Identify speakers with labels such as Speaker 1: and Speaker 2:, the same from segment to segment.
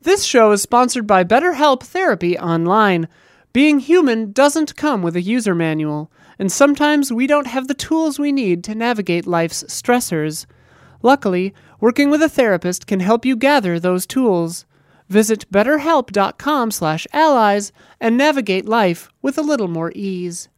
Speaker 1: This show is sponsored by BetterHelp Therapy Online. Being human doesn't come with a user manual, and sometimes we don't have the tools we need to navigate life's stressors. Luckily, working with a therapist can help you gather those tools. Visit betterhelp.com/allies and navigate life with a little more ease.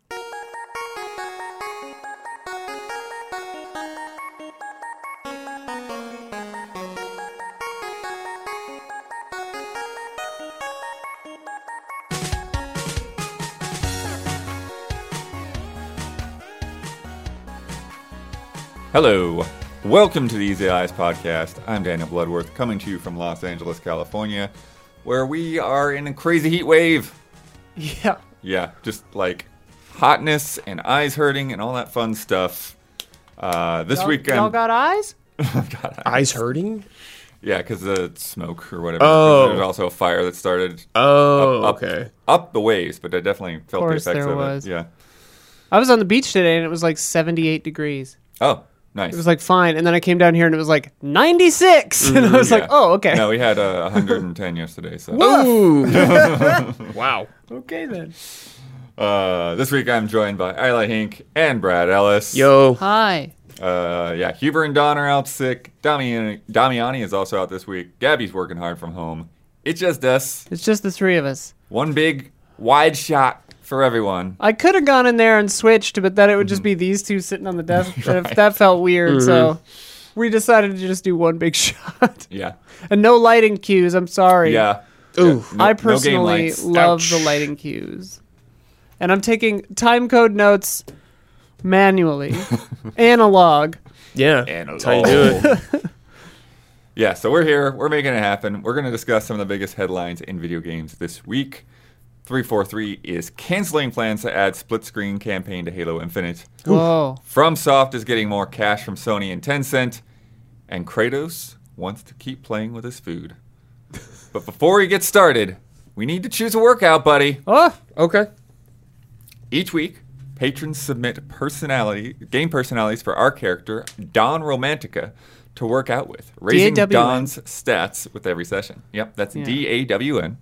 Speaker 2: Hello. Welcome to the Easy Eyes podcast. I'm Daniel Bloodworth, coming to you from Los Angeles, California, where we are in a crazy heat wave.
Speaker 1: Yeah.
Speaker 2: Yeah, just like hotness and eyes hurting and all that fun stuff. Uh, this
Speaker 1: Y'all,
Speaker 2: weekend,
Speaker 1: y'all got eyes?
Speaker 2: God, I-
Speaker 3: Eyes hurting?
Speaker 2: yeah, because the smoke or whatever.
Speaker 3: Oh.
Speaker 2: There's also a fire that started
Speaker 3: Oh,
Speaker 2: up,
Speaker 3: okay.
Speaker 2: up the ways, but I definitely felt
Speaker 1: course
Speaker 2: the effects
Speaker 1: there
Speaker 2: of
Speaker 1: was.
Speaker 2: it. Yeah.
Speaker 1: I was on the beach today and it was like 78 degrees.
Speaker 2: Oh, nice.
Speaker 1: It was like fine, and then I came down here and it was like 96, and I was like,
Speaker 2: Mm-hmm. Yeah.
Speaker 1: oh okay.
Speaker 2: No, we had uh, 110 yesterday. So.
Speaker 3: Ooh. wow.
Speaker 1: Okay then.
Speaker 2: Uh, this week I'm joined by Isla Hink and Brad Ellis.
Speaker 3: Yo.
Speaker 1: Hi.
Speaker 2: Uh, yeah, Huber and Don are out sick. Damiani, Damiani is also out this week. Gabby's working hard from home. It's just us.
Speaker 1: It's just the three of us.
Speaker 2: One big wide shot for everyone.
Speaker 1: I could have gone in there and switched, but then it
Speaker 2: Mm-hmm.
Speaker 1: would just be these two sitting on the desk. That- That felt weird, so
Speaker 2: Mm-hmm.
Speaker 1: we decided to just do one big shot
Speaker 2: Yeah.
Speaker 1: and no lighting cues. I'm sorry.
Speaker 2: Yeah.
Speaker 3: Ooh.
Speaker 2: No- no
Speaker 1: I
Speaker 2: game
Speaker 1: personally
Speaker 2: lights.
Speaker 1: love
Speaker 3: Ouch.
Speaker 1: the lighting cues, and I'm taking time code notes manually, analog.
Speaker 3: Yeah.
Speaker 2: Analog.
Speaker 3: That's how you do it.
Speaker 2: yeah, so we're here. We're making it happen. We're going to discuss some of the biggest headlines in video games this week. 343 is canceling plans to add split screen campaign to Halo Infinite.
Speaker 1: Whoa.
Speaker 2: FromSoft is getting more cash from Sony and Tencent, and Kratos wants to keep playing with his food. But before we get started, we need to choose a workout, buddy.
Speaker 1: Oh,
Speaker 3: Okay.
Speaker 2: Each week, patrons submit personality game personalities for our character Don Romantica to work out with, raising
Speaker 1: DAWN.
Speaker 2: Don's stats with every session. Yep, that's
Speaker 1: Yeah.
Speaker 2: D A W N.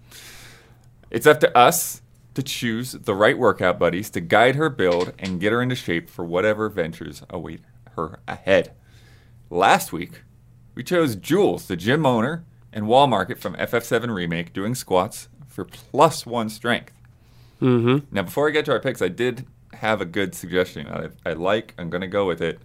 Speaker 2: It's up to us to choose the right workout buddies to guide her build and get her into shape for whatever ventures await her ahead. Last week, we chose Jules, the gym owner and wall market from FF7 Remake, doing squats for plus one strength.
Speaker 3: Mm-hmm.
Speaker 2: Now, before I get to our picks, I did have a good suggestion. I, I like. I'm gonna go with it.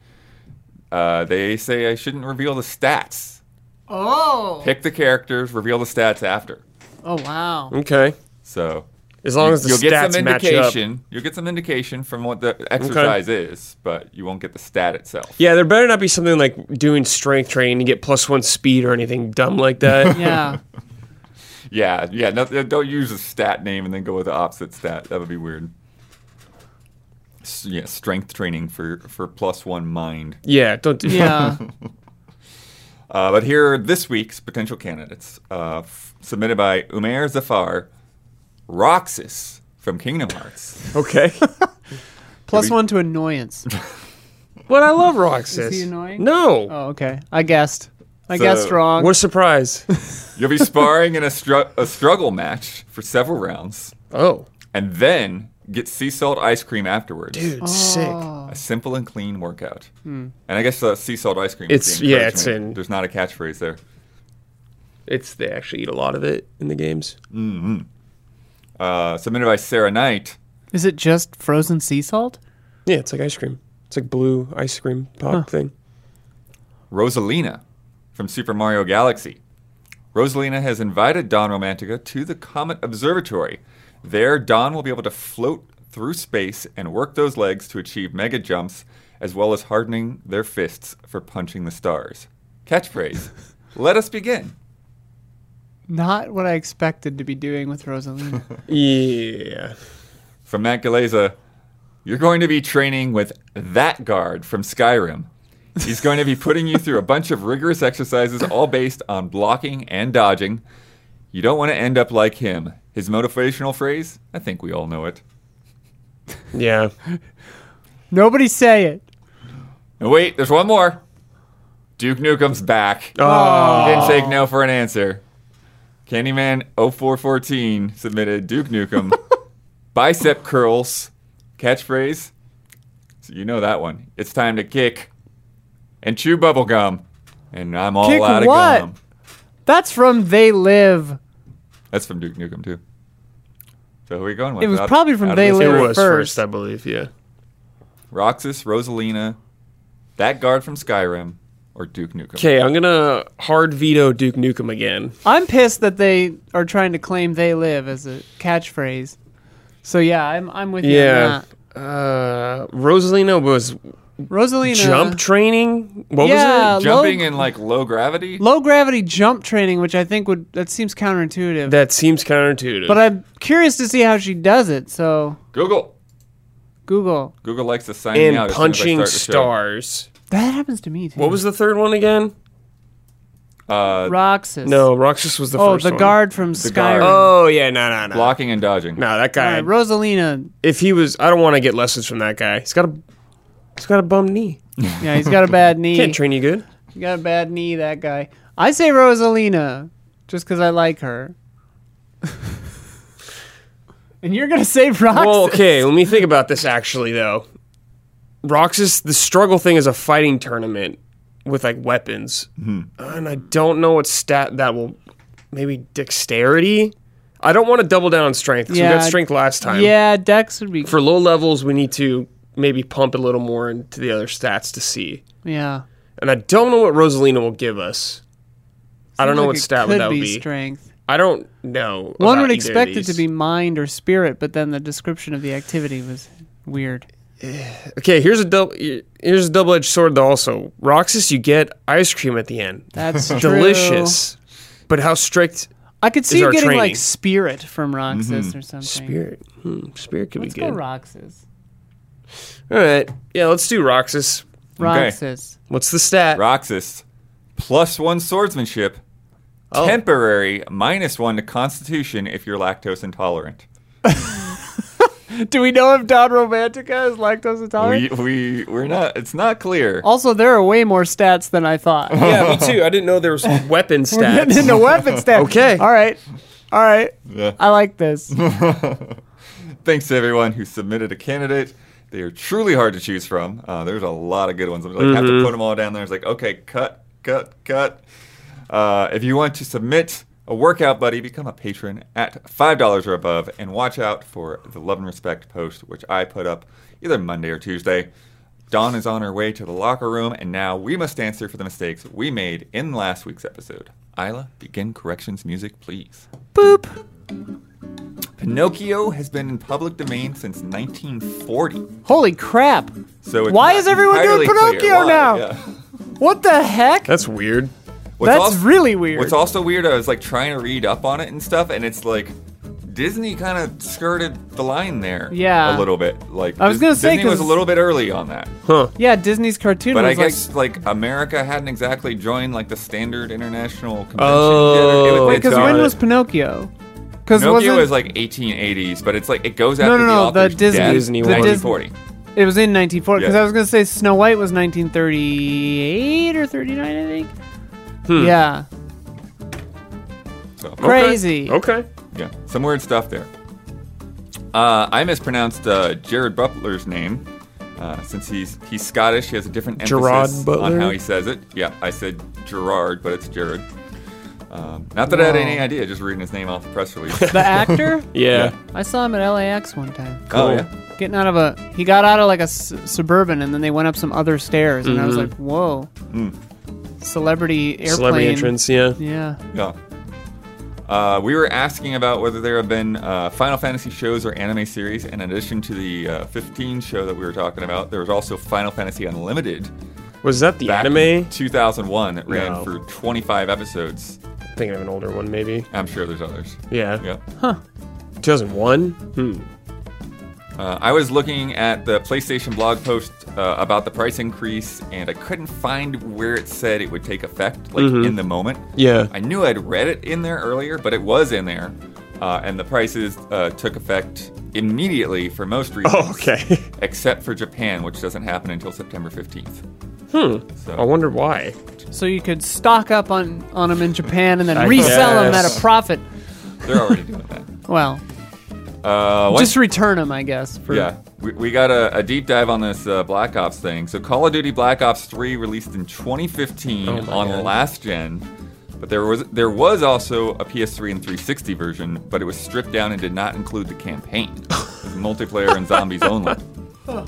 Speaker 2: Uh, they say I shouldn't reveal the stats.
Speaker 1: oh,
Speaker 2: Pick the characters, reveal the stats after.
Speaker 1: oh wow.
Speaker 3: Okay.
Speaker 2: So
Speaker 3: As long as the
Speaker 2: you'll get
Speaker 3: stats
Speaker 2: some
Speaker 3: match up.
Speaker 2: indication. You'll get some indication from what the exercise is, but you won't get the stat itself.
Speaker 3: Yeah, there better not be something like doing strength training to get plus one speed or anything dumb like that.
Speaker 1: Yeah.
Speaker 2: Yeah, yeah. No, don't use a stat name and then go with the opposite stat. That would be weird. S- yeah, strength training for for plus one mind.
Speaker 3: yeah, don't do
Speaker 1: Yeah.
Speaker 2: Uh, but here are this week's potential candidates, uh, f- submitted by Umair Zafar, Roxas from Kingdom Hearts,
Speaker 3: Okay.
Speaker 1: Plus one to annoyance.
Speaker 3: but I love Roxas.
Speaker 1: Is he annoying?
Speaker 3: No.
Speaker 1: Oh, okay. I guessed. I
Speaker 2: So-
Speaker 1: guessed wrong.
Speaker 3: What a surprise.
Speaker 2: you'll be sparring in a, stru- a struggle match for several rounds,
Speaker 3: Oh.
Speaker 2: and then get sea salt ice cream afterwards.
Speaker 1: Oh.
Speaker 3: Dude, sick.
Speaker 2: A simple and clean workout. And I guess uh, sea salt ice cream.
Speaker 3: It's-
Speaker 2: the
Speaker 3: yeah, it's
Speaker 2: encouragement.
Speaker 3: in-
Speaker 2: There's not a catchphrase there.
Speaker 3: It's they actually eat a lot of it in the games.
Speaker 2: Uh, submitted by Sarah Knight.
Speaker 1: Is it just frozen sea salt?
Speaker 3: Yeah, it's like ice cream. It's like blue ice cream pop thing.
Speaker 2: Rosalina from Super Mario Galaxy. Rosalina has invited Don Romantica to the Comet Observatory. There, Don will be able to float through space and work those legs to achieve mega jumps, as well as hardening their fists for punching the stars. Catchphrase Let us begin.
Speaker 1: Not what I expected to be doing with Rosalina.
Speaker 3: Yeah.
Speaker 2: From Matt Galeza, you're going to be training with that guard from Skyrim. He's going to be putting you through a bunch of rigorous exercises, all based on blocking and dodging. You don't want to end up like him. His motivational phrase? I think we all know it.
Speaker 3: Yeah.
Speaker 1: Nobody say it.
Speaker 2: No, wait, there's one more. Duke Nukem's back.
Speaker 3: Oh.
Speaker 2: He didn't take no for an answer. Candyman0414 submitted Duke Nukem, bicep curls, catchphrase. So you know that one. It's time to kick and chew bubble gum. And I'm all
Speaker 1: Kick
Speaker 2: out of
Speaker 1: what?
Speaker 2: gum.
Speaker 1: That's from They Live.
Speaker 2: That's from Duke Nukem, too. So who are we going with?
Speaker 1: It was
Speaker 2: Out-
Speaker 1: probably from
Speaker 2: out of
Speaker 1: They
Speaker 2: this
Speaker 1: Live.
Speaker 3: It
Speaker 1: They were
Speaker 3: was first.
Speaker 1: first.
Speaker 3: I believe. Yeah.
Speaker 2: Roxas, Rosalina, that guard from Skyrim, or Duke Nukem.
Speaker 3: Okay, I'm gonna hard veto Duke Nukem again.
Speaker 1: I'm pissed that they are trying to claim They Live as a catchphrase. So yeah, I'm I'm with
Speaker 3: Yeah.
Speaker 1: you
Speaker 3: Uh, Rosalina was
Speaker 1: on that. Rosalina
Speaker 3: jump training. What
Speaker 1: Yeah.
Speaker 3: was
Speaker 1: low-
Speaker 2: Jumping in like low gravity.
Speaker 1: low gravity jump training, which I think would that seems counterintuitive.
Speaker 3: it? That seems counterintuitive.
Speaker 1: but I'm curious to see how she does it. So
Speaker 2: Google.
Speaker 1: Google.
Speaker 2: Google likes to sign me out. as soon
Speaker 3: and
Speaker 2: as I
Speaker 3: punching
Speaker 2: start the show.
Speaker 3: stars.
Speaker 1: That happens to me too.
Speaker 3: What was the third one again?
Speaker 2: Uh,
Speaker 1: Roxas?
Speaker 3: No, Roxas was the
Speaker 1: Oh,
Speaker 3: first
Speaker 1: the
Speaker 3: one.
Speaker 1: guard from
Speaker 2: The
Speaker 1: Skyrim.
Speaker 2: guard.
Speaker 3: Oh yeah, no, no, no,
Speaker 2: blocking and dodging.
Speaker 3: no. That
Speaker 1: All
Speaker 3: guy.
Speaker 1: right, Rosalina.
Speaker 3: if he was, I don't want to get lessons from that guy. He's got a, he's got a bum knee.
Speaker 1: Yeah, he's got a bad knee.
Speaker 3: Can't train you good.
Speaker 1: He got a bad knee, that guy. I say Rosalina, just because I like her. and you're gonna say Roxas?
Speaker 3: Well, okay. Let me think about this actually, though. Roxas, the struggle thing is a fighting tournament with like weapons, and I don't know what stat that will. Maybe dexterity. I don't want to double down on strength. 'cause we
Speaker 1: Yeah.
Speaker 3: got strength last time.
Speaker 1: Yeah, Dex would be.
Speaker 3: For low levels, we need to maybe pump a little more into the other stats to see.
Speaker 1: yeah.
Speaker 3: And I don't know what Rosalina will give us. I don't
Speaker 1: Seems
Speaker 3: know
Speaker 1: like
Speaker 3: what
Speaker 1: it
Speaker 3: stat
Speaker 1: could
Speaker 3: would that would
Speaker 1: be
Speaker 3: be.
Speaker 1: strength.
Speaker 3: I don't know.
Speaker 1: One
Speaker 3: about
Speaker 1: would
Speaker 3: either of
Speaker 1: expect it to
Speaker 3: these.
Speaker 1: be mind or spirit, but then the description of the activity was weird.
Speaker 3: Okay, here's a double. Here's a double-edged sword. Though also, Roxas, you get ice cream at the end.
Speaker 1: That's true.
Speaker 3: delicious. But how strict
Speaker 1: I could see
Speaker 3: is
Speaker 1: you
Speaker 3: our
Speaker 1: getting like
Speaker 3: training. Mm-hmm.
Speaker 1: spirit from Roxas or something.
Speaker 3: spirit? Hmm, spirit could
Speaker 1: Let's
Speaker 3: be
Speaker 1: go
Speaker 3: good.
Speaker 1: Roxas.
Speaker 3: All right, yeah, let's do Roxas.
Speaker 1: Roxas.
Speaker 3: What's the stat?
Speaker 2: Roxas, plus one swordsmanship,
Speaker 3: Oh.
Speaker 2: temporary minus one to Constitution if you're lactose intolerant.
Speaker 1: Do we know if Don Romantica is lactose intolerant?
Speaker 2: We we we're not. It's not clear.
Speaker 1: also, there are way more stats than I thought.
Speaker 3: yeah, me too. I didn't know there was weapon
Speaker 1: We're
Speaker 3: stats.
Speaker 1: getting into weapon stats.
Speaker 3: Okay.
Speaker 1: All right. All right.
Speaker 2: Yeah.
Speaker 1: I like this.
Speaker 2: Thanks to everyone who submitted a candidate. They are truly hard to choose from. Uh, there's a lot of good ones. I'm like, have to put them all down there. It's like, okay, cut, cut, cut. Uh, if you want to submit a workout buddy, become a patron at $5 or above. And watch out for the Love and Respect post, which I put up either Monday or Tuesday. Dawn is on her way to the locker room, and now we must answer for the mistakes we made in last week's episode. Isla, begin corrections music, please.
Speaker 1: Boop.
Speaker 2: Pinocchio has been in public domain since 1940.
Speaker 1: Holy crap.
Speaker 2: So it's
Speaker 1: Why
Speaker 2: not
Speaker 1: is everyone doing
Speaker 2: entirely clear
Speaker 1: Pinocchio
Speaker 2: why,
Speaker 1: now?
Speaker 2: yeah.
Speaker 1: What the heck?
Speaker 3: That's weird.
Speaker 2: What's
Speaker 1: That's really weird.
Speaker 2: What's also weird, I was like trying to read up on it and stuff, and it's like Disney kind of skirted the line there,
Speaker 1: Yeah.
Speaker 2: a little bit. Like
Speaker 1: I was
Speaker 2: Dis-
Speaker 1: gonna say,
Speaker 2: Disney was a
Speaker 1: 'cause-
Speaker 2: little bit early on that,
Speaker 3: Huh?
Speaker 1: yeah, Disney's cartoon
Speaker 2: but I
Speaker 1: was like,
Speaker 2: guess like, America hadn't exactly joined like the standard international convention.
Speaker 3: Oh.
Speaker 2: yet. It was-
Speaker 1: wait,
Speaker 2: it's
Speaker 1: because
Speaker 2: on-
Speaker 1: when
Speaker 3: got
Speaker 1: was
Speaker 3: it.
Speaker 1: Pinocchio? Because
Speaker 2: Pinocchio was
Speaker 1: it
Speaker 2: like 1880s, but it's like it goes
Speaker 1: No,
Speaker 2: after
Speaker 1: no, no,
Speaker 2: the
Speaker 1: the
Speaker 2: author's
Speaker 1: Disney-
Speaker 2: death,
Speaker 3: Disney one.
Speaker 2: 1940.
Speaker 1: was in 1940. Because
Speaker 2: Yeah.
Speaker 1: I was gonna say Snow White was 1938 or 39, I think.
Speaker 2: Hmm.
Speaker 1: Yeah,
Speaker 2: So-
Speaker 1: crazy.
Speaker 3: Okay.
Speaker 2: Yeah, some weird stuff there. Uh, I mispronounced uh, Jared Butler's name uh, since he's he's Scottish. He has a different emphasis
Speaker 3: Gerard
Speaker 2: on
Speaker 3: Butler?
Speaker 2: how he says it. Yeah, I said Gerard, but it's Jared. Um, not that I had
Speaker 1: Wow.
Speaker 2: any idea, just reading his name off the press release.
Speaker 1: The actor?
Speaker 3: Yeah.
Speaker 1: I saw him at LAX one time.
Speaker 2: Oh yeah,
Speaker 1: Getting out of a, he got out of like a s- suburban, and then they went up some other stairs, and I was like, whoa, celebrity airplane.
Speaker 3: Celebrity entrance. Yeah.
Speaker 1: Yeah.
Speaker 2: yeah. Uh, we were asking about whether there have been uh, Final Fantasy shows or anime series. In addition to the uh, 15 show that we were talking about, there was also Final Fantasy Unlimited.
Speaker 3: Was that the
Speaker 2: back in
Speaker 3: anime?
Speaker 2: 2001 that ran
Speaker 3: No.
Speaker 2: for 25 episodes.
Speaker 3: I'm thinking of an older one, maybe.
Speaker 2: I'm sure there's others.
Speaker 3: Yeah.
Speaker 2: Yeah.
Speaker 3: 2001. Hmm.
Speaker 2: Uh, I was looking at the PlayStation blog post uh, about the price increase, and I couldn't find where it said it would take effect, like
Speaker 3: Mm-hmm.
Speaker 2: in the moment.
Speaker 3: Yeah.
Speaker 2: I knew I'd read it in there earlier, but it was in there, uh, and the prices uh, took effect immediately for most regions,
Speaker 3: Oh, okay. Hmm.
Speaker 2: except for Japan, which doesn't happen until September 15th.
Speaker 3: I wonder why.
Speaker 1: so you could stock up on on them in Japan and then
Speaker 2: I
Speaker 1: resell them
Speaker 2: guess.
Speaker 1: at a profit.
Speaker 2: They're already doing that.
Speaker 1: Well,
Speaker 2: Uh, one-
Speaker 1: just return them, I guess. For,
Speaker 2: yeah, we, we got a, a deep dive on this uh, Black Ops thing. So Call of Duty Black Ops 3 released in 2015
Speaker 3: Oh my
Speaker 2: on
Speaker 3: God.
Speaker 2: last gen, but there was there was also a PS3 and 360 version, but it was stripped down and did not include the campaign. It was multiplayer and zombies only. Uh,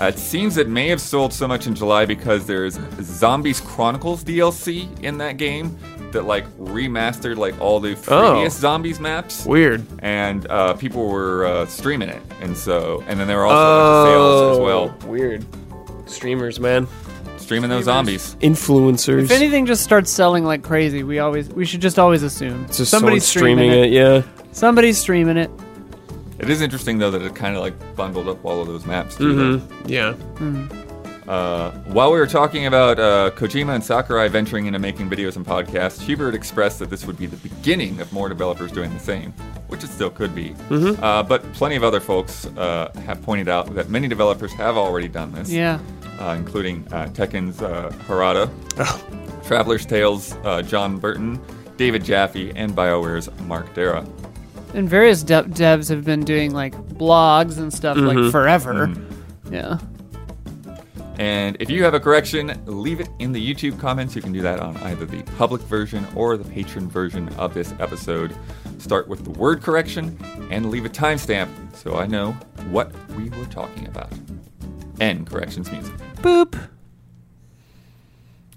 Speaker 2: it seems it may have sold so much in July because there's Zombies Chronicles DLC in that game that like remastered like all the
Speaker 3: Oh.
Speaker 2: previous zombies maps
Speaker 3: Weird.
Speaker 2: and uh, people were uh, streaming it, and so and then there were also a bunch of sales as well,
Speaker 3: Weird. Streamers, man.
Speaker 2: streaming those zombies.
Speaker 3: Influencers.
Speaker 1: If anything just starts selling like crazy, we always we should just always assume
Speaker 3: It's just
Speaker 1: somebody's
Speaker 3: someone
Speaker 1: streaming it.
Speaker 3: Yeah.
Speaker 1: Somebody's streaming it.
Speaker 2: It is interesting though that it kind of like bundled up all of those maps. too, though.
Speaker 3: Mm-hmm. Yeah.
Speaker 2: Uh, while we were talking about uh, Kojima and Sakurai venturing into making videos and podcasts, Hubert expressed that this would be the beginning of more developers doing the same, which it still could be. Uh, but plenty of other folks uh, have pointed out that many developers have already done this.
Speaker 1: Yeah.
Speaker 2: uh, including uh, Tekken's uh, Harada, Traveler's Tales, uh, John Burton, David Jaffe, and BioWare's Mark Dara.
Speaker 1: And various de- devs have been doing like blogs and stuff like forever. Yeah.
Speaker 2: And if you have a correction, leave it in the YouTube comments. You can do that on either the public version or the patron version of this episode. Start with the word correction and leave a timestamp so I know what we were talking about. End corrections music.
Speaker 1: Boop.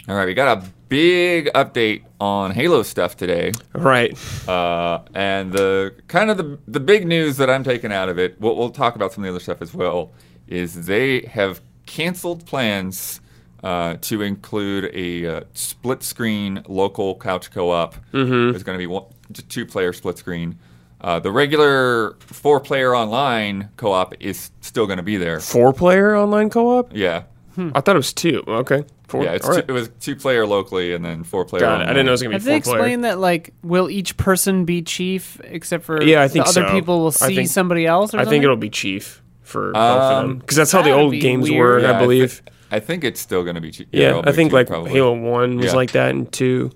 Speaker 2: All right, we got a big update on Halo stuff today.
Speaker 3: All right.
Speaker 2: Uh, and the kind of the, the big news that I'm taking out of it, we'll, we'll talk about some of the other stuff as well, is they have canceled plans uh, to include a uh, split screen local couch co op.
Speaker 3: Mm-hmm.
Speaker 2: There's going to be one, two player split screen. Uh, the regular four player online co op is still going to be there.
Speaker 3: Four player online co op?
Speaker 2: Yeah.
Speaker 3: I thought it was two. Okay. Four.
Speaker 2: Yeah, it's
Speaker 3: Hmm. all
Speaker 2: two,
Speaker 3: right.
Speaker 2: it was two player locally and then four player.
Speaker 3: Got it. I didn't know it was going to
Speaker 1: Have
Speaker 3: be
Speaker 1: they
Speaker 3: four player.
Speaker 1: explained that like will each person be chief except for
Speaker 3: Yeah, I think
Speaker 1: the other
Speaker 3: so.
Speaker 1: people will
Speaker 3: I
Speaker 1: see
Speaker 3: think-
Speaker 1: somebody else? Or
Speaker 3: I
Speaker 1: something?
Speaker 3: think it'll be Chief for both of them.
Speaker 2: Um,
Speaker 3: Because that's how the
Speaker 1: that'd
Speaker 3: old
Speaker 1: be
Speaker 3: games
Speaker 1: weird.
Speaker 3: were,
Speaker 2: Yeah,
Speaker 3: I believe.
Speaker 2: thi- I think it's still going to be. che-
Speaker 3: yeah,
Speaker 2: it'll be
Speaker 3: I think
Speaker 2: cheap,
Speaker 3: like
Speaker 2: probably.
Speaker 3: Halo 1 was
Speaker 2: Yeah.
Speaker 3: like that, and 2.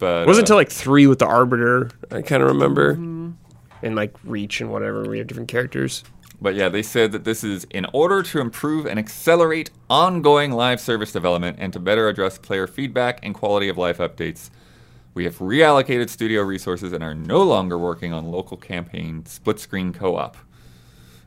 Speaker 2: But
Speaker 3: It
Speaker 2: uh,
Speaker 3: wasn't until like 3 with the Arbiter, I kind of remember.
Speaker 1: Mm-hmm.
Speaker 3: And like Reach and whatever, we have different characters.
Speaker 2: But yeah, they said that this is in order to improve and accelerate ongoing live service development and to better address player feedback and quality of life updates. We have reallocated studio resources and are no longer working on local campaign split screen co op.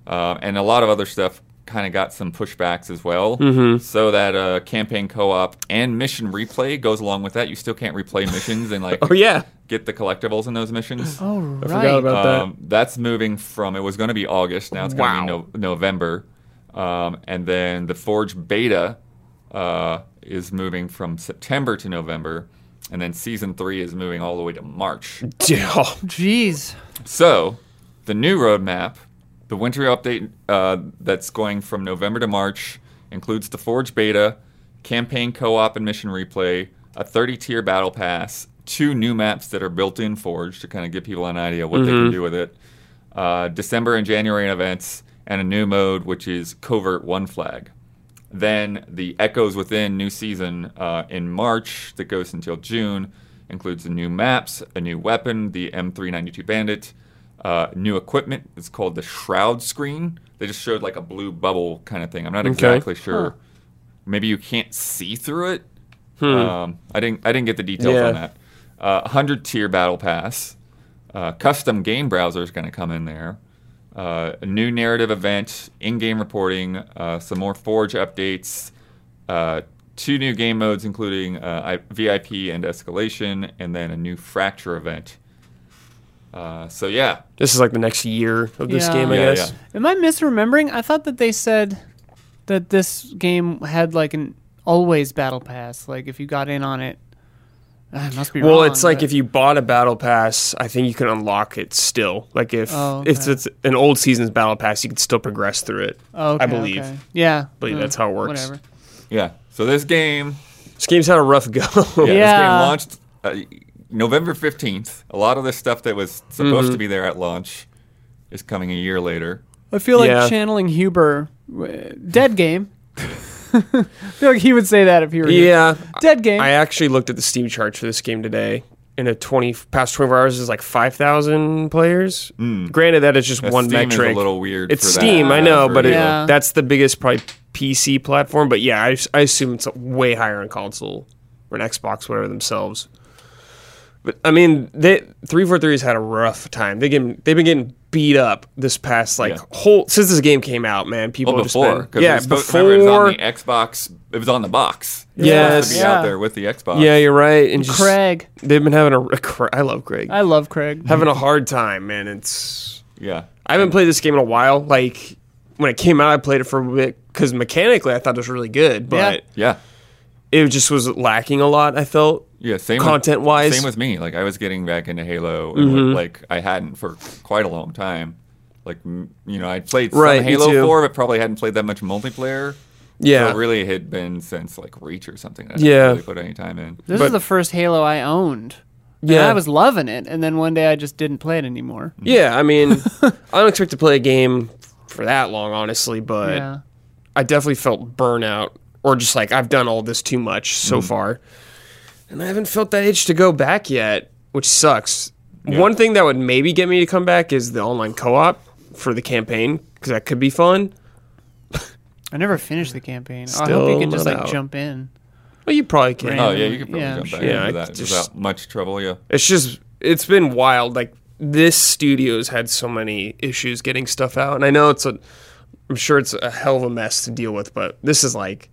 Speaker 2: Um, and a lot of other stuff kind of got some pushbacks as well.
Speaker 3: Mm-hmm.
Speaker 2: So that uh, campaign co op and mission replay goes along with that. You still can't replay missions and like
Speaker 3: Oh, yeah.
Speaker 2: get the collectibles in those missions.
Speaker 1: Oh
Speaker 3: I
Speaker 1: right.
Speaker 3: forgot about that.
Speaker 2: Um, that's moving from it was going to be August. Now it's going to
Speaker 3: Wow.
Speaker 2: be no- November, um, and then the Forge beta uh, is moving from September to November, and then season three is moving all the way to March.
Speaker 3: Yeah, oh,
Speaker 1: Jeez.
Speaker 2: So, the new roadmap, the winter update uh, that's going from November to March, includes the Forge beta, campaign co op and mission replay, a 30 tier battle pass, two new maps that are built in Forge to kind of give people an idea what they
Speaker 3: Mm-hmm.
Speaker 2: can do with it, uh, December and January events, and a new mode, which is Covert One Flag. Then the Echoes Within new season uh, in March that goes until June includes the new maps, a new weapon, the M392 Bandit, uh, new equipment. It's called the Shroud Screen. They just showed like a blue bubble kind of thing. I'm not exactly sure. Maybe you can't see through it. Um, I didn't. I didn't get the details
Speaker 3: Yeah.
Speaker 2: on that. Uh, Hundred tier battle pass. Uh, custom game browser is going to come in there. Uh, a new narrative event, in-game reporting, uh, some more Forge updates, uh, two new game modes, including uh, I- VIP and escalation, and then a new Fracture event. Uh, so yeah,
Speaker 3: this is like the next year of this
Speaker 1: Yeah.
Speaker 3: game, I
Speaker 2: Yeah,
Speaker 3: guess.
Speaker 2: yeah.
Speaker 1: Am I misremembering? I thought that they said that this game had like an always battle pass. Like if you got in on it, Ah, I must be
Speaker 3: Well,
Speaker 1: wrong,
Speaker 3: it's like
Speaker 1: but-
Speaker 3: if you bought a battle pass, I think you can unlock it still. Like if
Speaker 1: Oh,
Speaker 3: if
Speaker 1: okay.
Speaker 3: it's an old season's battle pass, you can still progress through it.
Speaker 1: Oh,
Speaker 3: I
Speaker 1: okay,
Speaker 3: believe.
Speaker 1: okay. Yeah,
Speaker 3: believe
Speaker 1: uh,
Speaker 3: that's how it works.
Speaker 1: Whatever.
Speaker 2: yeah. So this game,
Speaker 3: This game's had a rough go.
Speaker 2: yeah,
Speaker 1: Yeah.
Speaker 2: this game launched uh, November fifteenth. A lot of this stuff that was supposed
Speaker 3: Mm-hmm.
Speaker 2: to be there at launch is coming a year later.
Speaker 1: I feel like
Speaker 3: Yeah.
Speaker 1: channeling Huber. w- Dead game. I feel like he would say that if he were here.
Speaker 3: Yeah,
Speaker 1: Dead game.
Speaker 3: I actually looked at the Steam charts for this game today. In a twenty past twenty four hours is like five thousand players. Granted, that is just
Speaker 2: Hmm. Yeah,
Speaker 3: one
Speaker 2: Steam is a
Speaker 3: metric.
Speaker 2: little weird
Speaker 3: It's
Speaker 2: for that,
Speaker 3: Steam, I
Speaker 2: uh,
Speaker 3: know,
Speaker 2: for,
Speaker 3: but it,
Speaker 2: you know,
Speaker 1: Yeah.
Speaker 3: that's the biggest probably PC platform. But yeah, I, s- I assume it's way higher on console or an Xbox, whatever themselves. But I mean, they three four three's had a rough time. They getting they've been getting beat up this past like
Speaker 2: Yeah.
Speaker 3: whole since this game came out. Man, people
Speaker 2: Well,
Speaker 3: have just
Speaker 2: Oh, before,
Speaker 3: been,
Speaker 2: 'cause
Speaker 3: yeah
Speaker 2: it's supposed- remember, it was
Speaker 3: before
Speaker 2: on the Xbox. It was on the box. It was supposed
Speaker 3: Yes.
Speaker 2: to be out
Speaker 1: Yeah.
Speaker 2: there with the Xbox.
Speaker 3: yeah, you're right. And just,
Speaker 1: Craig.
Speaker 3: They've been having a. a cra- I love Craig.
Speaker 1: I love Craig.
Speaker 3: having a hard time, man. It's.
Speaker 2: yeah.
Speaker 3: I haven't played this game in a while. Like when it came out, I played it for a bit because mechanically I thought it was really good, but
Speaker 2: Yeah.
Speaker 3: it just was lacking a lot. I felt.
Speaker 2: Yeah, same with-
Speaker 3: Content-wise. Mm-hmm.
Speaker 2: Same with me. Like I was getting back into Halo, and like I hadn't for quite a long time. Like m- you know, I played some
Speaker 3: Right, me
Speaker 2: Halo
Speaker 3: too.
Speaker 2: Four, but probably hadn't played that much multiplayer.
Speaker 3: Yeah.
Speaker 2: so really it had been since like Reach or something. That I
Speaker 3: Yeah.
Speaker 2: hadn't really put any time in.
Speaker 1: This is
Speaker 3: But-
Speaker 1: the first Halo I owned. And
Speaker 3: Yeah.
Speaker 1: I was loving it, and then one day I just didn't play it anymore.
Speaker 3: yeah. I mean, I don't expect to play a game for that long, honestly, but
Speaker 1: Yeah.
Speaker 3: I definitely felt burnout or just like I've done all this too much so far. And I haven't felt that itch to go back yet, which sucks. One thing that would maybe get me to come back is the online co op for the campaign because that could be fun.
Speaker 1: I never finished the campaign. I hope you
Speaker 3: Still
Speaker 1: could just
Speaker 3: not
Speaker 1: like
Speaker 3: out.
Speaker 1: jump in.
Speaker 3: Well, you probably can.
Speaker 2: Oh yeah, you could probably
Speaker 1: Yeah, I'm
Speaker 2: jump back
Speaker 1: sure.
Speaker 3: Yeah, I
Speaker 2: into that
Speaker 3: could just-
Speaker 2: without much trouble. Yeah,
Speaker 3: It's just, it's been wild. Like, this studio's had so many issues getting stuff out. And I know it's a, I'm sure it's a hell of a mess to deal with, but this is like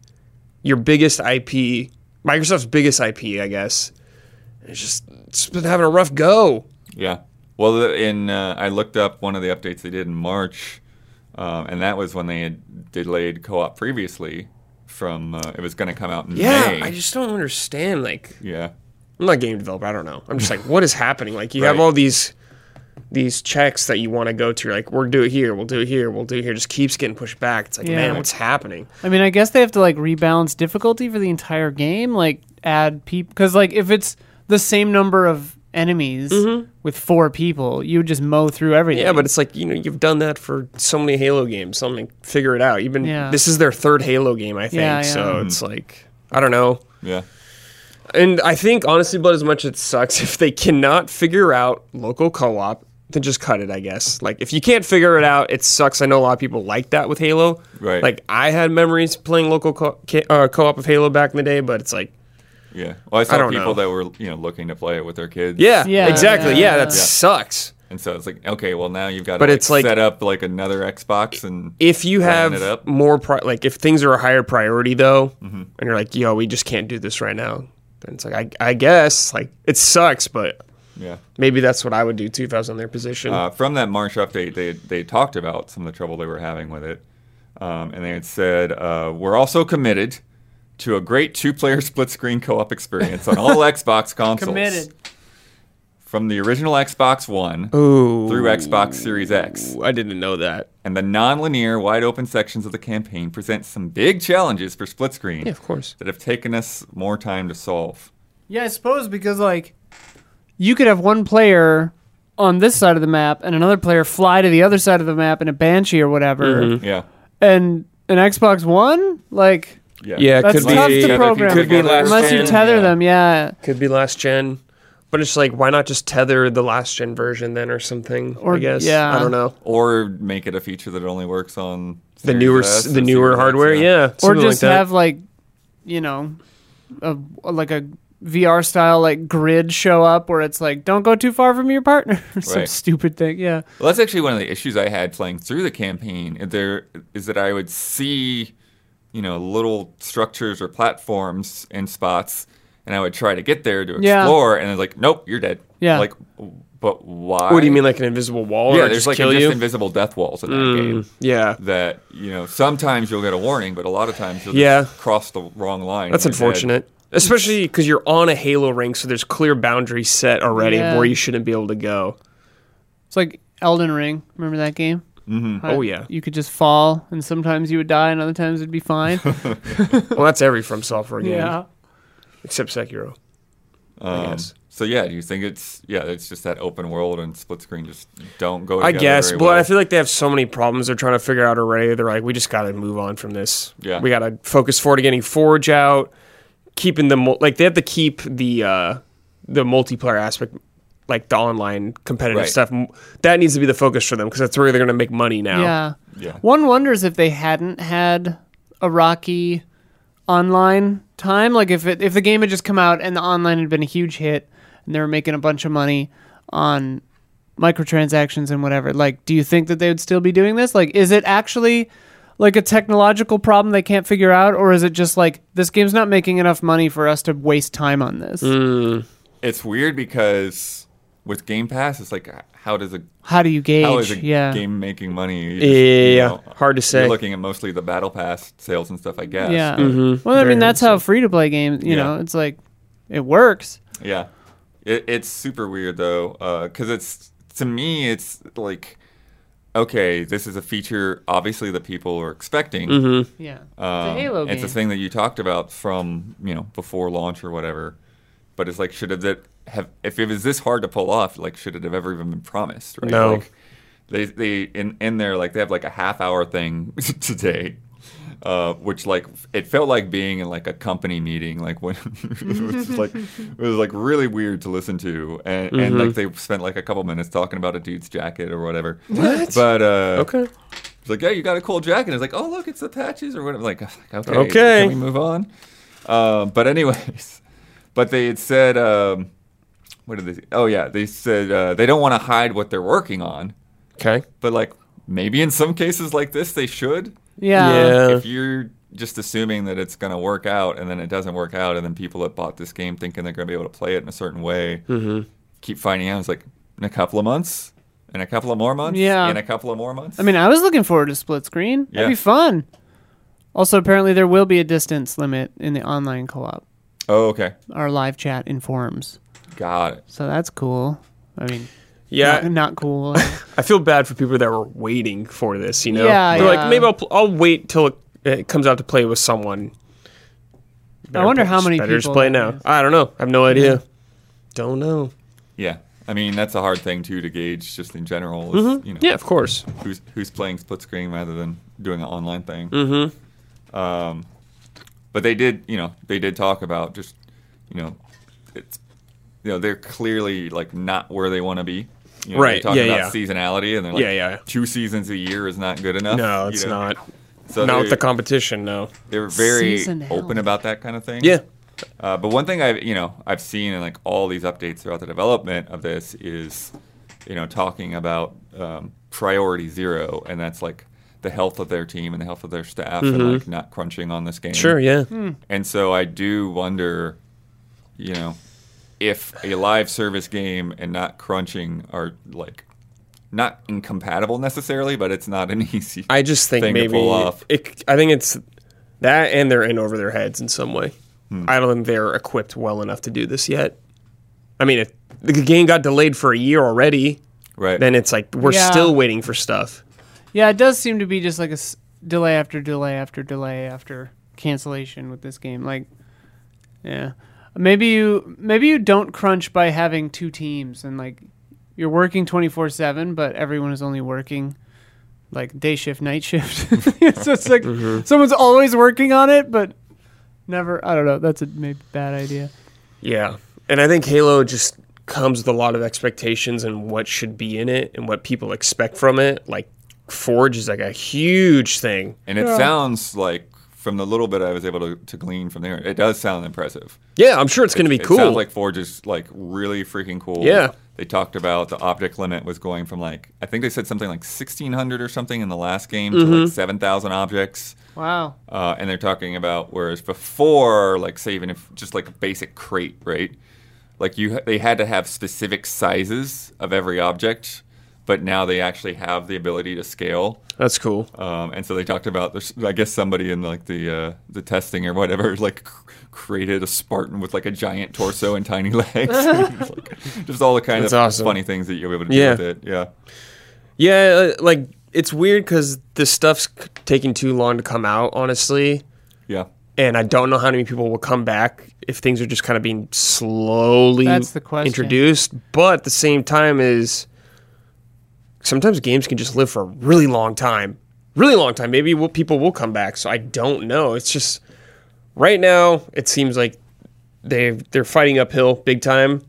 Speaker 3: your biggest IP, Microsoft's biggest IP, I guess. It's just, it's been having a rough go.
Speaker 2: yeah. Well, the- in uh, I looked up one of the updates they did in March, um, and that was when they had delayed co-op previously. From uh, it was going to come out in
Speaker 3: Yeah,
Speaker 2: May.
Speaker 3: I just don't understand. Like,
Speaker 2: yeah.
Speaker 3: I'm not a game developer. I don't know. I'm just like, what is happening? Like, you have
Speaker 2: Right.
Speaker 3: all these these checks that you want to go to. You're like, we'll do it here. We'll do it here. We'll do it here. Just keeps getting pushed back. It's like,
Speaker 1: Yeah.
Speaker 3: man, what's happening?
Speaker 1: I mean, I guess they have to like rebalance difficulty for the entire game, like add people because like if it's the same number of enemies with four people, you would just mow through everything.
Speaker 3: Mm-hmm. Yeah, but it's like you know, you've done that for so many Halo games. Something figure it out. You've been.
Speaker 1: Yeah.
Speaker 3: This is their third Halo game, I think.
Speaker 1: Yeah, yeah.
Speaker 3: So it's like, I don't know.
Speaker 2: Yeah.
Speaker 3: And I think honestly, but as much as it sucks, if they cannot figure out local co-op, then just cut it. I guess. Like if you can't figure it out, it sucks. I know a lot of people like that with Halo.
Speaker 2: Right.
Speaker 3: Like I had memories playing local co- ca- uh, co-op of Halo back in the day, but it's like,
Speaker 2: Yeah. Well, I saw
Speaker 3: don't
Speaker 2: people
Speaker 3: know.
Speaker 2: that were you know looking to play it with their kids.
Speaker 3: yeah,
Speaker 1: Yeah,
Speaker 3: exactly.
Speaker 1: yeah.
Speaker 3: Yeah, that
Speaker 1: Yeah.
Speaker 3: sucks.
Speaker 2: And so it's like, okay, well now you've got
Speaker 3: But
Speaker 2: to
Speaker 3: it's like-
Speaker 2: set up like another Xbox and
Speaker 3: If you
Speaker 2: Round it
Speaker 3: have
Speaker 2: up. Mm-hmm.
Speaker 3: more, pri- like if things are a higher priority though, and you're like, yo, we just can't do this right now, then it's like, I, I guess, like it sucks, but
Speaker 2: yeah.
Speaker 3: maybe that's what I would do too if I was in their position.
Speaker 2: Uh, from that March update, they they talked about some of the trouble they were having with it, um, and they had said uh, we're also committed to a great two-player split-screen co-op experience on all Xbox consoles,
Speaker 1: committed.
Speaker 2: from the original Xbox One
Speaker 3: Ooh.
Speaker 2: through Xbox Series X.
Speaker 3: I didn't know that.
Speaker 2: And the non-linear, wide-open sections of the campaign present some big challenges for split-screen
Speaker 3: Yeah, of course.
Speaker 2: that have taken us more time to solve.
Speaker 1: Yeah, I suppose because like you could have one player on this side of the map and another player fly to the other side of the map in a banshee or whatever,
Speaker 3: Mm-hmm.
Speaker 2: Yeah.
Speaker 1: and an Xbox One like.
Speaker 2: Yeah.
Speaker 3: Yeah, it
Speaker 1: That's
Speaker 3: could
Speaker 1: tough
Speaker 3: be
Speaker 1: to program.
Speaker 3: could be last
Speaker 1: unless you
Speaker 3: gen,
Speaker 1: tether them. Yeah,
Speaker 3: could be last gen, but it's like why not just tether the last gen version then or something?
Speaker 1: Or-
Speaker 3: I guess
Speaker 1: yeah.
Speaker 3: I don't know
Speaker 2: Or make it a feature that only works on
Speaker 3: the
Speaker 2: Series
Speaker 3: newer
Speaker 2: S
Speaker 3: s
Speaker 2: or
Speaker 3: the newer
Speaker 2: Series X,
Speaker 3: hardware. Yeah,
Speaker 1: or
Speaker 3: something like
Speaker 1: just
Speaker 3: that.
Speaker 1: have like you know a, like a VR style like grid show up where it's like don't go too far from your partner or some
Speaker 2: Right.
Speaker 1: stupid thing yeah
Speaker 2: Well, that's actually one of the issues I had playing through the campaign. is There is that I would see, you know, little structures or platforms in spots, and I would try to get there to
Speaker 1: Yeah.
Speaker 2: explore, and it's like, nope, you're dead.
Speaker 1: Yeah.
Speaker 2: Like, w- but why?
Speaker 3: What do you mean, like an invisible wall?
Speaker 2: Yeah,
Speaker 3: or
Speaker 2: there's
Speaker 3: just
Speaker 2: like
Speaker 3: kill
Speaker 2: just
Speaker 3: you? Hmm.
Speaker 2: invisible death walls in that game.
Speaker 3: yeah,
Speaker 2: That you know, sometimes you'll get a warning, but a lot of times you'll
Speaker 3: Yeah.
Speaker 2: just cross the wrong line.
Speaker 3: that's
Speaker 2: and you're dead.
Speaker 3: unfortunate. Especially because you're on a Halo ring, so there's clear boundaries set already
Speaker 1: Yeah.
Speaker 3: where you shouldn't be able to go.
Speaker 1: it's like Elden Ring remember that game mm-hmm.
Speaker 3: Oh, yeah.
Speaker 1: you could just fall and sometimes you would die and other times it'd be fine
Speaker 3: Well, that's every From Software game,
Speaker 1: yeah
Speaker 2: Um,
Speaker 3: except Sekiro. I guess.
Speaker 2: So yeah, do you think it's yeah? It's just that open world and split screen just don't go.
Speaker 3: I
Speaker 2: together
Speaker 3: guess,
Speaker 2: very
Speaker 3: but
Speaker 2: well.
Speaker 3: I feel like they have so many problems they're trying to figure out already. They're like, we just got to move on from this.
Speaker 2: Yeah.
Speaker 3: we got to focus forward to getting Forge out, keeping the mul- like they have to keep the uh the multiplayer aspect, like the online competitive
Speaker 2: Right.
Speaker 3: stuff. m- That needs to be the focus for them because that's where they're going to make money now.
Speaker 1: Yeah.
Speaker 2: Yeah.
Speaker 1: One wonders if they hadn't had a rocky online time, like if it, if the game had just come out and the online had been a huge hit and they were making a bunch of money on microtransactions and whatever. Like, do you think that they would still be doing this? Like, is it actually like a technological problem they can't figure out, or is it just like this game's not making enough money for us to waste time on this?
Speaker 2: it's weird because with Game Pass, it's like how does a
Speaker 1: How do you gauge?
Speaker 2: how is a
Speaker 1: yeah,
Speaker 2: game making money? You just,
Speaker 3: Yeah,
Speaker 2: you know,
Speaker 3: hard to
Speaker 2: You're
Speaker 3: say. Mm.
Speaker 2: looking at mostly the Battle Pass sales and stuff, I guess.
Speaker 1: yeah.
Speaker 2: but-
Speaker 1: Well, I
Speaker 3: Very
Speaker 1: mean, that's how free to play games. You
Speaker 2: Yeah.
Speaker 1: know, it's like it works.
Speaker 2: Yeah, it, it's super weird though, because it's to me it's like, okay, this is a feature obviously that people are expecting.
Speaker 3: Mm-hmm.
Speaker 1: Yeah,
Speaker 2: Um,
Speaker 1: it's a Halo game.
Speaker 2: It's a thing that you talked about from you know before launch or whatever, but it's like should have that have if it was this hard to pull off, like should it have ever even been promised? Right?
Speaker 3: No.
Speaker 2: Like, they they in in there like they have like a half hour thing today. Uh, which like it felt like being in like a company meeting like when it was just, like it was like really weird to listen to and, and like
Speaker 3: Mm-hmm.
Speaker 2: they spent like a couple minutes talking about a dude's jacket or whatever
Speaker 3: What?
Speaker 2: but uh
Speaker 3: okay.
Speaker 2: it's like, yeah, you got a cool jacket. It's like, oh, look, it's the patches or whatever. Like, okay,
Speaker 3: Okay.
Speaker 2: can we move on? Um, but anyways, but they had said, um, what did they? Oh yeah, they said uh, they don't want to hide what they're working on,
Speaker 3: Okay.
Speaker 2: but like maybe in some cases like this they should.
Speaker 1: Yeah.
Speaker 3: Yeah.
Speaker 2: if you're just assuming that it's gonna work out and then it doesn't work out, and then people that bought this game thinking they're gonna be able to play it in a certain way
Speaker 1: Mm-hmm.
Speaker 2: keep finding out. It's like in a couple of months, in a couple of more months,
Speaker 1: Yeah.
Speaker 2: in a couple of more months.
Speaker 1: I mean, I was looking forward to split screen.
Speaker 2: Yeah.
Speaker 1: That'd be fun. Also, apparently, there will be a distance limit in the online co op.
Speaker 2: oh okay,
Speaker 1: Our live chat informs.
Speaker 2: got it.
Speaker 1: So that's cool. I mean,
Speaker 3: Yeah,
Speaker 1: not, not cool.
Speaker 3: I feel bad for people that were waiting for this. You know,
Speaker 1: Yeah,
Speaker 3: they're
Speaker 1: yeah.
Speaker 3: like, maybe I'll, pl- I'll wait till it, it comes out to play with someone. Better
Speaker 1: wonder
Speaker 3: play-
Speaker 1: how many
Speaker 3: better just
Speaker 1: people
Speaker 3: play
Speaker 1: that
Speaker 3: now.
Speaker 1: is.
Speaker 3: I don't know. I have no idea. Don't know.
Speaker 2: Yeah, I mean that's a hard thing too to gauge, just in general. Is, You know,
Speaker 3: Mm-hmm. Yeah, of course.
Speaker 2: who's who's playing split screen rather than doing an online thing.
Speaker 3: Mm-hmm.
Speaker 2: Um, but they did, you know, they did talk about just, you know, it's, you know, they're clearly like not where they want to be. You know,
Speaker 3: Right,
Speaker 2: They're talking
Speaker 3: yeah,
Speaker 2: about
Speaker 3: yeah.
Speaker 2: seasonality, and they're like,
Speaker 3: Yeah, yeah.
Speaker 2: two seasons a year is not good enough.
Speaker 3: No,
Speaker 2: you
Speaker 3: it's
Speaker 2: know?
Speaker 3: not.
Speaker 2: So
Speaker 3: not with
Speaker 2: they-
Speaker 3: the competition. No.
Speaker 2: they were very
Speaker 1: Seasonality.
Speaker 2: open about that kind of thing.
Speaker 3: Yeah.
Speaker 2: Uh, but one thing I, have you know, I've seen in like all these updates throughout the development of this is, you know, talking about um, priority zero, and that's like the health of their team and the health of their staff, and like not crunching on this game.
Speaker 3: Mm-hmm. Sure. Yeah.
Speaker 1: Hmm.
Speaker 2: And so I do wonder, you know, if a live service game and not crunching are like not incompatible necessarily, but it's not an easy.
Speaker 3: I just think
Speaker 2: Thing to
Speaker 3: maybe
Speaker 2: pull off.
Speaker 3: It, I think it's that, and they're in over their heads in some way.
Speaker 2: Hmm.
Speaker 3: I don't think they're equipped well enough to do this yet. I mean, if the game got delayed for a year already,
Speaker 2: right.
Speaker 3: then it's like we're
Speaker 1: Yeah.
Speaker 3: still waiting for stuff.
Speaker 1: yeah, it does seem to be just like a s- delay after delay after delay after cancellation with this game. Like, yeah. Maybe you maybe you don't crunch by having two teams and like you're working 24/7 but everyone is only working like day shift night shift. so it's like someone's always working on it but never I don't know, that's a maybe bad idea.
Speaker 3: Yeah. And I think Halo just comes with a lot of expectations and what should be in it and what people expect from it. Like Forge is like a huge thing.
Speaker 2: And it sounds like, from the little bit I was able to, to glean from there, it does sound impressive.
Speaker 3: Yeah, I'm sure it's going to be
Speaker 2: It
Speaker 3: cool.
Speaker 2: sounds like Forge is like really freaking cool.
Speaker 3: Yeah.
Speaker 2: They talked about the optic limit was going from like I think they said something like sixteen hundred or something in the last game to
Speaker 3: Mm-hmm.
Speaker 2: like seven thousand objects.
Speaker 1: Wow.
Speaker 2: Uh, and they're talking about whereas before, like say even if just like a basic crate, right? Like you, they had to have specific sizes of every object, but now they actually have the ability to scale.
Speaker 3: That's cool.
Speaker 2: Um, and so they talked about, there's, I guess somebody in like the uh, the testing or whatever, like cr- created a Spartan with like a giant torso and tiny legs, Like, just all the kind
Speaker 3: That's
Speaker 2: of
Speaker 3: awesome.
Speaker 2: funny things that you'll be able to do
Speaker 3: Yeah.
Speaker 2: with it. Yeah,
Speaker 3: Yeah, uh, like it's weird because the stuff's c- taking too long to come out, honestly,
Speaker 2: yeah,
Speaker 3: and I don't know how many people will come back if things are just kind of being slowly
Speaker 1: That's the question.
Speaker 3: introduced. But at the same time, is sometimes games can just live for a really long time, really long time. Maybe will people will come back. So I don't know. It's just right now it seems like they they're fighting uphill big time,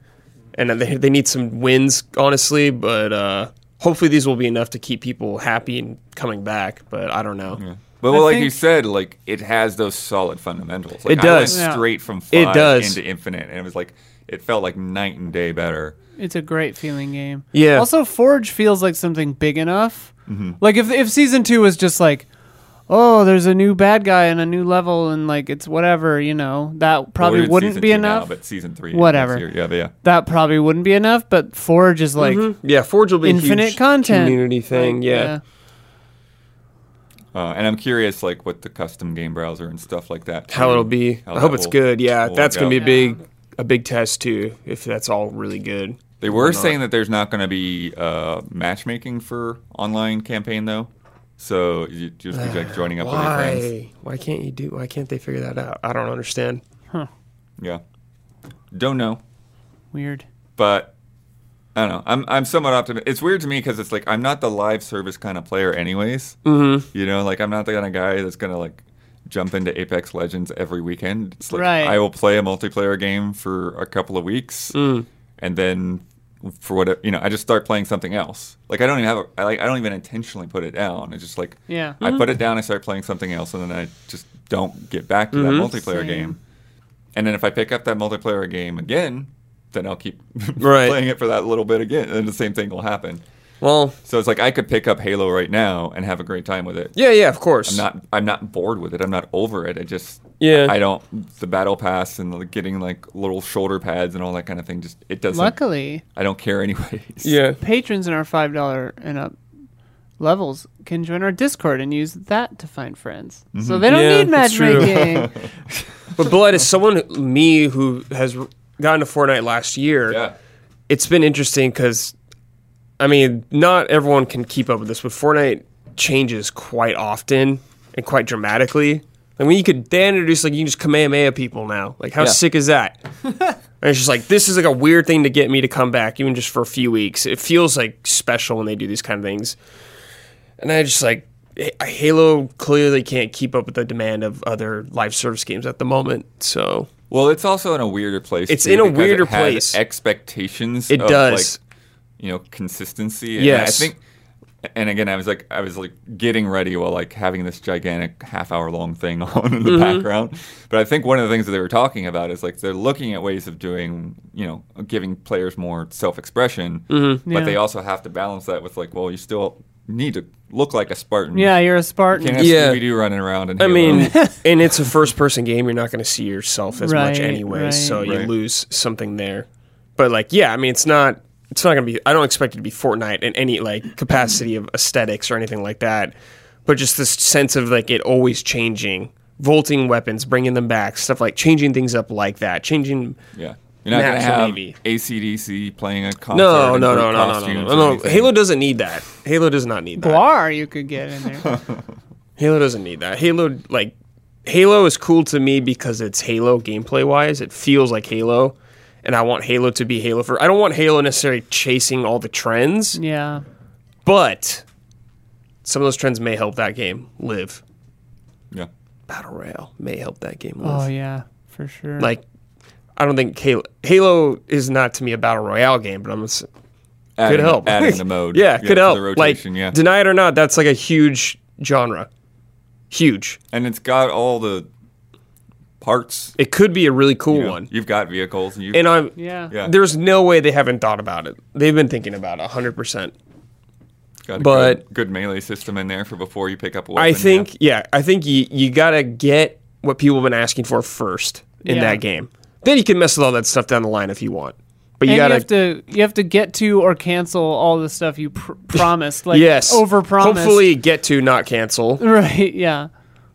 Speaker 3: and they they need some wins honestly. But uh, hopefully these will be enough to keep people happy and coming back. But I don't know.
Speaker 2: But well, like you
Speaker 1: think-
Speaker 2: said, like it has those solid fundamentals. Like,
Speaker 3: It
Speaker 2: I went
Speaker 3: does.
Speaker 1: Yeah.
Speaker 2: straight from five
Speaker 3: It does.
Speaker 2: into infinite, and it was like it felt like night and day better.
Speaker 1: It's a great feeling game.
Speaker 3: Yeah.
Speaker 1: Also, Forge feels like something big enough.
Speaker 2: Mm-hmm.
Speaker 1: Like if if season two was just like, oh, there's a new bad guy and a new level and like it's whatever, you know, that
Speaker 2: Well,
Speaker 1: probably
Speaker 2: we're in
Speaker 1: wouldn't
Speaker 2: season
Speaker 1: be
Speaker 2: two now,
Speaker 1: enough.
Speaker 2: but season three,
Speaker 1: Whatever.
Speaker 2: next year. Yeah, but yeah.
Speaker 1: that probably wouldn't be enough. But Forge is like
Speaker 2: Mm-hmm.
Speaker 3: Yeah, Forge will be a
Speaker 1: infinite
Speaker 3: huge
Speaker 1: content
Speaker 3: community thing.
Speaker 1: Like,
Speaker 3: yeah.
Speaker 2: Uh, and I'm curious, like what the custom game browser and stuff like that.
Speaker 3: how
Speaker 2: too,
Speaker 3: it'll be.
Speaker 2: how
Speaker 3: I hope
Speaker 2: that
Speaker 3: it's
Speaker 2: will-
Speaker 3: good. Yeah,
Speaker 2: will
Speaker 3: that's
Speaker 2: work
Speaker 3: gonna be a
Speaker 2: out.
Speaker 3: big, a big test too. If that's all really good,
Speaker 2: They were saying that there's not going to be uh, matchmaking for online campaign though, so you just be like joining up with your friends.
Speaker 3: why? Why can't you do? Why can't they figure that out? I don't understand.
Speaker 2: Yeah, don't know,
Speaker 1: Weird.
Speaker 2: but I don't know. I'm I'm somewhat optimistic. It's weird to me because it's like I'm not the live service kind of player, anyways. Mm-hmm. You know, like I'm not the kind of guy that's gonna like jump into Apex Legends every weekend. It's like
Speaker 1: Right.
Speaker 2: I will play a multiplayer game for a couple of weeks, and then for what you know, I just start playing something else. Like I don't even have a, I like I don't even intentionally put it down. It's just like
Speaker 1: Yeah.
Speaker 2: I
Speaker 3: Mm.
Speaker 2: put it down, I start playing something else, and then I just don't get back to
Speaker 3: Mm-hmm.
Speaker 2: that multiplayer
Speaker 1: Same.
Speaker 2: game. And then if I pick up that multiplayer game again, then I'll keep
Speaker 3: Right.
Speaker 2: playing it for that little bit again, and the same thing will happen.
Speaker 3: Well,
Speaker 2: So it's like I could pick up Halo right now and have a great time with it.
Speaker 3: yeah, yeah, of course.
Speaker 2: I'm not I'm not bored with it. I'm not over it. I just
Speaker 3: Yeah.
Speaker 2: I don't the battle pass and like, getting like little shoulder pads and all that kind of thing. Just it doesn't.
Speaker 1: Luckily,
Speaker 2: I don't care anyways.
Speaker 3: Yeah,
Speaker 1: patrons in our five dollar and up levels can join our Discord and use that to find friends.
Speaker 2: Mm-hmm.
Speaker 1: So they don't
Speaker 3: Yeah,
Speaker 1: need
Speaker 3: that's true.
Speaker 1: matchmaking.
Speaker 3: but blood is someone who- me who has gotten to Fortnite last year.
Speaker 2: Yeah.
Speaker 3: it's been interesting because, I mean, not everyone can keep up with this, but Fortnite changes quite often and quite dramatically. I mean, you could they introduce like you can just Kamehameha people now. Like, how
Speaker 2: Yeah.
Speaker 3: sick is that? and it's just like this is like a weird thing to get me to come back, even just for a few weeks. It feels like special when they do these kind of things. And I just like H- Halo clearly can't keep up with the demand of other live service games at the moment. So
Speaker 2: Well, it's also in a weirder place.
Speaker 3: It's
Speaker 2: too,
Speaker 3: in a
Speaker 2: because
Speaker 3: weirder
Speaker 2: it had
Speaker 3: place.
Speaker 2: Expectations.
Speaker 3: It
Speaker 2: of,
Speaker 3: does.
Speaker 2: Like, you know, consistency. And
Speaker 3: Yes.
Speaker 2: I think. And again, I was like, I was like getting ready while like having this gigantic half-hour-long thing on
Speaker 3: Mm-hmm.
Speaker 2: in the background. But I think one of the things that they were talking about is like they're looking at ways of doing, you know, giving players more self-expression.
Speaker 3: Mm-hmm.
Speaker 2: But
Speaker 1: Yeah.
Speaker 2: they also have to balance that with like, well, you still need to look like a Spartan.
Speaker 1: yeah, you're a
Speaker 2: You can't
Speaker 1: Spartan.
Speaker 2: have
Speaker 3: Yeah.
Speaker 2: Scooby Doo running around. And
Speaker 3: I mean, and it's a first person game. You're not going to see yourself as much
Speaker 1: Right,
Speaker 3: anyway,
Speaker 1: right.
Speaker 3: so you
Speaker 2: Right.
Speaker 3: lose something there. But like, yeah, I mean, it's not. It's not going to be. I don't expect it to be Fortnite in any like capacity of aesthetics or anything like that. But just this sense of like it always changing, vaulting weapons, bringing them back, stuff like changing things up like that, changing.
Speaker 2: Yeah. You're not going to
Speaker 3: Max
Speaker 2: have
Speaker 3: Levy.
Speaker 2: ACDC playing a concert.
Speaker 3: No,
Speaker 2: in
Speaker 3: no, no,
Speaker 2: group
Speaker 3: no, no,
Speaker 2: costumes
Speaker 3: no,
Speaker 2: or
Speaker 3: no, no.
Speaker 2: anything.
Speaker 3: Halo doesn't need that. Halo does not need that.
Speaker 1: Guar you could get in there.
Speaker 3: Halo doesn't need that. Halo like Halo is cool to me because it's Halo gameplay wise. It feels like Halo, and I want Halo to be Halo for. I don't want Halo necessarily chasing all the trends,
Speaker 1: yeah.
Speaker 3: but some of those trends may help that game live.
Speaker 2: Yeah.
Speaker 3: Battle Royale may help that game live.
Speaker 1: Oh yeah, for sure.
Speaker 3: Like I don't think Halo Halo is not to me a battle royale game, but I'm gonna s-
Speaker 2: Adding,
Speaker 3: could help.
Speaker 2: Adding the mode.
Speaker 3: yeah,
Speaker 2: for
Speaker 3: could help.
Speaker 2: The rotation,
Speaker 3: like
Speaker 2: yeah.
Speaker 3: deny it or not, that's like a huge genre. Huge.
Speaker 2: and it's got all the parts.
Speaker 3: It could be a really cool
Speaker 2: You know,
Speaker 3: one.
Speaker 2: You've got vehicles. And, you
Speaker 3: And I'm
Speaker 1: yeah.
Speaker 2: yeah,
Speaker 3: There's no way they haven't thought about it. They've been thinking about it 100%.
Speaker 2: got a
Speaker 3: but-
Speaker 2: good, good melee system in there for before you pick up a weapon.
Speaker 3: I
Speaker 2: yeah.
Speaker 3: think, yeah, I think you, you got to get what people have been asking for first in
Speaker 1: Yeah.
Speaker 3: that game. Then you can mess with all that stuff down the line if you want. But you
Speaker 1: and
Speaker 3: got
Speaker 1: you have to you have to get to or cancel all the stuff you pr- promised, like
Speaker 3: yes.
Speaker 1: over promised.
Speaker 3: Hopefully get to, not cancel.
Speaker 1: right? Yeah,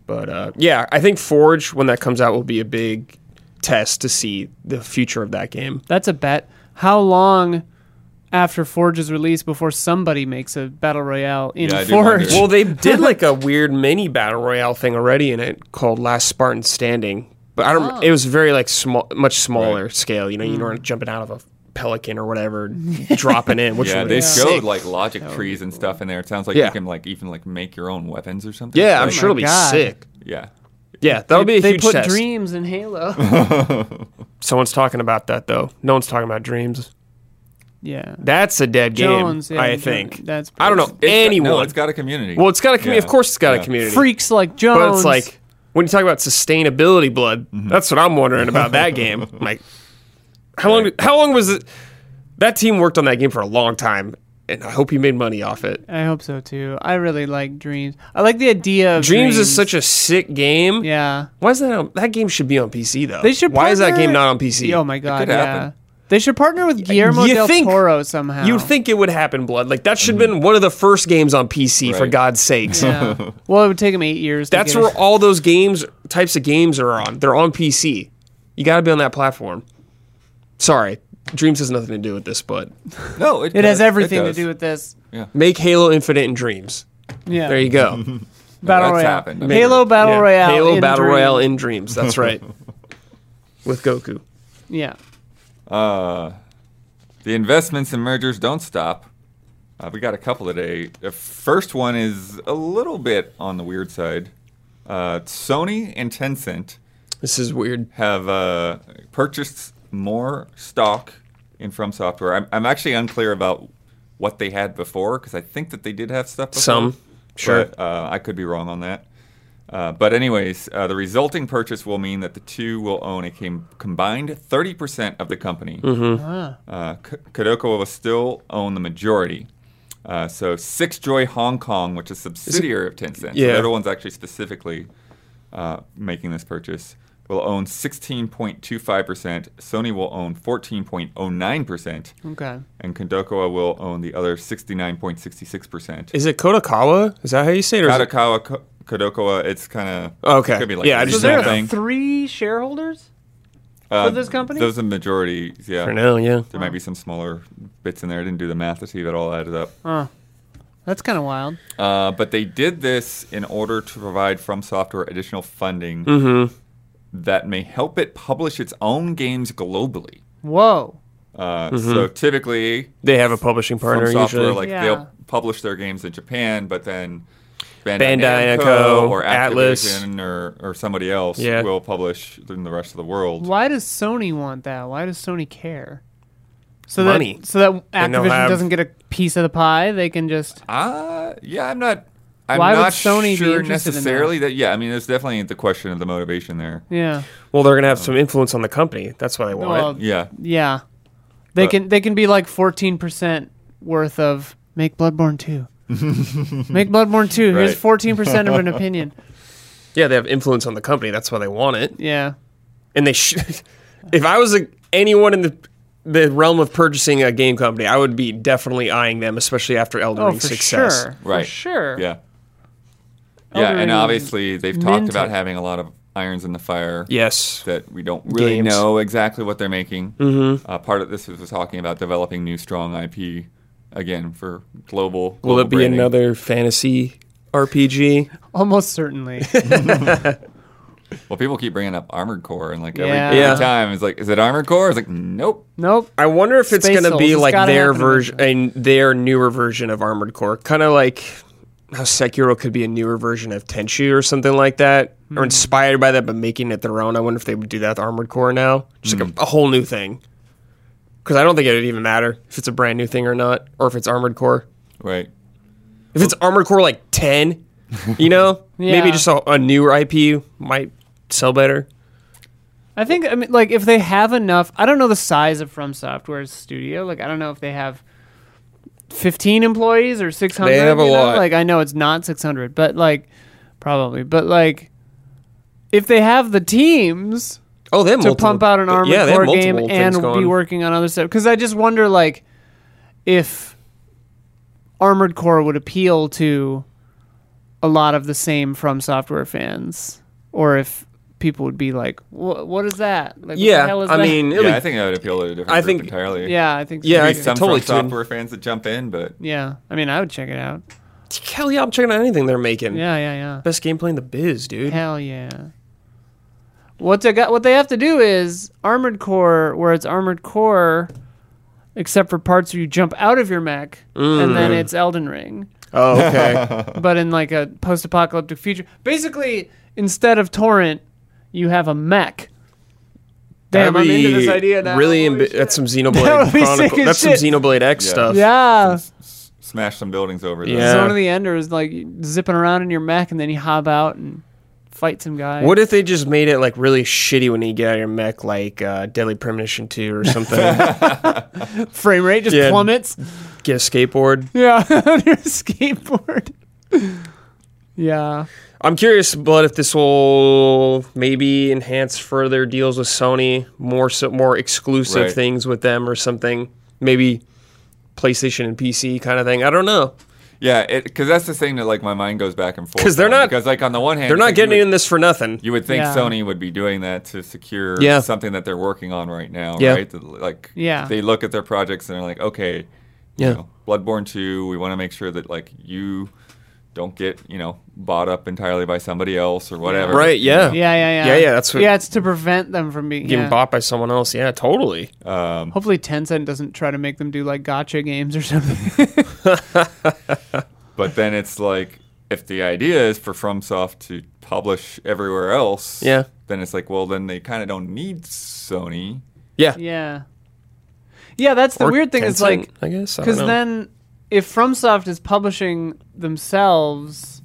Speaker 3: But uh, yeah, I think Forge, when that comes out, will be a big test to see the future of that game.
Speaker 1: that's a bet. How long after Forge's release before somebody makes a battle royale in
Speaker 2: Yeah, I do
Speaker 1: Forge?
Speaker 2: wonder.
Speaker 3: Well, they did like a weird mini battle royale thing already in it called Last Spartan Standing, But I don't.
Speaker 1: Oh.
Speaker 3: It was very like small, much smaller scale. You know,
Speaker 1: Mm.
Speaker 3: you weren't jumping out of a pelican or whatever, dropping in. Which
Speaker 2: Yeah,
Speaker 3: would
Speaker 2: they
Speaker 3: be sick.
Speaker 2: showed like logic trees and stuff in there. It sounds like
Speaker 3: Yeah.
Speaker 2: you can like even like make your own weapons or something.
Speaker 3: Yeah, I'm
Speaker 2: Like,
Speaker 3: sure it'll be
Speaker 1: God.
Speaker 3: sick.
Speaker 2: Yeah,
Speaker 3: Yeah, that'll be a
Speaker 1: they
Speaker 3: huge
Speaker 1: put
Speaker 3: test.
Speaker 1: dreams in Halo.
Speaker 3: Someone's talking about that though. No one's talking about dreams.
Speaker 1: yeah.
Speaker 3: That's a dead game.
Speaker 1: Jones, yeah,
Speaker 3: I
Speaker 1: Jones,
Speaker 3: think.
Speaker 1: that's
Speaker 3: I don't know
Speaker 2: It's got-
Speaker 3: anyone.
Speaker 2: no, it's got a community.
Speaker 3: well, it's got a community.
Speaker 2: Yeah.
Speaker 3: Of course, it's got a
Speaker 2: Yeah.
Speaker 3: community.
Speaker 1: Freaks like Jones.
Speaker 3: But it's like when you talk about sustainability, blood. That's what I'm wondering about that game. I'm like, how long? How long was it? That team worked on that game for a long time, and I hope he made money off it.
Speaker 1: I hope so too. I really like Dreams. I like the idea of
Speaker 3: Dreams, is such a sick game.
Speaker 1: yeah.
Speaker 3: Why is that? On, that game should be on PC though.
Speaker 1: They should.
Speaker 3: Why is that
Speaker 1: partner-
Speaker 3: game not on PC?
Speaker 1: Oh my god!
Speaker 2: could
Speaker 1: yeah.
Speaker 2: happen.
Speaker 1: They should partner with Guillermo
Speaker 3: you
Speaker 1: del
Speaker 3: think-
Speaker 1: Toro somehow.
Speaker 3: You'd think it would happen, blood. Like that should have been one of the first games on PC for
Speaker 2: Right.
Speaker 3: God's sakes.
Speaker 1: Yeah. well, it would take him eight years.
Speaker 3: That's
Speaker 1: to get
Speaker 3: where
Speaker 1: it.
Speaker 3: all those games types of games are on. They're on PC. You got to be on that platform. Sorry, Dreams has nothing to do with this, but
Speaker 2: no, it,
Speaker 1: it
Speaker 2: does.
Speaker 1: has everything to
Speaker 2: does.
Speaker 1: do with this.
Speaker 3: make Halo Infinite in Dreams.
Speaker 1: Yeah.
Speaker 3: There you go.
Speaker 1: Battle
Speaker 2: That's
Speaker 1: Royale.
Speaker 2: happened. I mean,
Speaker 1: Halo Battle
Speaker 3: Yeah,
Speaker 1: Royale.
Speaker 3: Halo
Speaker 1: in
Speaker 3: Battle
Speaker 1: Dream.
Speaker 3: Royale in Dreams. That's right. With Goku.
Speaker 1: Yeah.
Speaker 2: The investments and mergers don't stop. Uh, we got a couple today. The first one is a little bit on the weird side. Uh, Sony and Tencent
Speaker 3: This is weird.
Speaker 2: have uh, purchased more stock in From Software. I'm, I'm actually unclear about what they had before because I think that they did have stuff. Before,
Speaker 3: Some, sure.
Speaker 2: But, uh, I could be wrong on that. Uh, but anyways, uh, the resulting purchase will mean that the two will own a com- combined 30% of the company.
Speaker 3: Mm-hmm.
Speaker 2: Uh, K- Kodoko will still own the majority. Uh, so Six Joy Hong Kong, which is a subsidiary of Tencent, so
Speaker 3: Yeah.
Speaker 2: they're the ones actually specifically uh, making this purchase, will own 16.25%. Sony will own 14.09%.
Speaker 1: Okay.
Speaker 2: And Kodokowa will own the other 69.66%.
Speaker 3: Is it Kodakawa? Is that how you say it? Or is it
Speaker 2: Kodakawa, Ko- Kodokowa, it's kind of...
Speaker 3: Okay.
Speaker 2: Could be like
Speaker 3: Yeah, I
Speaker 2: the
Speaker 1: So
Speaker 3: just
Speaker 2: same
Speaker 1: there
Speaker 3: don't
Speaker 1: are
Speaker 2: thing.
Speaker 1: three shareholders.
Speaker 2: Uh,
Speaker 1: for this company?
Speaker 2: Those are majority, yeah.
Speaker 3: for now, yeah.
Speaker 2: There might be some smaller bits in there. I didn't do the math to see if it all added up.
Speaker 1: That's kind of wild.
Speaker 2: Uh, but they did this in order to provide From Software additional funding
Speaker 3: Mm-hmm.
Speaker 2: that may help it publish its own games globally.
Speaker 1: Whoa.
Speaker 2: Uh, So typically,
Speaker 3: They have a publishing
Speaker 2: From
Speaker 3: partner
Speaker 2: Software,
Speaker 3: Mm-hmm. usually.
Speaker 2: like
Speaker 1: Yeah.
Speaker 2: they'll publish their games in Japan, but then Bandai,
Speaker 3: Bandai
Speaker 2: Namco
Speaker 3: Namco,
Speaker 2: or
Speaker 3: Atlas.
Speaker 2: Activision or, or somebody else
Speaker 3: Yeah.
Speaker 2: will publish in the rest of the world.
Speaker 1: Why does Sony want that? Why does Sony care? So
Speaker 3: Money.
Speaker 1: that so that
Speaker 3: And they'll
Speaker 1: Activision
Speaker 3: have-
Speaker 1: doesn't get a piece of the pie, they can just
Speaker 2: Uh, yeah, I'm not. I'm
Speaker 1: Why would
Speaker 2: not
Speaker 1: Sony be
Speaker 2: sure
Speaker 1: interested in that?
Speaker 2: necessarily that? Yeah, I mean, there's definitely the question of the motivation there.
Speaker 1: yeah
Speaker 3: well, they're gonna have some influence on the company. That's why they want
Speaker 1: Well,
Speaker 3: it.
Speaker 2: Yeah,
Speaker 1: yeah. They
Speaker 2: But-
Speaker 1: can they can be like fourteen percent worth of make Bloodborne two. make Bloodborne two. Here's
Speaker 2: Right.
Speaker 1: fourteen percent of an opinion.
Speaker 3: Yeah, they have influence on the company. That's why they want it.
Speaker 1: Yeah.
Speaker 3: and they should. If I was a, anyone in the the realm of purchasing a game company, I would be definitely eyeing them, especially after Elden
Speaker 1: Oh,
Speaker 3: Ring's
Speaker 1: for
Speaker 3: success.
Speaker 1: sure.
Speaker 2: right.
Speaker 1: For sure.
Speaker 2: Yeah. Yeah,
Speaker 1: Other
Speaker 2: and
Speaker 1: than
Speaker 2: obviously they've talked about
Speaker 1: Nintendo.
Speaker 2: having a lot of irons in the fire.
Speaker 3: Yes.
Speaker 2: That we don't really
Speaker 3: Games.
Speaker 2: know exactly what they're making. Mm-hmm. Uh, part of this was talking about developing new strong IP again for global.
Speaker 3: Will
Speaker 2: global
Speaker 3: it be
Speaker 2: branding.
Speaker 3: another fantasy RPG?
Speaker 1: Almost certainly.
Speaker 2: Well, people keep bringing up Armored Core, and like
Speaker 1: Yeah.
Speaker 2: every,
Speaker 3: Yeah.
Speaker 2: every time it's like, is it Armored Core? It's like, nope.
Speaker 1: nope.
Speaker 3: I wonder if it's
Speaker 1: Space
Speaker 3: going to
Speaker 1: Hulk.
Speaker 3: be
Speaker 1: It's
Speaker 3: like
Speaker 1: gotta
Speaker 3: their
Speaker 1: happen
Speaker 3: version, and their newer version of Armored Core, kind of like how Sekiro could be a newer version of Tenchu or something like that,
Speaker 1: Hmm.
Speaker 3: or inspired by that, but making it their own. I wonder if they would do that with Armored Core now, just like a, a whole new thing. Because I don't think it would even matter if it's a brand new thing or not, or if it's Armored Core.
Speaker 2: Right.
Speaker 3: If it's Armored Core like ten, you know,
Speaker 1: Yeah.
Speaker 3: maybe just a, a newer IP might sell better.
Speaker 1: I think I mean like if they have enough I don't know the size of From Software's studio. Like I don't know if they have fifteen employees or six hundred.
Speaker 3: They have a
Speaker 1: you know?
Speaker 3: lot.
Speaker 1: Like I know it's not six hundred, but like probably. But like if they have the teams
Speaker 3: Oh, they have
Speaker 1: to
Speaker 3: multiple-
Speaker 1: pump out an armored
Speaker 3: yeah, they have
Speaker 1: core game
Speaker 3: multiple
Speaker 1: and
Speaker 3: things
Speaker 1: be
Speaker 3: going.
Speaker 1: working on other stuff. Because I just wonder like if armored core would appeal to a lot of the same from software fans, or if people would be like, "Wha- "What is that?" Like, what the
Speaker 3: Yeah,
Speaker 1: hell is
Speaker 3: I
Speaker 1: that?"
Speaker 3: mean, it'll
Speaker 2: Yeah,
Speaker 3: be-
Speaker 2: I think that would appeal to a different
Speaker 3: I
Speaker 2: group
Speaker 3: think-
Speaker 2: entirely.
Speaker 1: yeah, I think. So.
Speaker 3: Yeah,
Speaker 2: Maybe
Speaker 3: I
Speaker 2: some
Speaker 3: totally
Speaker 2: from
Speaker 3: tune-
Speaker 2: software fans that jump in, but
Speaker 1: yeah. I mean, I would check it out.
Speaker 3: hell yeah, I'm checking out anything they're making.
Speaker 1: Yeah, yeah,
Speaker 3: Best gameplay in the biz, dude.
Speaker 1: yeah. Hell yeah. What they got, what they have to do is armored core, where it's armored core, except for parts where you jump out of your mech, and then
Speaker 3: Mm.
Speaker 1: it's Elden Ring,
Speaker 3: Oh, okay.
Speaker 1: but in like a post-apocalyptic future. Basically, instead of torrent, you have a mech. Damn, I'm
Speaker 3: That'd
Speaker 1: into
Speaker 3: be
Speaker 1: this idea now.
Speaker 3: Really,
Speaker 1: Holy
Speaker 3: imbi-
Speaker 1: shit.
Speaker 3: that's some
Speaker 1: That would
Speaker 3: Xenoblade
Speaker 1: be sick
Speaker 3: Chronicle.
Speaker 1: as
Speaker 3: That's
Speaker 1: shit.
Speaker 3: some Xenoblade X
Speaker 2: Yeah.
Speaker 3: stuff.
Speaker 1: yeah.
Speaker 2: S- Smash some buildings over. There.
Speaker 3: Yeah.
Speaker 1: Zone of the Ender is like zipping around in your mech, and then you hop out and fight some guy.
Speaker 3: What if they just made it like really shitty when you get out of your mech, like uh, Deadly Premonition Two or something?
Speaker 1: frame rate just
Speaker 3: Yeah.
Speaker 1: plummets?
Speaker 3: get a skateboard.
Speaker 1: Yeah, on your skateboard. yeah.
Speaker 3: I'm curious, but if this will maybe enhance further deals with Sony, more so, more exclusive
Speaker 2: Right.
Speaker 3: things with them or something, maybe PlayStation and PC kind of thing. I don't know.
Speaker 2: Yeah, because that's the thing that like my mind goes back and forth.
Speaker 3: 'Cause they're
Speaker 2: on,
Speaker 3: not-
Speaker 2: Because like on the one hand,
Speaker 3: They're
Speaker 2: it's
Speaker 3: not
Speaker 2: like, you
Speaker 3: getting
Speaker 2: would-
Speaker 3: in this for nothing.
Speaker 2: You would think
Speaker 1: Yeah.
Speaker 2: Sony would be doing that to secure
Speaker 3: Yeah.
Speaker 2: something that they're working on right now,
Speaker 3: Yeah.
Speaker 2: right? That, Like,
Speaker 1: Yeah.
Speaker 2: they look at their projects and they're like, okay,
Speaker 3: Yeah.
Speaker 2: you know, Bloodborne two, we want to make sure that like you don't get you know bought up entirely by somebody else or whatever,
Speaker 3: Right? Yeah.
Speaker 1: Yeah, yeah, yeah.
Speaker 3: Yeah, yeah, that's what-
Speaker 1: Yeah, it's to prevent them from being.
Speaker 3: Getting
Speaker 1: yeah.
Speaker 3: bought by someone else. Yeah, totally.
Speaker 2: Um,
Speaker 1: Hopefully, Tencent doesn't try to make them do like gotcha games or something.
Speaker 2: but then it's like if the idea is for FromSoft to publish everywhere else,
Speaker 3: Yeah.
Speaker 2: then it's like well, then they kind of don't need Sony.
Speaker 3: Yeah.
Speaker 1: yeah. Yeah, that's the
Speaker 3: Or
Speaker 1: weird thing is
Speaker 3: Tencent,
Speaker 1: like
Speaker 3: I guess I don't
Speaker 1: because
Speaker 3: know.
Speaker 1: then if FromSoft is publishing themselves,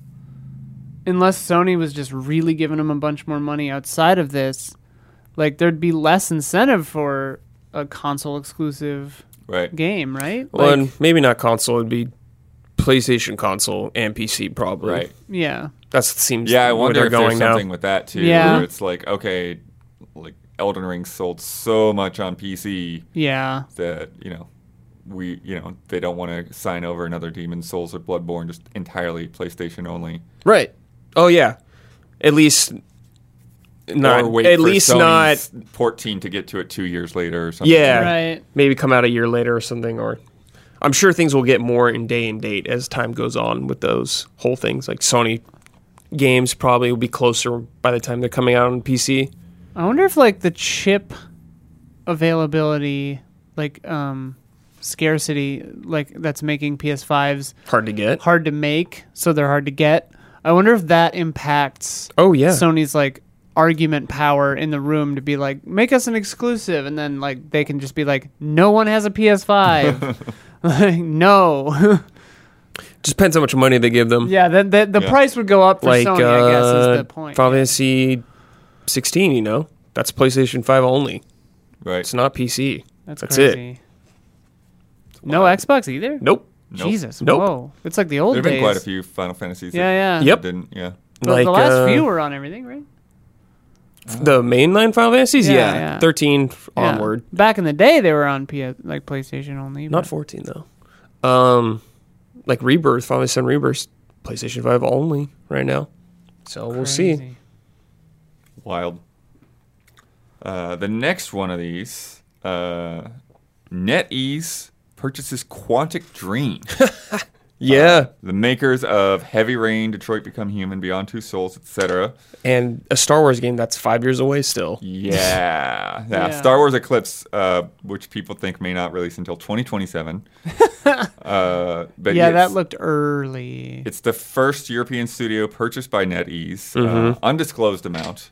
Speaker 1: unless Sony was just really giving them a bunch more money outside of this, like there'd be less incentive for a console exclusive
Speaker 2: Right.
Speaker 1: game, right?
Speaker 3: Well,
Speaker 1: Like,
Speaker 3: and maybe not console. It'd be PlayStation console and PC probably.
Speaker 2: Right.
Speaker 1: yeah.
Speaker 3: That seems
Speaker 2: Yeah, I
Speaker 3: where
Speaker 2: wonder
Speaker 3: they're
Speaker 2: if
Speaker 3: going
Speaker 2: there's
Speaker 3: now.
Speaker 2: something with that too.
Speaker 1: Yeah.
Speaker 2: Where it's like, okay, like Elden Ring sold so much on PC
Speaker 1: Yeah.
Speaker 2: that you know we you know they don't want to sign over another Demon Souls or Bloodborne just entirely PlayStation only.
Speaker 3: Right. Oh yeah. At least not.
Speaker 2: or wait
Speaker 3: at
Speaker 2: for
Speaker 3: least
Speaker 2: Sony's
Speaker 3: not.
Speaker 2: port team to get to it two years later or something.
Speaker 3: Yeah.
Speaker 1: Right.
Speaker 3: Maybe come out a year later or something. Or I'm sure things will get more in day and date as time goes on with those whole things. Like Sony games probably will be closer by the time they're coming out on PC.
Speaker 1: I wonder if like the chip availability, like um, scarcity, like that's making PS5s
Speaker 3: Hard to get.
Speaker 1: hard to make, so they're hard to get. I wonder if that impacts
Speaker 3: Oh yeah.
Speaker 1: Sony's like argument power in the room to be like, make us an exclusive, and then like they can just be like, no one has a PS5. like, no.
Speaker 3: Just depends how much money they give them.
Speaker 1: yeah, then the, the
Speaker 2: Yeah.
Speaker 1: price would go up for
Speaker 3: like
Speaker 1: Sony, I guess,
Speaker 3: uh,
Speaker 1: is the point.
Speaker 3: Final Fantasy 16. You know, that's PlayStation 5 only.
Speaker 2: Right.
Speaker 3: It's not PC.
Speaker 1: That's,
Speaker 3: That's it.
Speaker 1: crazy. No Xbox either?
Speaker 3: Nope.
Speaker 2: Nope.
Speaker 1: Jesus.
Speaker 3: Nope.
Speaker 1: Whoa. It's like the old
Speaker 2: There have
Speaker 1: days.
Speaker 2: been quite a few Final Fantasies.
Speaker 1: Yeah, yeah.
Speaker 2: that
Speaker 3: Yep.
Speaker 2: Didn't yeah.
Speaker 1: The, the last
Speaker 3: uh,
Speaker 1: few were on everything, right?
Speaker 3: The mainline Final Fantasies,
Speaker 1: Yeah,
Speaker 3: yeah,
Speaker 1: yeah.
Speaker 3: thirteen f-
Speaker 1: Yeah.
Speaker 3: onward,
Speaker 1: Back in the day, they were on PS, like PlayStation only.
Speaker 3: not
Speaker 1: but-
Speaker 3: fourteen though. Um, like Rebirth, Final Fantasy VII Rebirth, PlayStation Five only right now. So we'll see.
Speaker 1: Crazy.
Speaker 2: Wild. Uh, the next one of these, uh, NetEase purchases Quantic Dream.
Speaker 3: Yeah,
Speaker 2: the makers of Heavy Rain, Detroit Become Human, Beyond Two Souls, etc.
Speaker 3: and a Star Wars game that's five years away still.
Speaker 2: Yeah. yeah.
Speaker 1: Yeah.
Speaker 2: Star Wars Eclipse, uh, which people think may not release until 2027. uh, but
Speaker 1: Yeah, that
Speaker 2: it's-
Speaker 1: looked early.
Speaker 2: It's the first European studio purchased by NetEase, uh,
Speaker 3: Mm-hmm.
Speaker 2: undisclosed amount.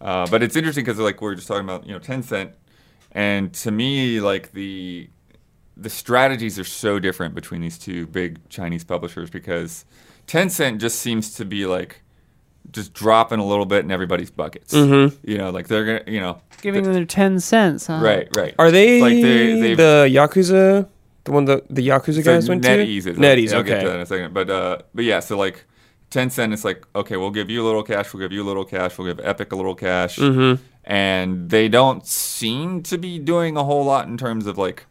Speaker 2: Uh, but it's interesting because like we were just talking about, you know, Tencent, and to me, like the the strategies are so different between these two big Chinese publishers because Tencent just seems to be like just dropping a little bit in everybody's buckets.
Speaker 3: Mm-hmm.
Speaker 2: You know, like they're gonna, you know,
Speaker 1: Giving them their 10 cents, huh?
Speaker 2: right, right.
Speaker 3: Are they
Speaker 2: Like they- they've-
Speaker 3: the Yakuza? The one the the Yakuza guys went to.
Speaker 2: NetEase is-
Speaker 3: NetEase,
Speaker 2: I'll get to that in
Speaker 3: okay.
Speaker 2: a second. But uh, but yeah, so like Tencent, it's like okay, we'll give you a little cash, we'll give you a little cash, we'll give Epic a little cash, and they don't seem to be doing a whole lot in terms of like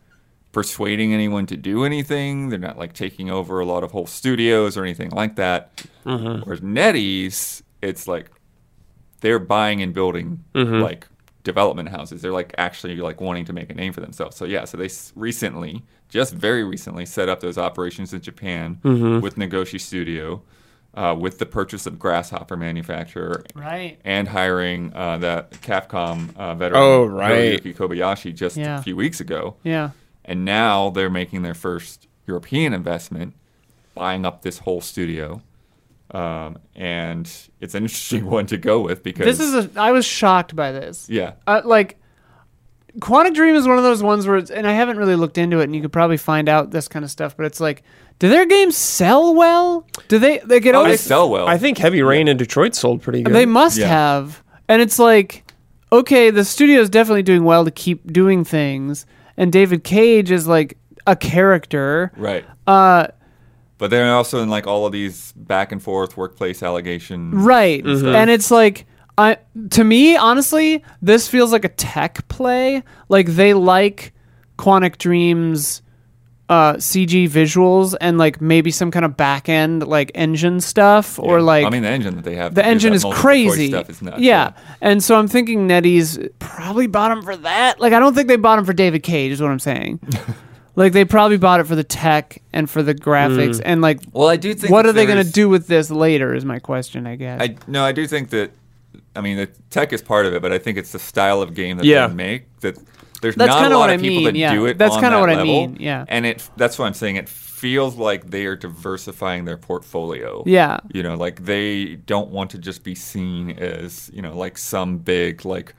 Speaker 2: persuading anyone to do anything. They're not like taking over a lot of whole studios or anything like that. Whereas NetEase, it's like they're buying and building like development houses. They're like actually like wanting to make a name for themselves. So yeah, so they s- recently, just very recently, set up those operations in Japan with Nagoshi Studio. uh, with the purchase of Grasshopper Manufacturer
Speaker 1: Right.
Speaker 2: and hiring uh, that Capcom uh, veteran
Speaker 3: Oh, right.
Speaker 2: Hiroyuki Kobayashi just
Speaker 1: Yeah.
Speaker 2: a few weeks ago.
Speaker 1: Yeah.
Speaker 2: And now they're making their first European investment, buying up this whole studio. Um, and it's an interesting one to go with because
Speaker 1: This is a. I was shocked by this.
Speaker 2: yeah,
Speaker 1: uh, like Quantic Dream is one of those ones where, it's, and I haven't really looked into it, and you could probably find out this kind of stuff. But it's like, do their games sell well? Do they they get
Speaker 2: oh, they
Speaker 1: always
Speaker 2: sell well.
Speaker 3: I think Heavy Rain in Detroit sold pretty good.
Speaker 1: they must
Speaker 2: Yeah.
Speaker 1: have, and it's like, okay, the studio's definitely doing well to keep doing things, and David Cage is like a character.
Speaker 2: right. Uh, but they're also in like all of these back and forth workplace allegations.
Speaker 1: Right.
Speaker 2: Mm-hmm.
Speaker 1: And it's like I to me, honestly, this feels like a tech play. Like they like Quantic Dreams uh CG visuals and like maybe some kind of back end like engine stuff or like
Speaker 2: I mean, the engine that they have.
Speaker 1: the engine is crazy.
Speaker 2: Stuff is nuts.
Speaker 1: yeah. And so I'm thinking Nettie's probably bought him for that. Like I don't think they bought him for David Cage is what I'm saying. like they probably bought it for the tech and for the graphics and like
Speaker 2: Well, Mm. I do think.
Speaker 1: what
Speaker 2: that
Speaker 1: are they
Speaker 2: there
Speaker 1: going to
Speaker 2: is-
Speaker 1: do with this later is my question, I guess.
Speaker 2: I no, I do think that. I mean, the tech is part of it, but I think it's the style of game that
Speaker 3: Yeah.
Speaker 2: they make that there's
Speaker 1: That's
Speaker 2: not a
Speaker 1: kinda
Speaker 2: lot
Speaker 1: what
Speaker 2: of
Speaker 1: I
Speaker 2: people
Speaker 1: mean,
Speaker 2: that
Speaker 1: yeah.
Speaker 2: do it.
Speaker 1: That's
Speaker 2: on
Speaker 1: kinda
Speaker 2: that
Speaker 1: what I
Speaker 2: level,
Speaker 1: mean, yeah.
Speaker 2: and it that's what I'm saying. It feels like they are diversifying their portfolio.
Speaker 1: Yeah.
Speaker 2: you know, like they don't want to just be seen as you know like some big like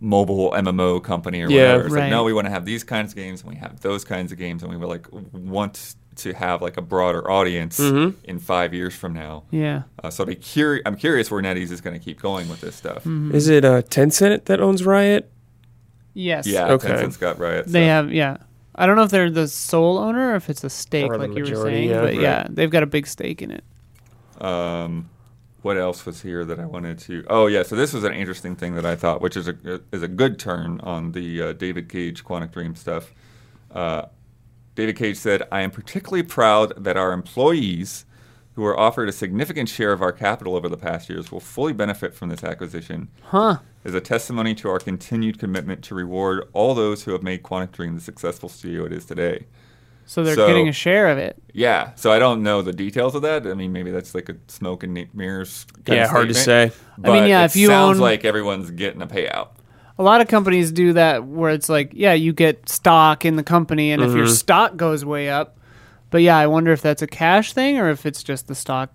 Speaker 2: mobile MMO company or
Speaker 3: Yeah.
Speaker 2: whatever. It's
Speaker 1: Right.
Speaker 2: like no, we want to have these kinds of games and we have those kinds of games and we would like want to have like a broader audience in five years from now.
Speaker 1: yeah.
Speaker 2: Uh, so I'd be curi- I'm curious where NetEase is going to keep going with this stuff.
Speaker 3: Is it uh, Tencent that owns Riot?
Speaker 1: Yes.
Speaker 2: Yeah,
Speaker 3: Okay.
Speaker 2: Tencent's got Riot.
Speaker 1: They
Speaker 2: so-
Speaker 1: have yeah. I don't know if they're the sole owner or if it's a stake,
Speaker 3: Or the
Speaker 1: like you were
Speaker 3: majority,
Speaker 1: saying.
Speaker 3: yeah.
Speaker 1: but
Speaker 3: Right.
Speaker 1: yeah, they've got a big stake in it.
Speaker 2: Um, what else was here that I wanted to? Oh yeah, so this was an interesting thing that I thought, which is a is a good turn on the uh, David Cage Quantic Dream stuff. Uh, David Cage said, "I am particularly proud that our employees." Who were offered a significant share of our capital over the past years will fully benefit from this acquisition
Speaker 1: Huh.
Speaker 2: as a testimony to our continued commitment to reward all those who have made Quantic Dream the successful studio it is today.
Speaker 1: So they're
Speaker 2: So-
Speaker 1: getting a share of it.
Speaker 2: Yeah, so I don't know the details of that. I mean, maybe that's like a smoke and mirrors. Kind
Speaker 3: Yeah,
Speaker 2: of
Speaker 3: hard to
Speaker 2: statement.
Speaker 3: say.
Speaker 2: But
Speaker 1: mean, yeah,
Speaker 2: it
Speaker 1: if you
Speaker 2: sounds
Speaker 1: own-
Speaker 2: like everyone's getting a payout.
Speaker 1: A lot of companies do that where it's like, yeah, you get stock in the company and if your stock goes way up. But yeah, I wonder if that's a cash thing or if it's just the stock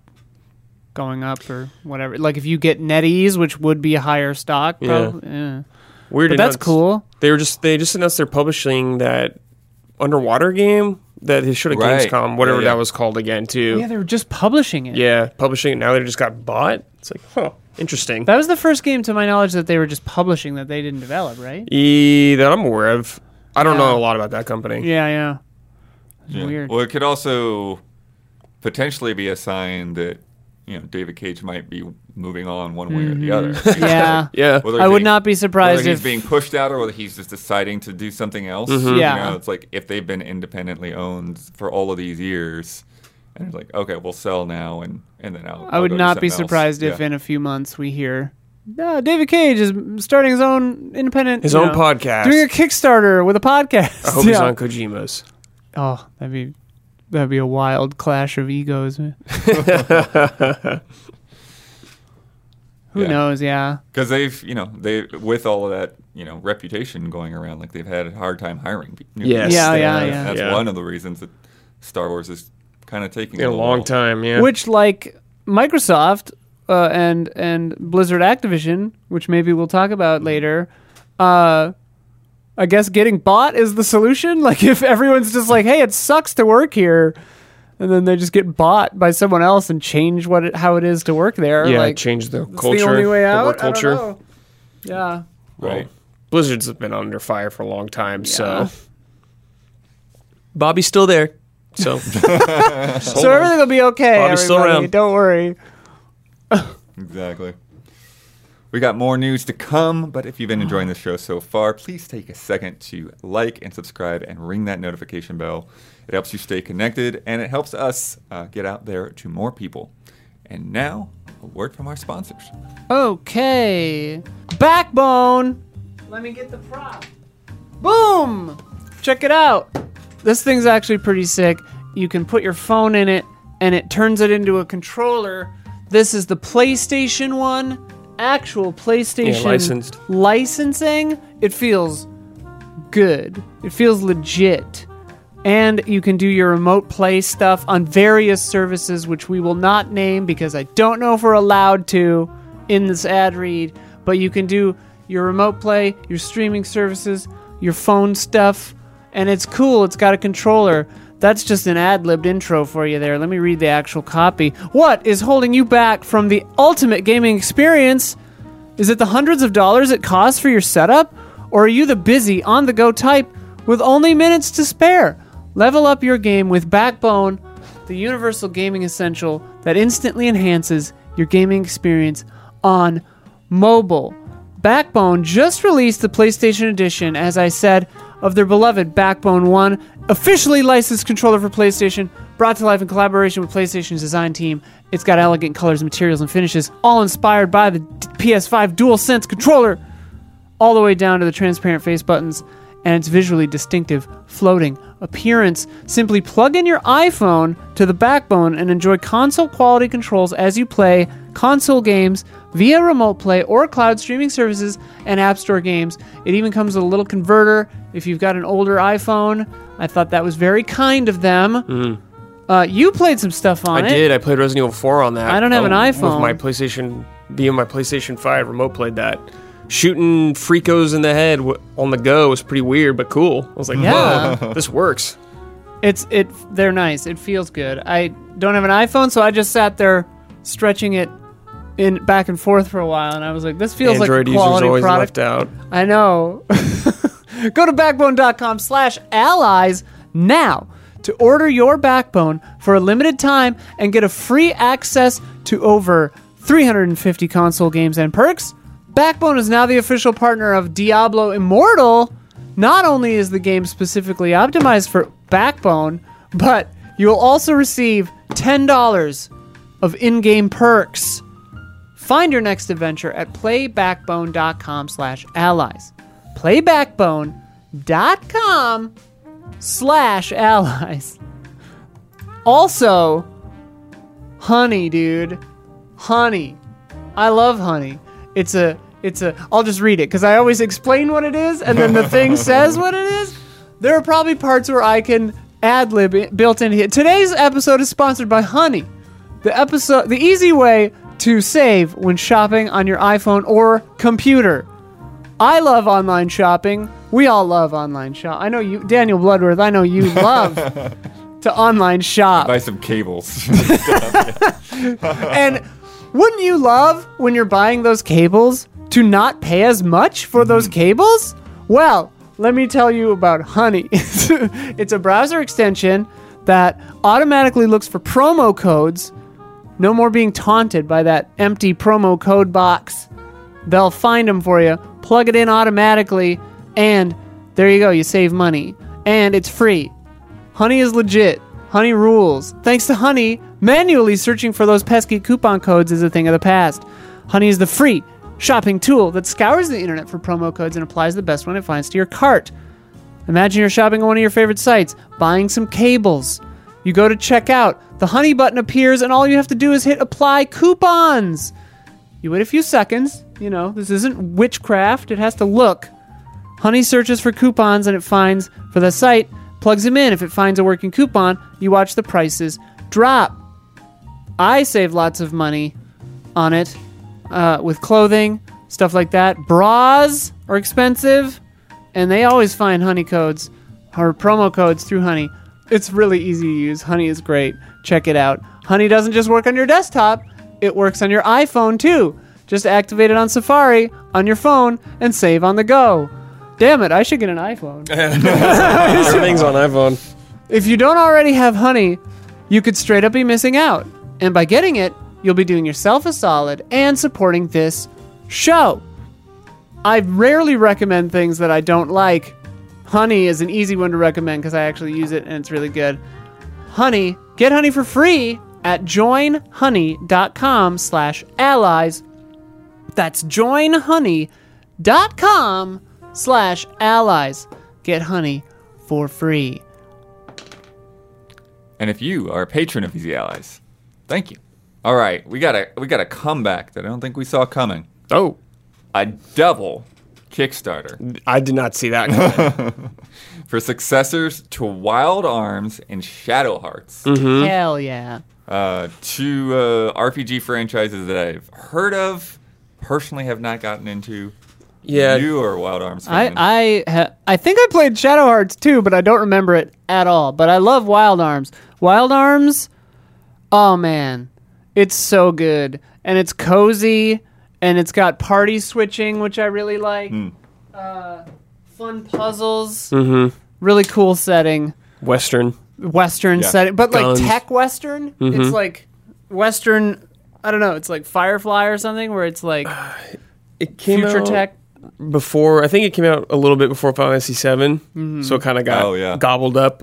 Speaker 1: going up or whatever. Like if you get NetEase, which would be a higher stock, prob- yeah.
Speaker 3: Weird.
Speaker 1: But that's
Speaker 3: enough,
Speaker 1: cool.
Speaker 3: They were just they just announced they're publishing that underwater game that they showed at
Speaker 2: Right.
Speaker 3: Gamescom, whatever
Speaker 2: Yeah, yeah.
Speaker 3: that was called again, too.
Speaker 1: Yeah, they were just publishing it.
Speaker 3: Yeah, publishing it now. They just got bought. It's like, huh, interesting.
Speaker 1: That was the first game, to my knowledge, that they were just publishing that they didn't develop, right?
Speaker 3: E, that I'm aware of. I don't
Speaker 1: Yeah.
Speaker 3: know a lot about that company.
Speaker 1: Yeah, yeah. It's
Speaker 2: Yeah.
Speaker 1: Weird.
Speaker 2: Well, it could also potentially be a sign that you know David Cage might be moving on one way or the other.
Speaker 1: Mm-hmm. yeah.
Speaker 3: Yeah.
Speaker 2: Whether
Speaker 1: I
Speaker 2: he's
Speaker 1: would
Speaker 2: being-
Speaker 1: not be surprised
Speaker 2: whether he's
Speaker 1: if
Speaker 2: being pushed out or whether he's just deciding to do something else. You
Speaker 1: Yeah.
Speaker 2: know, it's like if they've been independently owned for all of these years, and it's like, okay, we'll sell now, and and then I'll.
Speaker 1: I would not be surprised if in a few months we hear "Ah, David Cage is starting his own independent
Speaker 3: His
Speaker 1: you
Speaker 3: own
Speaker 1: know,
Speaker 3: podcast.
Speaker 1: doing a Kickstarter with a podcast.
Speaker 3: I hope he's
Speaker 1: Yeah.
Speaker 3: on Kojima's.
Speaker 1: Oh, that'd be that'd be a wild clash of egos. man. Who
Speaker 2: Yeah.
Speaker 1: knows? Yeah.
Speaker 2: because they've you know they with all of that you know reputation going around like they've had a hard time hiring pe- new
Speaker 3: Yes.
Speaker 2: people.
Speaker 1: Yeah,
Speaker 3: they
Speaker 1: yeah,
Speaker 3: have.
Speaker 1: yeah.
Speaker 2: that's one of the reasons that star wars is kind of taking
Speaker 3: In a
Speaker 2: little
Speaker 3: long
Speaker 2: while.
Speaker 3: time, yeah.
Speaker 1: Which like Microsoft uh, and and Blizzard Activision, which maybe we'll talk
Speaker 3: Mm-hmm.
Speaker 1: about later. Uh, I guess getting bought is the solution. Like if everyone's just like, "Hey, it sucks to work here," and then they just get bought by someone else and change what it, how it is to work there.
Speaker 3: yeah,
Speaker 1: like
Speaker 3: change the
Speaker 1: it's
Speaker 3: culture.
Speaker 1: the only way out.
Speaker 3: work
Speaker 1: I don't
Speaker 3: culture.
Speaker 1: know. Yeah.
Speaker 2: right
Speaker 3: Blizzard's been under fire for a long time, so Bobby's still there. So
Speaker 1: So everything will be okay.
Speaker 3: Bobby's still
Speaker 1: everybody.
Speaker 3: around.
Speaker 1: Don't worry.
Speaker 2: exactly we got more news to come but if you've been enjoying the show so far please take a second to like and subscribe and ring that notification bell it helps you stay connected and it helps us uh, get out there to more people and now a word from our sponsors
Speaker 1: Okay. Backbone. Let me get the prop. Boom! Check it out. This thing's actually pretty sick. You can put your phone in it and it turns it into a controller. This is the PlayStation one, actual PlayStation
Speaker 3: licensed.
Speaker 1: licensing. It feels good. It feels legit. And you can do your remote play stuff on various services, which we will not name because I don't know if we're allowed to in this ad read. But you can do your remote play, your streaming services, your phone stuff, and it's cool. It's got a controller. That's just an ad libbed intro for you there. Let me read the actual copy. What is holding you back from the ultimate gaming experience? Is it the hundreds of dollars it costs for your setup? Or are you the busy, on the go type with only minutes to spare? Level up your game with Backbone, the universal gaming essential that instantly enhances your gaming experience on mobile. Backbone just released the PlayStation Edition, as I said, of their beloved Backbone 1, officially licensed controller for PlayStation, brought to life in collaboration with PlayStation's design team. It's got elegant colors, materials, and finishes, all inspired by the PS5 DualSense controller all the way down to the transparent face buttons and its visually distinctive floating appearance. Simply plug in your iPhone to the backbone and enjoy console quality controls as you play console games via remote play or cloud streaming services and app store games. It even comes with a little converter if you've got an older iPhone. I thought that was very kind of them. Uh, you played some stuff on
Speaker 3: Mm-hmm. I
Speaker 1: it.
Speaker 3: did. I played Resident Evil 4 on that.
Speaker 1: I don't have an
Speaker 3: Um,
Speaker 1: iPhone.
Speaker 3: With my PlayStation, being my PlayStation 5 remote played that. Shooting freakos in the head w- on the go was pretty weird, but cool. I was like,
Speaker 1: Yeah.
Speaker 3: whoa, this works.
Speaker 1: It's it. They're nice. It feels good. I don't have an iPhone, so I just sat there stretching it in back and forth for a while, and I was like, "This feels
Speaker 3: Android
Speaker 1: like a
Speaker 3: users
Speaker 1: quality
Speaker 3: always
Speaker 1: product."
Speaker 3: left out.
Speaker 1: I know. Go to backbone.com slash allies now to order your backbone for a limited time and get a free access to over 350 console games and perks. Backbone is now the official partner of Diablo Immortal. Not only is the game specifically optimized for Backbone, but you will also receive $10 of in-game perks. Find your next adventure at playbackbone.com slash allies. Playbackbone.com slash allies. Also, honey, dude. Honey. I love honey. It's a it's a I'll just read it because I always explain what it is and then the thing says what it is. There are probably parts where I can ad lib it- built in here. Today's episode is sponsored by Honey. The episode the easy way to save when shopping on your iPhone or computer. I love online shopping. We all love online shop. I know you Daniel Bloodworth, I know you love to online shop.
Speaker 2: Buy some cables.
Speaker 1: And wouldn't you love when you're buying those cables to not pay as much for those cables? Well, let me tell you about Honey. it's a browser extension that automatically looks for promo codes. No more being taunted by that empty promo code box. They'll find them for you, plug it in automatically, and there you go, you save money. And it's free. Honey is legit. Honey rules. Thanks to Honey, manually searching for those pesky coupon codes is a thing of the past. Honey is the free shopping tool that scours the internet for promo codes and applies the best one it finds to your cart. Imagine you're shopping on one of your favorite sites, buying some cables. You go to check out, the Honey button appears, and all you have to do is hit apply coupons. You wait a few seconds. You know, this isn't witchcraft, it has to look. Honey searches for coupons and it finds for the site, plugs them in. If it finds a working coupon, you watch the prices drop. I save lots of money on it uh, with clothing, stuff like that. Bras are expensive, and they always find honey codes or promo codes through honey. It's really easy to use. Honey is great. Check it out. Honey doesn't just work on your desktop, it works on your iPhone too. Just activate it on Safari on your phone and save on the go. Damn it, I should get an iPhone.
Speaker 3: Everything's on iPhone.
Speaker 1: If you don't already have honey, you could straight up be missing out. And by getting it, you'll be doing yourself a solid and supporting this show. I rarely recommend things that I don't like. Honey is an easy one to recommend because I actually use it and it's really good. Honey, get honey for free at joinhoney.com slash allies. That's joinhoney.com slash allies. Get honey for free.
Speaker 2: and if you are a patron of Easy Allies, thank you. All right, we got a we got a comeback that I don't think we saw coming.
Speaker 3: Oh,
Speaker 2: A double Kickstarter
Speaker 3: I did not see that. coming.
Speaker 2: for successors to Wild Arms and Shadow Hearts,
Speaker 1: Mm. Hell yeah.
Speaker 2: uh, two uh, RPG franchises that I've heard of, personally have not gotten into.
Speaker 3: yeah,
Speaker 2: you are a Wild Arms fan.
Speaker 1: I I ha- I think I played Shadow Hearts too, but I don't remember it at all. But I love Wild Arms. Wild Arms, oh man, it's so good and it's cozy and it's got party switching, which I really like. Uh, fun puzzles, mm-hmm. really cool setting,
Speaker 3: Western.
Speaker 1: western
Speaker 2: Yeah.
Speaker 1: setting, but like
Speaker 3: Guns.
Speaker 1: tech western. It's like western. I don't know. It's like Firefly or something, where it's like
Speaker 3: It came
Speaker 1: future
Speaker 3: out
Speaker 1: tech.
Speaker 3: before. I think it came out a little bit before Final Fantasy VII,
Speaker 1: Mm-hmm.
Speaker 3: so it kind of got
Speaker 2: Oh, yeah.
Speaker 3: gobbled up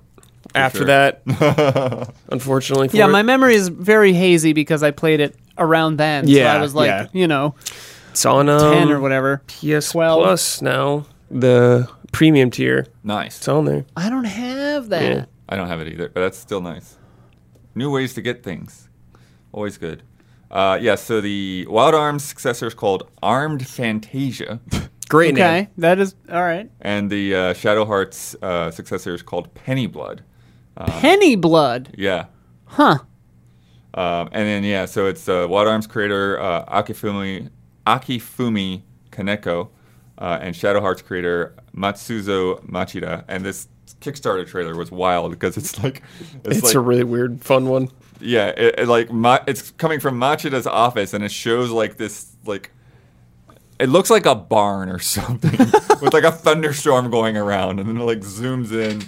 Speaker 3: after
Speaker 2: sure.
Speaker 3: that. unfortunately, for
Speaker 1: Yeah,
Speaker 3: it.
Speaker 1: my memory is very hazy because I played it around then. so
Speaker 3: Yeah,
Speaker 1: I was like,
Speaker 3: yeah.
Speaker 1: you know,
Speaker 3: it's on um,
Speaker 1: ten or whatever.
Speaker 3: PS
Speaker 1: 12.
Speaker 3: Plus now. The premium tier,
Speaker 2: nice.
Speaker 3: it's on there.
Speaker 1: I don't have that.
Speaker 3: Yeah.
Speaker 2: I don't have it either, but that's still nice. New ways to get things. Always good. Uh, yeah, so the Wild Arms successor is called Armed Fantasia,
Speaker 3: Great
Speaker 1: Okay,
Speaker 3: name.
Speaker 1: that is all right.
Speaker 2: and the uh, Shadow Hearts uh, successor is called Penny Blood.
Speaker 3: Uh,
Speaker 1: Penny Blood,
Speaker 2: Yeah.
Speaker 1: huh?
Speaker 2: Um, and then, yeah, so it's uh, Wild Arms creator uh, Akifumi, Akifumi Kaneko uh, and Shadow Hearts creator Matsuzo Machida. And this Kickstarter trailer was wild because it's like.
Speaker 3: It's
Speaker 2: like,
Speaker 3: a really weird, fun one.
Speaker 2: Yeah, it, it, like Ma- it's coming from Machida's office, and it shows like this like. It looks like a barn or something with like a thunderstorm going around, and then it like zooms in,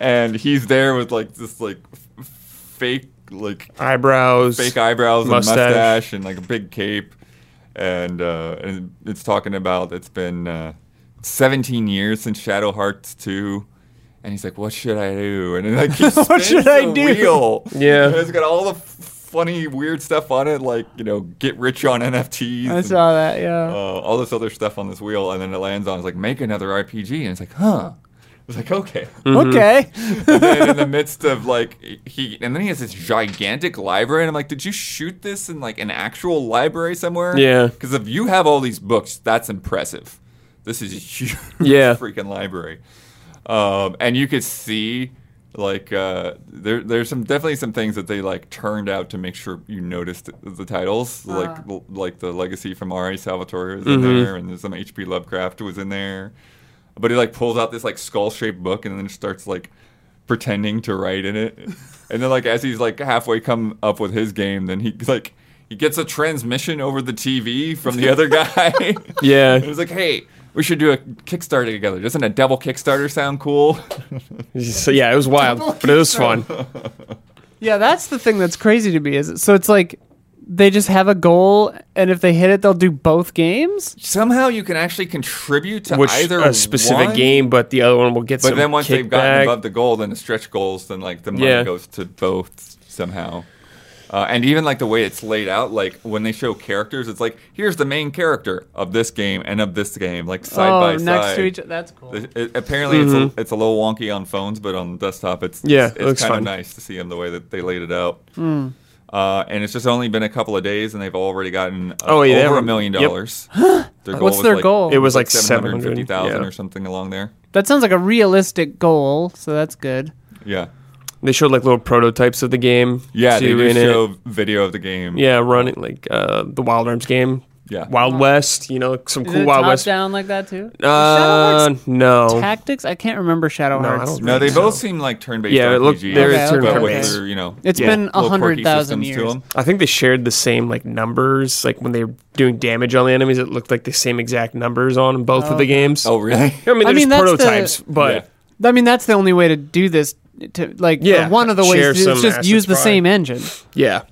Speaker 2: and he's there with like this like f- fake like
Speaker 3: Eyebrows.
Speaker 2: fake eyebrows
Speaker 3: Mustache.
Speaker 2: and mustache and like a big cape, and uh, and it's talking about it's been uh, 17 years since Shadow Hearts 2, and he's like, "What should I do?" And then like, he spins
Speaker 1: should I
Speaker 2: the
Speaker 1: do?
Speaker 2: Wheel.
Speaker 3: Yeah.
Speaker 2: And it's got all the f- funny weird stuff on it, like you know, get rich on NFTs.
Speaker 1: I
Speaker 2: and,
Speaker 1: saw that. Yeah.
Speaker 2: uh, all this other stuff on this wheel, and then it lands on. It's like make another RPG, and it's like, huh? It's like okay
Speaker 3: Mm-hmm.
Speaker 1: Okay.
Speaker 2: and then in the midst of like he and then he has this gigantic library and i'm like did you shoot this in like an actual library somewhere
Speaker 3: Yeah.
Speaker 2: because if you have all these books that's impressive this is a huge
Speaker 3: Yeah.
Speaker 2: freaking library um, and you could see like uh, there, there's some definitely some things that they like turned out to make sure you noticed the titles like l- like the legacy from R.A. Salvatore was in
Speaker 3: Mm-hmm.
Speaker 2: there and there's some H.P. Lovecraft was in there but he like pulls out this like skull shaped book and then starts like pretending to write in it and then like as he's like halfway come up with his game then he like he gets a transmission over the TV from the other guy
Speaker 3: Yeah.
Speaker 2: it was like, hey, we should do a Kickstarter together. Doesn't a double Kickstarter sound cool?
Speaker 3: So yeah, it was wild, but it was fun.
Speaker 1: yeah, that's the thing that's crazy to me is so it's like they just have a goal, and if they hit it, they'll do both games.
Speaker 2: Somehow you can actually contribute to
Speaker 3: Which
Speaker 2: either
Speaker 3: a specific
Speaker 2: one,
Speaker 3: game, but the other one will get
Speaker 2: But
Speaker 3: some
Speaker 2: then once they've gotten
Speaker 3: kickback.
Speaker 2: above the goal, then the stretch goals, then like the money
Speaker 3: Yeah.
Speaker 2: goes to both somehow. Uh, and even like the way it's laid out, like when they show characters, it's like here's the main character of this game and of this game, like side
Speaker 1: oh,
Speaker 2: by side.
Speaker 1: next to each. That's cool.
Speaker 2: It- it- apparently, it's, a, it's a little wonky on phones, but on desktop, it's
Speaker 3: Mm-hmm. Yeah,
Speaker 2: it's,
Speaker 3: it looks
Speaker 2: kind of
Speaker 3: fun.
Speaker 2: nice to see them the way that they laid it out.
Speaker 1: Hmm.
Speaker 2: Uh, and it's just only been a couple of days, and they've already gotten uh,
Speaker 3: Oh, yeah, they
Speaker 2: over a
Speaker 3: haven't-
Speaker 2: million
Speaker 3: yep.
Speaker 2: dollars. Their goal
Speaker 1: What's
Speaker 2: was
Speaker 1: their
Speaker 2: like-
Speaker 1: goal?
Speaker 3: It was like
Speaker 2: seven hundred
Speaker 3: 700.
Speaker 2: fifty thousand
Speaker 3: yeah.
Speaker 2: or something along there.
Speaker 1: that sounds like a realistic goal, so that's good.
Speaker 2: Yeah,
Speaker 3: They showed like little prototypes of the game.
Speaker 2: yeah. They
Speaker 3: too,
Speaker 2: do
Speaker 3: in it.
Speaker 2: show video of the game.
Speaker 3: Yeah, running like uh, the Wild Arms game.
Speaker 2: Yeah.
Speaker 3: Wild West, you know, some
Speaker 1: Is
Speaker 3: cool
Speaker 1: it
Speaker 3: Wild
Speaker 1: top
Speaker 3: West.
Speaker 1: down like that too? Is Shadow
Speaker 3: Uh,
Speaker 1: Hearts
Speaker 3: no.
Speaker 1: tactics? I can't remember Shadow
Speaker 3: No, I
Speaker 1: Hearts.
Speaker 3: don't
Speaker 2: No, they
Speaker 3: Right, so-
Speaker 2: both seem like turn-based
Speaker 3: Yeah, it looked-
Speaker 2: RPGs,
Speaker 3: there
Speaker 1: is
Speaker 2: but with
Speaker 1: turn-based.
Speaker 2: their, you know,
Speaker 1: It's
Speaker 3: Yeah.
Speaker 1: been a
Speaker 2: little
Speaker 1: hundred
Speaker 2: quirky
Speaker 1: thousand
Speaker 2: systems to
Speaker 1: years.
Speaker 2: them.
Speaker 3: I think they shared the same like numbers. Like when they were doing damage on the enemies, it looked like the same exact numbers on both of the games.
Speaker 2: Oh, really?
Speaker 3: I mean,
Speaker 1: I
Speaker 3: there's
Speaker 1: mean, that's the-
Speaker 3: prototypes, but
Speaker 2: Yeah.
Speaker 1: I mean, that's the only way to do this. To like,
Speaker 3: Yeah,
Speaker 1: or one of the ways
Speaker 3: share
Speaker 1: to do it is
Speaker 3: some
Speaker 1: just use the
Speaker 3: assets, probably.
Speaker 1: same engine.
Speaker 3: yeah.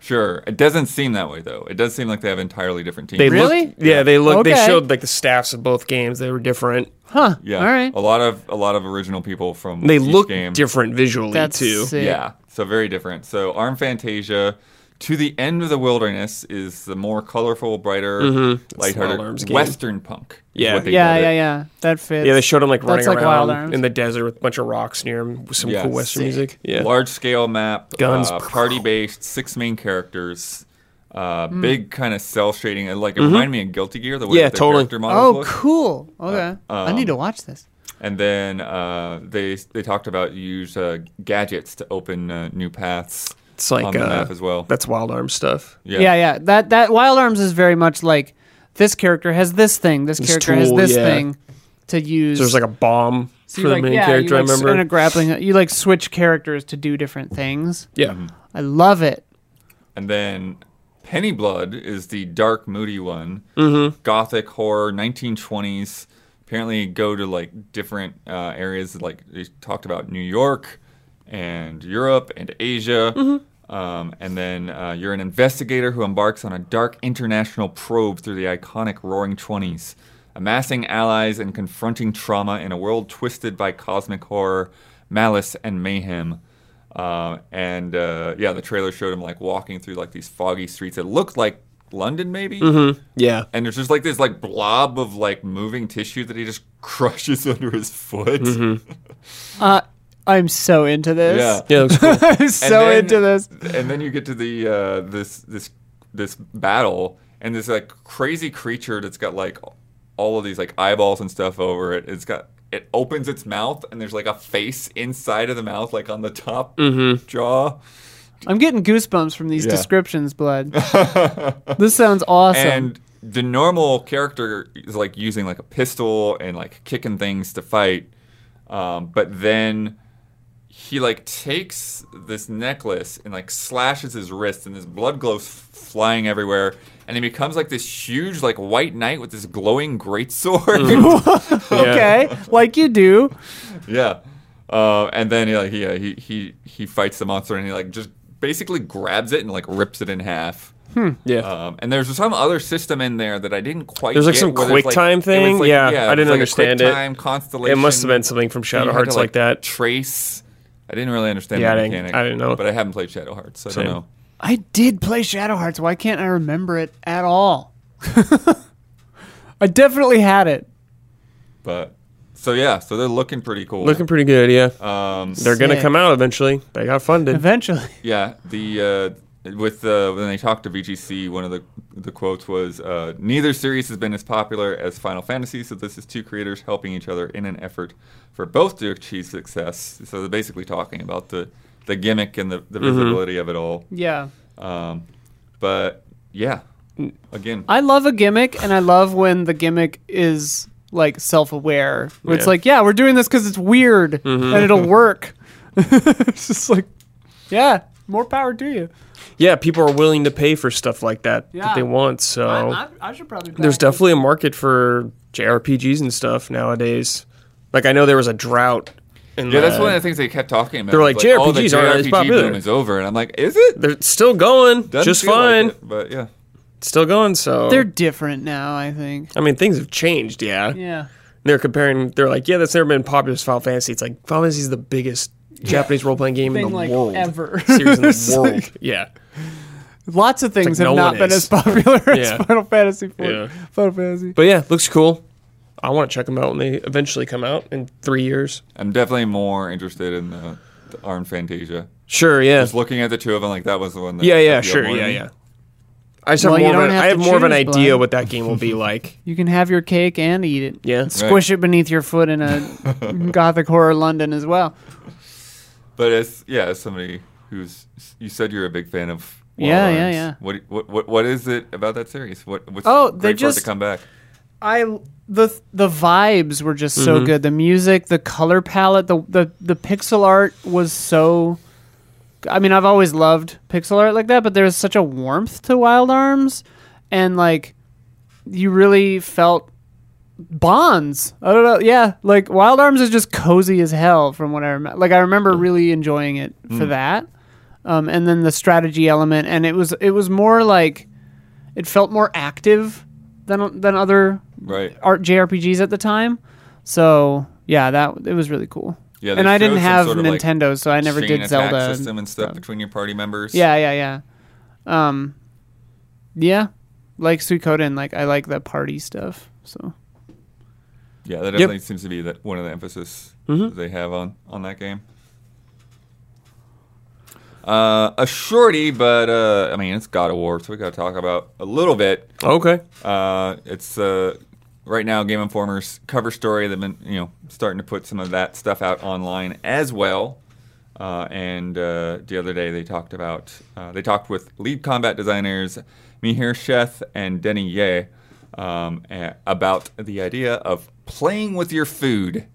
Speaker 2: Sure. It doesn't seem that way though. It does seem like they have entirely different teams.
Speaker 3: They
Speaker 1: Really?
Speaker 3: Looked, yeah, they looked.
Speaker 1: Okay.
Speaker 3: They showed like the staffs of both games. They were different.
Speaker 1: Huh?
Speaker 2: Yeah.
Speaker 1: All right.
Speaker 2: A lot of a lot of original people from
Speaker 3: They
Speaker 2: each
Speaker 3: look
Speaker 2: game.
Speaker 3: different visually
Speaker 1: That's
Speaker 3: too.
Speaker 1: sick.
Speaker 2: Yeah. So very different. So Arm Fantasia To the End of the Wilderness is the more colorful, brighter,
Speaker 3: Arms
Speaker 2: lighthearted
Speaker 3: game.
Speaker 2: Western punk. is
Speaker 3: Mm-hmm. Yeah.
Speaker 2: what they
Speaker 1: Yeah,
Speaker 2: called
Speaker 1: yeah,
Speaker 2: it.
Speaker 1: yeah. That fits.
Speaker 3: Yeah, they showed him like running
Speaker 1: like Wild
Speaker 3: around
Speaker 1: Arms.
Speaker 3: in the desert with a bunch of rocks near him with some
Speaker 2: Yeah.
Speaker 3: cool Western music. Yeah.
Speaker 2: Large scale map,
Speaker 3: Guns.
Speaker 2: uh, party based, six main characters, uh, big kind of cell shading. It, Like it reminded me of Guilty Gear, the way
Speaker 3: Hmm. Mm-hmm. Yeah,
Speaker 2: that the
Speaker 3: totally.
Speaker 2: character models
Speaker 1: Oh,
Speaker 2: look.
Speaker 1: cool.
Speaker 2: Uh,
Speaker 1: Okay,
Speaker 2: um,
Speaker 1: I need to watch this.
Speaker 2: And then uh, they they talked about you use uh, gadgets to open uh, new paths
Speaker 3: It's like
Speaker 2: on the
Speaker 3: uh,
Speaker 2: map as well.
Speaker 3: That's Wild Arms stuff.
Speaker 1: Yeah. yeah, That that Wild Arms is very much like this character has this thing. This, character has
Speaker 3: tool,
Speaker 1: this
Speaker 3: yeah.
Speaker 1: thing to use.
Speaker 3: So there's like a bomb
Speaker 1: So you,
Speaker 3: for the
Speaker 1: like-
Speaker 3: main
Speaker 1: yeah,
Speaker 3: character.
Speaker 1: You,
Speaker 3: I
Speaker 1: like,
Speaker 3: remember.
Speaker 1: In a grappling, you like switch characters to do different things.
Speaker 3: yeah.
Speaker 2: Mm-hmm.
Speaker 1: I love it.
Speaker 2: And then Penny Blood is the dark, moody one. Gothic horror, 1920s. Apparently, go to like different uh, areas. Like they talked about New York and Europe and Asia. Um, and then uh, you're an investigator who embarks on a dark international probe through the iconic Roaring Twenties, amassing allies and confronting trauma in a world twisted by cosmic horror, malice, and mayhem. Um, and uh, yeah, the trailer showed him like walking through like these foggy streets. It looked like London, maybe.
Speaker 3: Yeah.
Speaker 2: And there's just like this like blob of like moving tissue that he just crushes under his foot.
Speaker 1: Uh, I'm so into this.
Speaker 2: Yeah.
Speaker 3: Yeah. It looks cool.
Speaker 1: I'm
Speaker 2: And
Speaker 1: so
Speaker 2: then-
Speaker 1: into this.
Speaker 2: And then you get to the uh, this this this battle, and this like crazy creature that's got like all of these like eyeballs and stuff over it. It's got it opens its mouth, and there's like a face inside of the mouth, like on the top jaw.
Speaker 1: I'm getting goosebumps from these
Speaker 2: Yeah.
Speaker 1: descriptions, blood. this sounds awesome.
Speaker 2: And the normal character is like using like a pistol and like kicking things to fight. Um, but then he like takes this necklace and like slashes his wrist and his blood glows f- flying everywhere and he becomes like this huge like white knight with this glowing great sword
Speaker 1: okay, like you do.
Speaker 2: yeah uh, and then he like he, uh, he he he fights the monster and he like just basically grabs it and like rips it in half
Speaker 3: Yeah.
Speaker 2: Um, and there's some other system in there that I didn't quite.
Speaker 3: There's, like,
Speaker 2: get,
Speaker 3: some
Speaker 2: where there's, like-
Speaker 3: QuickTime
Speaker 2: it was,
Speaker 3: thing?
Speaker 2: like-
Speaker 3: Yeah, I
Speaker 2: it was, like,
Speaker 3: didn't
Speaker 2: a
Speaker 3: understand it.
Speaker 2: QuickTime constellation.
Speaker 3: it must have been something from
Speaker 2: You
Speaker 3: Shadow
Speaker 2: had
Speaker 3: Hearts
Speaker 2: to,
Speaker 3: like, that.
Speaker 2: Trace. I didn't really understand
Speaker 3: Yeah, I
Speaker 2: the
Speaker 3: didn't-
Speaker 2: mechanic.
Speaker 3: I didn't know.
Speaker 2: but I haven't played Shadow Hearts, so I
Speaker 3: Same.
Speaker 2: don't know.
Speaker 1: I did play Shadow Hearts. Why can't I remember it at all? I definitely had it.
Speaker 2: But so yeah, so they're looking pretty cool.
Speaker 3: Looking pretty good. Yeah.
Speaker 2: um,
Speaker 3: They're gonna
Speaker 1: Sick.
Speaker 3: come out eventually. They got funded.
Speaker 1: Eventually.
Speaker 2: yeah, the uh, with uh, when they talked to VGC, one of the the quotes was, uh, "Neither series has been as popular as Final Fantasy, so this is two creators helping each other in an effort for both to achieve success." So they're basically talking about the the gimmick and the,
Speaker 3: Mm-hmm.
Speaker 2: the visibility of it all.
Speaker 1: Yeah.
Speaker 2: Um, but yeah,
Speaker 3: Mm.
Speaker 2: again,
Speaker 1: I love a gimmick, and I love when the gimmick is like self-aware. Where It's
Speaker 3: Yeah.
Speaker 1: like, yeah, we're doing this because it's weird,
Speaker 2: Mm-hmm.
Speaker 1: and it'll work. it's just like, yeah, more power to you.
Speaker 3: Yeah, people are willing to pay for stuff like that
Speaker 1: Yeah.
Speaker 3: that they want. So
Speaker 1: I should probably.
Speaker 3: there's definitely a market for JRPGs and stuff nowadays. Like I know there was a drought. In
Speaker 2: yeah, that's
Speaker 3: the-
Speaker 2: one of the things they kept talking about.
Speaker 3: They're
Speaker 2: was
Speaker 3: like,
Speaker 2: oh, the
Speaker 3: JRPGs aren't as
Speaker 2: JRPG
Speaker 3: popular.
Speaker 2: boom is over, and I'm like, is it?
Speaker 3: They're still going,
Speaker 2: Doesn't
Speaker 3: just
Speaker 2: feel like
Speaker 3: fine.
Speaker 2: it, but yeah.
Speaker 3: Still going. So
Speaker 1: They're different now. I think.
Speaker 3: I mean, things have changed. Yeah.
Speaker 1: Yeah.
Speaker 3: They're comparing. They're like, yeah, that's never been popular as Final Fantasy. It's like Final Fantasy is the biggest Japanese role playing game in
Speaker 1: Thing
Speaker 3: the
Speaker 1: like
Speaker 3: world.
Speaker 1: ever.
Speaker 3: Series in the world. Yeah.
Speaker 1: Lots of things
Speaker 3: like
Speaker 1: have
Speaker 3: no
Speaker 1: not
Speaker 3: one
Speaker 1: been
Speaker 3: is.
Speaker 1: as popular
Speaker 3: Yeah.
Speaker 1: as Final Fantasy. IV.
Speaker 3: Yeah.
Speaker 1: Final Fantasy.
Speaker 3: But yeah, looks cool. I want to check them out when they eventually come out in three years.
Speaker 2: I'm definitely more interested in the, the Arm Fantasia.
Speaker 3: Sure. Yeah.
Speaker 2: Just looking at the two of them, like that was the one. That
Speaker 3: Yeah, yeah,
Speaker 2: appealed
Speaker 3: sure,
Speaker 2: more to
Speaker 3: yeah,
Speaker 2: me.
Speaker 3: yeah. I just have
Speaker 1: Well, you
Speaker 3: more. Of
Speaker 1: don't
Speaker 3: an,
Speaker 1: have
Speaker 3: I have
Speaker 1: to
Speaker 3: more of an
Speaker 1: choose,
Speaker 3: idea
Speaker 1: Bud.
Speaker 3: what that game will be like.
Speaker 1: You can have your cake and eat it.
Speaker 3: Yeah.
Speaker 1: Squish it beneath your foot in a gothic horror London as well.
Speaker 2: But as yeah, as somebody who's you said you're a big fan of. Wild
Speaker 1: Yeah, yeah,
Speaker 2: Arms.
Speaker 1: yeah.
Speaker 2: What, what what what is it about that series? What what's
Speaker 1: Oh,
Speaker 2: great
Speaker 1: they
Speaker 2: for it to
Speaker 1: just-
Speaker 2: come back?
Speaker 1: I the the vibes were just so good. The music, the color palette, the the the pixel art was so. I mean, I've always loved pixel art like that, but there was such a warmth to Wild Arms, and like, you really felt bonds. I don't know. Yeah, like Wild Arms is just cozy as hell from what I remember. Like I remember really enjoying it for that, um, and then the strategy element, and it was it was more like, it felt more active than than other
Speaker 2: Right.
Speaker 1: art JRPGs at the time. So yeah, that it was really cool.
Speaker 2: Yeah, they
Speaker 1: and I
Speaker 2: showed
Speaker 1: didn't
Speaker 2: some
Speaker 1: have
Speaker 2: sort of, like,
Speaker 1: Nintendo, so I never
Speaker 2: Chain
Speaker 1: did
Speaker 2: attack
Speaker 1: Zelda.
Speaker 2: system and stuff between your party members.
Speaker 1: Yeah, yeah, yeah. Um, yeah, like Suikoden, like I like the party stuff. So
Speaker 2: Yeah, that definitely seems to be that one of the emphasis
Speaker 1: Mm-hmm.
Speaker 2: that they have on on that game. Uh, a shorty, but uh, I mean it's God of War, so we got to talk about a little bit.
Speaker 3: Okay.
Speaker 2: Uh, it's uh, right now Game Informer's cover story. They've been you know starting to put some of that stuff out online as well. Uh, and uh, the other day they talked about uh, they talked with lead combat designers Mihir Sheth and Denny Ye um, a- about the idea of playing with your food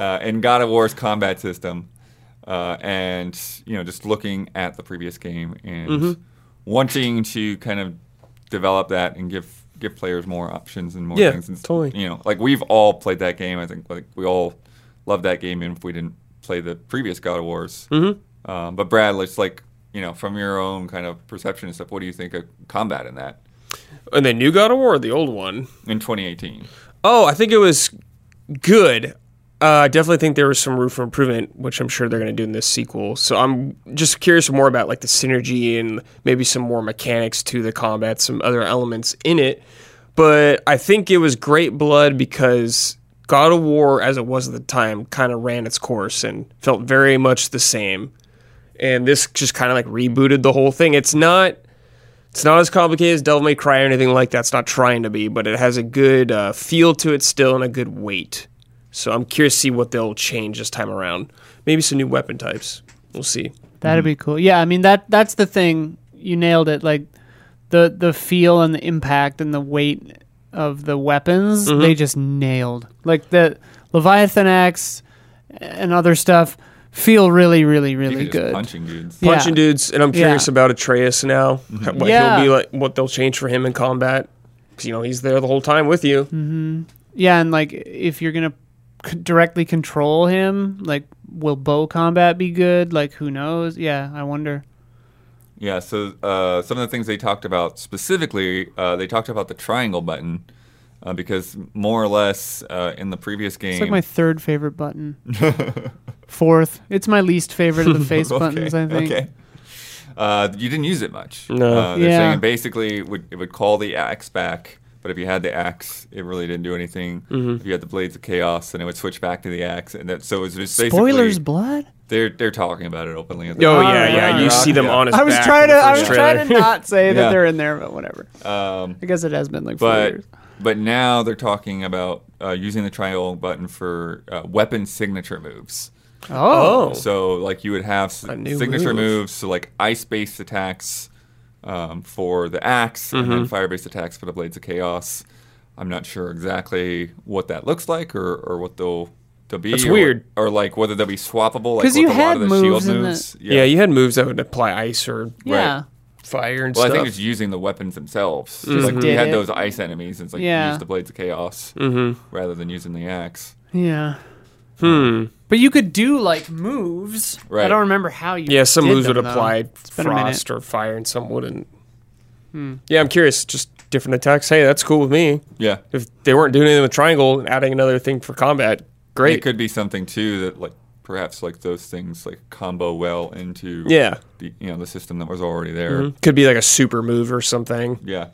Speaker 2: uh, in God of War's combat system. Uh, and you know, just looking at the previous game and wanting to kind of develop that and give give players more options and more
Speaker 3: Yeah,
Speaker 2: things. And,
Speaker 3: totally.
Speaker 2: You know, like we've all played that game. I think like we all love that game, even if we didn't play the previous God of Wars. Mm-hmm. Um, but Brad, it's like you know, from your own kind of perception and stuff, what do you think of combat in that
Speaker 3: And the new God of War, or the old one.
Speaker 2: in 2018?
Speaker 3: Oh, I think it was good. Uh, I definitely think there was some room for improvement, which I'm sure they're going to do in this sequel. So I'm just curious more about like the synergy and maybe some more mechanics to the combat, some other elements in it. But I think it was great blood because God of War, as it was at the time, kind of ran its course and felt very much the same. And this just kind of like rebooted the whole thing. It's not it's not as complicated as Devil May Cry or anything like that. It's not trying to be, but it has a good uh, feel to it still and a good weight. So I'm curious to see what they'll change this time around. Maybe some new weapon types. We'll see.
Speaker 1: That'd
Speaker 2: Mm-hmm.
Speaker 1: be cool. Yeah, I mean that that's the thing. You nailed it. Like the the feel and the impact and the weight of the weapons,
Speaker 2: Mm-hmm.
Speaker 1: they just nailed. Like the Leviathan axe and other stuff feel really, really, really
Speaker 2: Even just
Speaker 1: good.
Speaker 2: punching dudes.
Speaker 1: Yeah.
Speaker 3: Punching dudes, and I'm curious
Speaker 1: Yeah.
Speaker 3: about Atreus now.
Speaker 2: Mm-hmm.
Speaker 3: What
Speaker 1: Yeah.
Speaker 3: he'll be like, what they'll change for him in combat. 'Cause, you know he's there the whole time with you.
Speaker 1: Yeah, and like if you're gonna c- directly control him, like will bow combat be good? Like who knows? Yeah, I wonder.
Speaker 2: Yeah, so uh, some of the things they talked about specifically, uh, they talked about the triangle button uh, because more or less uh, in the previous game,
Speaker 1: It's like my third favorite button. Fourth. It's my least favorite of the face buttons. I think.
Speaker 2: Okay. Uh, you didn't use it much.
Speaker 3: No.
Speaker 2: Uh, they're
Speaker 1: Yeah.
Speaker 2: saying basically it would, it would call the axe back, but if you had the axe, it really didn't do anything. If you had the blades of chaos, then it would switch back to the axe, and that so it was just basically
Speaker 1: Spoilers, blood.
Speaker 2: They're they're talking about it openly. Um, at the
Speaker 3: Oh
Speaker 1: All
Speaker 3: yeah,
Speaker 1: right,
Speaker 3: yeah.
Speaker 1: all
Speaker 3: You
Speaker 1: right.
Speaker 3: see them
Speaker 2: Yeah.
Speaker 3: on his.
Speaker 1: I was
Speaker 3: back
Speaker 1: trying
Speaker 3: in
Speaker 1: to.
Speaker 3: the
Speaker 1: I
Speaker 3: first
Speaker 1: was
Speaker 3: trailer.
Speaker 1: trying to not say that
Speaker 2: Yeah.
Speaker 1: they're in there, but whatever.
Speaker 2: Um,
Speaker 1: I guess it has been like four
Speaker 2: but
Speaker 1: years.
Speaker 2: but now they're talking about uh, using the triangle button for uh, weapon signature moves.
Speaker 1: Oh,
Speaker 3: Oh,
Speaker 2: So like you would have s-
Speaker 3: new
Speaker 2: signature
Speaker 3: move.
Speaker 2: moves, so like ice based attacks um, for the axe, and
Speaker 3: Mm-hmm.
Speaker 2: then fire based attacks for the blades of chaos. I'm not sure exactly what that looks like or, or what they'll they'll be.
Speaker 3: That's
Speaker 2: or-
Speaker 3: weird.
Speaker 2: Or like whether they'll be swappable. Like
Speaker 1: 'Cause
Speaker 2: with
Speaker 1: you
Speaker 2: a lot
Speaker 1: had
Speaker 2: of the
Speaker 1: moves in
Speaker 2: shield
Speaker 1: the-
Speaker 2: moves.
Speaker 3: yeah. You had moves that would apply ice or
Speaker 1: yeah.
Speaker 3: fire and
Speaker 2: Well,
Speaker 3: stuff. Mm-hmm.
Speaker 2: I think it's using the weapons themselves. Like we
Speaker 1: did
Speaker 2: had
Speaker 1: it.
Speaker 2: those ice enemies, and it's like
Speaker 1: Yeah.
Speaker 2: use the blades of chaos
Speaker 3: Mm-hmm.
Speaker 2: rather than using the axe.
Speaker 1: Yeah. Hmm. But you could do like moves.
Speaker 2: Right.
Speaker 1: I don't remember how you.
Speaker 3: Yeah, some
Speaker 1: did
Speaker 3: moves
Speaker 1: them,
Speaker 3: would
Speaker 1: though.
Speaker 3: apply
Speaker 1: been a minute. Hmm.
Speaker 3: frost or fire, and some wouldn't. Yeah, I'm curious. Just different attacks. Hey, that's cool with me.
Speaker 2: Yeah,
Speaker 3: If they weren't doing anything with triangle and adding another thing for combat, great.
Speaker 2: it could be something too that like perhaps like those things like combo well into
Speaker 3: yeah, Mm-hmm.
Speaker 2: the you know the system that was already there.
Speaker 3: could be like a super move or something.
Speaker 2: Yeah.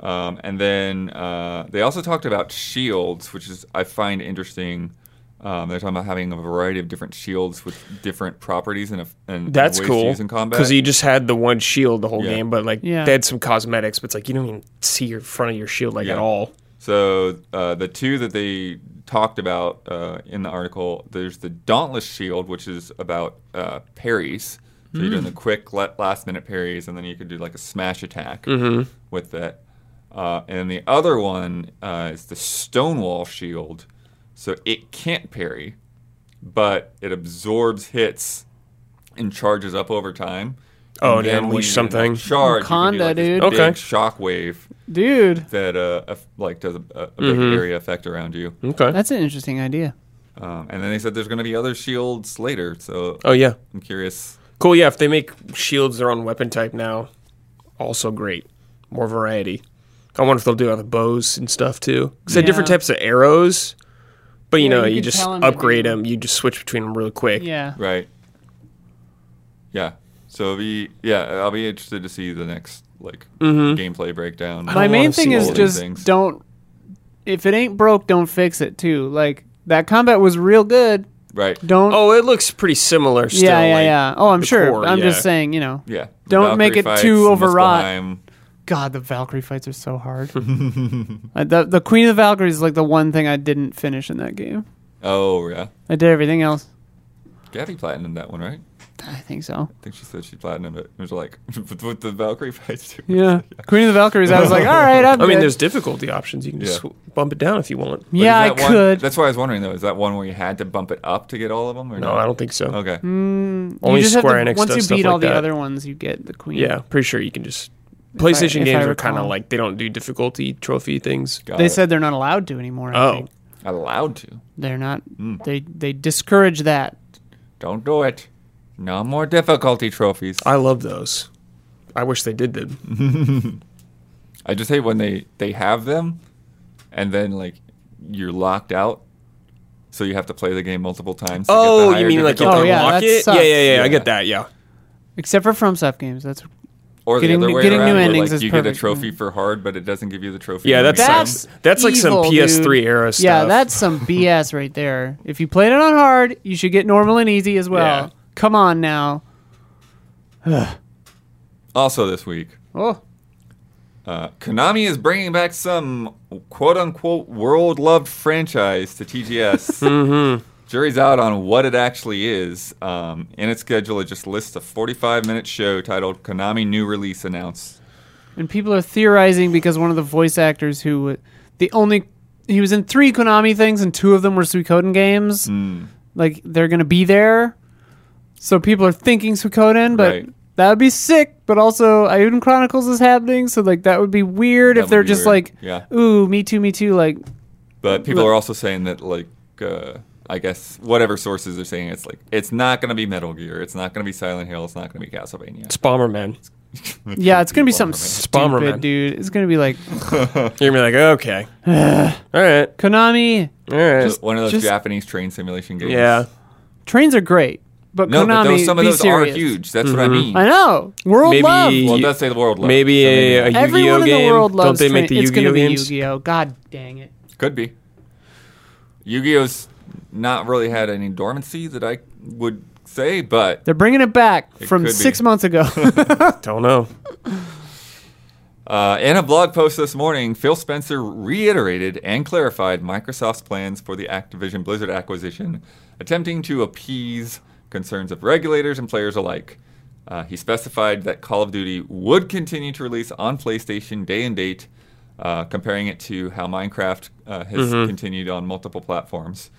Speaker 2: Um, and then uh, they also talked about shields, which is I find interesting. Um, they're talking about having a variety of different shields with different properties and, a, and
Speaker 3: That's
Speaker 2: ways to
Speaker 3: cool
Speaker 2: use in combat.
Speaker 3: because you just had the one shield the whole
Speaker 2: Yeah.
Speaker 3: game, but like
Speaker 1: Yeah.
Speaker 3: they had some cosmetics, but it's like you don't even see your front of your shield like at
Speaker 2: Yeah.
Speaker 3: all.
Speaker 2: So uh, the two that they talked about uh, in the article, there's the Dauntless Shield, which is about uh, parries. So
Speaker 3: Hmm.
Speaker 2: you're doing the quick la- last minute parries, and then you could do like a smash attack
Speaker 3: Mm-hmm.
Speaker 2: with that. Uh, and the other one uh, is the Stonewall Shield. So it can't parry, but it absorbs hits and charges up over time.
Speaker 3: Oh, and
Speaker 2: then
Speaker 3: unleash
Speaker 2: when you do another
Speaker 3: something.
Speaker 2: Charge,
Speaker 1: Wakanda,
Speaker 2: you can do like this
Speaker 1: dude.
Speaker 2: big
Speaker 3: Okay.
Speaker 2: shockwave
Speaker 1: Dude,
Speaker 2: that uh, aff- like does a, a a big
Speaker 1: Mm-hmm.
Speaker 2: area effect around you.
Speaker 3: Okay.
Speaker 1: that's an interesting idea.
Speaker 2: Um, and then they said there's going to be other shields later, so
Speaker 3: oh yeah,
Speaker 2: I'm curious.
Speaker 3: cool. Yeah, if they make shields their own weapon type now, also great. More variety. I wonder if they'll do other bows and stuff too. Because they have different
Speaker 1: Yeah.
Speaker 3: types of arrows, but you
Speaker 1: Yeah,
Speaker 3: know,
Speaker 1: you
Speaker 3: you,
Speaker 1: could
Speaker 3: just
Speaker 1: tell 'em to
Speaker 3: upgrade
Speaker 1: do-
Speaker 3: them. You just switch between them real quick.
Speaker 1: Yeah.
Speaker 2: Right. Yeah. So it'll be yeah, I'll be interested to see the next like
Speaker 1: Mm-hmm.
Speaker 2: gameplay breakdown.
Speaker 1: My
Speaker 3: don't
Speaker 1: main
Speaker 3: wanna
Speaker 1: thing
Speaker 3: see
Speaker 1: is
Speaker 2: all these
Speaker 1: just
Speaker 2: things.
Speaker 1: don't. If it ain't broke, don't fix it too. Like that combat was real good.
Speaker 2: right.
Speaker 1: Don't.
Speaker 3: Oh, it looks pretty similar. Still,
Speaker 1: yeah, yeah,
Speaker 3: like,
Speaker 1: yeah. Oh, I'm
Speaker 3: the
Speaker 1: sure.
Speaker 3: core,
Speaker 1: I'm
Speaker 3: yeah.
Speaker 1: just saying. You know.
Speaker 2: Yeah. The
Speaker 1: Don't make
Speaker 2: Valkyrie
Speaker 1: it too
Speaker 2: fights,
Speaker 1: overwrought.
Speaker 2: Muspelheim.
Speaker 1: God, the Valkyrie fights are so hard. Uh, the the Queen of the Valkyries is like the one thing I didn't finish in that game.
Speaker 2: Oh yeah.
Speaker 1: I did everything else.
Speaker 2: Gabby platinum that one, right?
Speaker 1: I think so.
Speaker 2: I think she said she platinumed it. It was like with the Valkyrie fights too.
Speaker 1: Yeah. Queen of the Valkyries. I was like, all right, I'm.
Speaker 3: I mean,
Speaker 1: good."
Speaker 3: there's difficulty options. You can just
Speaker 2: Yeah.
Speaker 3: sw- bump it down if you want.
Speaker 2: But is
Speaker 1: Yeah, I
Speaker 2: that one-
Speaker 1: could.
Speaker 2: That's why I was wondering though. Is that one where you had to bump it up to get all of them, or
Speaker 3: No, I don't think so.
Speaker 2: Okay.
Speaker 3: Only
Speaker 1: you just
Speaker 3: Square
Speaker 1: have to,
Speaker 3: Enix
Speaker 1: once
Speaker 3: does
Speaker 1: you
Speaker 3: stuff
Speaker 1: beat
Speaker 3: like
Speaker 1: all the
Speaker 3: that.
Speaker 1: other ones, you get the Queen.
Speaker 3: Yeah, pretty sure you can just. PlayStation
Speaker 1: if
Speaker 3: games
Speaker 1: I
Speaker 3: are kind of
Speaker 1: recall.
Speaker 3: like they don't do difficulty trophy things.
Speaker 2: Got
Speaker 1: They
Speaker 2: it.
Speaker 1: said they're not allowed to anymore. I
Speaker 3: Oh.
Speaker 1: think.
Speaker 2: allowed to.
Speaker 1: They're not.
Speaker 3: Hmm.
Speaker 1: They they discourage that.
Speaker 2: Don't do it. No more difficulty trophies.
Speaker 3: I love those. I wish they did them.
Speaker 2: I just hate when they they have them, and then like you're locked out, so you have to play the game multiple times. to get the
Speaker 3: Oh, you
Speaker 2: higher
Speaker 3: mean like you
Speaker 2: difficulty.
Speaker 1: Oh, yeah,
Speaker 3: unlock
Speaker 1: that
Speaker 3: it?
Speaker 1: sucks.
Speaker 3: Yeah, yeah, yeah, I
Speaker 2: Yeah.
Speaker 3: get that. Yeah.
Speaker 1: Except for FromSoft games. That's
Speaker 2: or
Speaker 1: Getting
Speaker 2: the
Speaker 1: new-
Speaker 2: other way
Speaker 1: getting new
Speaker 2: around, where,
Speaker 1: endings
Speaker 2: like,
Speaker 1: is
Speaker 2: you get
Speaker 1: perfect,
Speaker 2: a trophy for hard, but it doesn't give you the trophy.
Speaker 3: Yeah,
Speaker 2: for
Speaker 3: that
Speaker 2: main
Speaker 3: sucks.
Speaker 2: game.
Speaker 1: that's
Speaker 3: That's like some
Speaker 1: evil, dude.
Speaker 3: PS3 era stuff.
Speaker 1: Yeah, that's some BS right there. If you played it on hard, you should get normal and easy as well.
Speaker 3: Yeah.
Speaker 1: Come on now.
Speaker 2: Also, this week,
Speaker 1: Oh,
Speaker 2: uh, Konami is bringing back some quote unquote world loved franchise to TGS.
Speaker 1: Mm-hmm.
Speaker 2: Jury's out on what it actually is. Um, in its schedule, it just lists a 45 minute show titled Konami New Release Announced.
Speaker 1: and people are theorizing because one of the voice actors who w- the only he was in three Konami things and two of them were Suikoden games. Like they're gonna be there, so people are thinking Suikoden, but.
Speaker 2: Right.
Speaker 1: That would be sick, but also Iuden Chronicles is happening, so like that would be weird
Speaker 2: That
Speaker 1: if
Speaker 2: would
Speaker 1: they're
Speaker 2: be
Speaker 1: just
Speaker 2: weird.
Speaker 1: like,
Speaker 2: Yeah.
Speaker 1: "Ooh, me too, me too." Like
Speaker 2: But people are also saying that, like, uh, I guess whatever sources are saying, it's like, it's not going to be Metal Gear, it's not going to be Silent Hill, it's not going to be Castlevania.
Speaker 3: It's Bomberman.
Speaker 1: Yeah, it's gonna be something
Speaker 2: Bomberman.
Speaker 1: stupid,
Speaker 3: Bomberman.
Speaker 1: dude. It's gonna be like
Speaker 3: You're gonna be like, okay, all right,
Speaker 1: Konami
Speaker 3: all right.
Speaker 2: Just one of those
Speaker 1: just-
Speaker 2: Japanese train simulation games.
Speaker 3: yeah,
Speaker 1: trains are great, but
Speaker 2: No,
Speaker 1: Konami
Speaker 2: but those, some of
Speaker 1: be
Speaker 2: those
Speaker 1: serious. Mm-hmm.
Speaker 2: are huge. That's what I mean.
Speaker 1: I know. World
Speaker 3: Maybe-
Speaker 1: love.
Speaker 2: Well, it does say the world loved.
Speaker 3: maybe
Speaker 2: so
Speaker 3: a, a Yu-Gi-Oh
Speaker 1: Everyone in
Speaker 3: game.
Speaker 1: the world
Speaker 3: Don't
Speaker 1: loves.
Speaker 3: they make
Speaker 1: train-
Speaker 3: the
Speaker 1: it's
Speaker 3: Yu-Gi-Oh
Speaker 1: gonna be
Speaker 3: games?
Speaker 1: Yu-Gi-Oh. God dang it.
Speaker 2: Could be. Yu-Gi-Oh's not really had any dormancy that I would say, but
Speaker 1: They're bringing it back from
Speaker 2: could
Speaker 1: six
Speaker 2: be.
Speaker 1: months ago.
Speaker 3: Don't know.
Speaker 2: uh, in a blog post this morning, Phil Spencer reiterated and clarified Microsoft's plans for the Activision Blizzard acquisition, attempting to appease concerns of regulators and players alike. Uh, he specified that Call of Duty would continue to release on PlayStation day and date, uh, comparing it to how Minecraft uh, has continued on multiple platforms.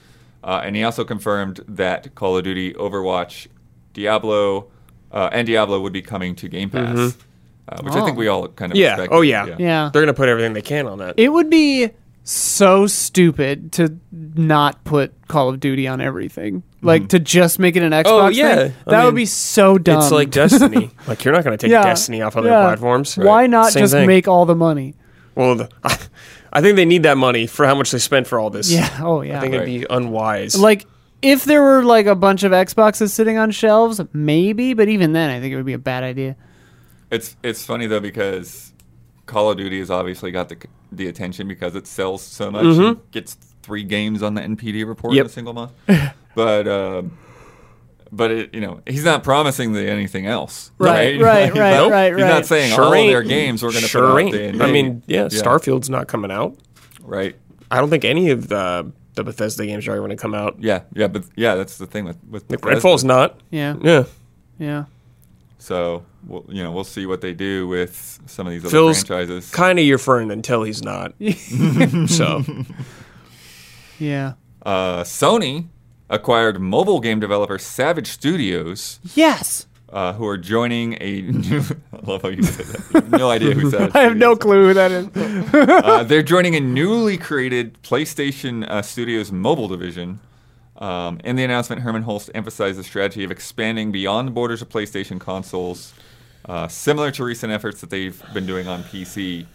Speaker 2: Uh, and he also confirmed that Call of Duty, Overwatch, Diablo, uh, and Diablo would be coming to Game Pass, uh, which I think
Speaker 1: Oh.
Speaker 2: we all kind of
Speaker 3: Yeah.
Speaker 2: expected.
Speaker 3: Oh, yeah.
Speaker 1: yeah,
Speaker 3: They're gonna put everything they can on that.
Speaker 1: it would be so stupid to not put Call of Duty on everything. Like to just make it an Xbox.
Speaker 3: Hmm. Oh, yeah.
Speaker 1: thing?
Speaker 3: I
Speaker 1: that would
Speaker 3: mean,
Speaker 1: be so dumb.
Speaker 3: It's like Destiny. like you're not gonna take
Speaker 1: Yeah.
Speaker 3: Destiny off other
Speaker 1: Yeah.
Speaker 3: platforms.
Speaker 1: Why not
Speaker 3: Same
Speaker 1: just
Speaker 3: thing.
Speaker 1: make all the money?
Speaker 3: Well, the, I think they need that money for how much they spent for all this.
Speaker 1: Yeah. Oh yeah.
Speaker 3: I think it'd be unwise.
Speaker 1: Like if there were like a bunch of Xboxes sitting on shelves, maybe, but even then I think it would be a bad idea.
Speaker 2: It's it's funny though because Call of Duty has obviously got the c- the attention because it sells so much, and gets three games on the NPD report
Speaker 3: Mm-hmm. Yep.
Speaker 2: in a single month. but um, but it, you know he's not promising the anything else.
Speaker 1: Right, right, right,
Speaker 2: Nope.
Speaker 1: right,
Speaker 2: He's not
Speaker 1: right.
Speaker 2: saying all
Speaker 3: ain't.
Speaker 2: their games we're going to
Speaker 3: sure
Speaker 2: put out
Speaker 3: ain't.
Speaker 2: day and
Speaker 3: I
Speaker 2: date.
Speaker 3: mean, yeah, Starfield's not coming out.
Speaker 2: Right.
Speaker 3: I don't think any of the the Bethesda games are going to come out.
Speaker 2: Yeah, yeah, but yeah, that's the thing with with
Speaker 3: Like
Speaker 2: Bethesda.
Speaker 3: Redfall's not.
Speaker 1: Yeah.
Speaker 3: Yeah.
Speaker 1: Yeah.
Speaker 2: So we'll, you know we'll see what they do with some of these other
Speaker 3: Phil's
Speaker 2: franchises.
Speaker 3: kind of your friend until he's not. so
Speaker 1: Yeah.
Speaker 2: Uh, Sony acquired mobile game developer Savage Studios.
Speaker 1: Yes.
Speaker 2: uh, who are joining a new. I love how you said that. You have no idea who said.
Speaker 1: I have no clue who that is.
Speaker 2: Uh, they're joining a newly created PlayStation uh, Studios mobile division. Um, in the announcement, Herman Holst emphasized the strategy of expanding beyond the borders of PlayStation consoles, uh, similar to recent efforts that they've been doing on PC.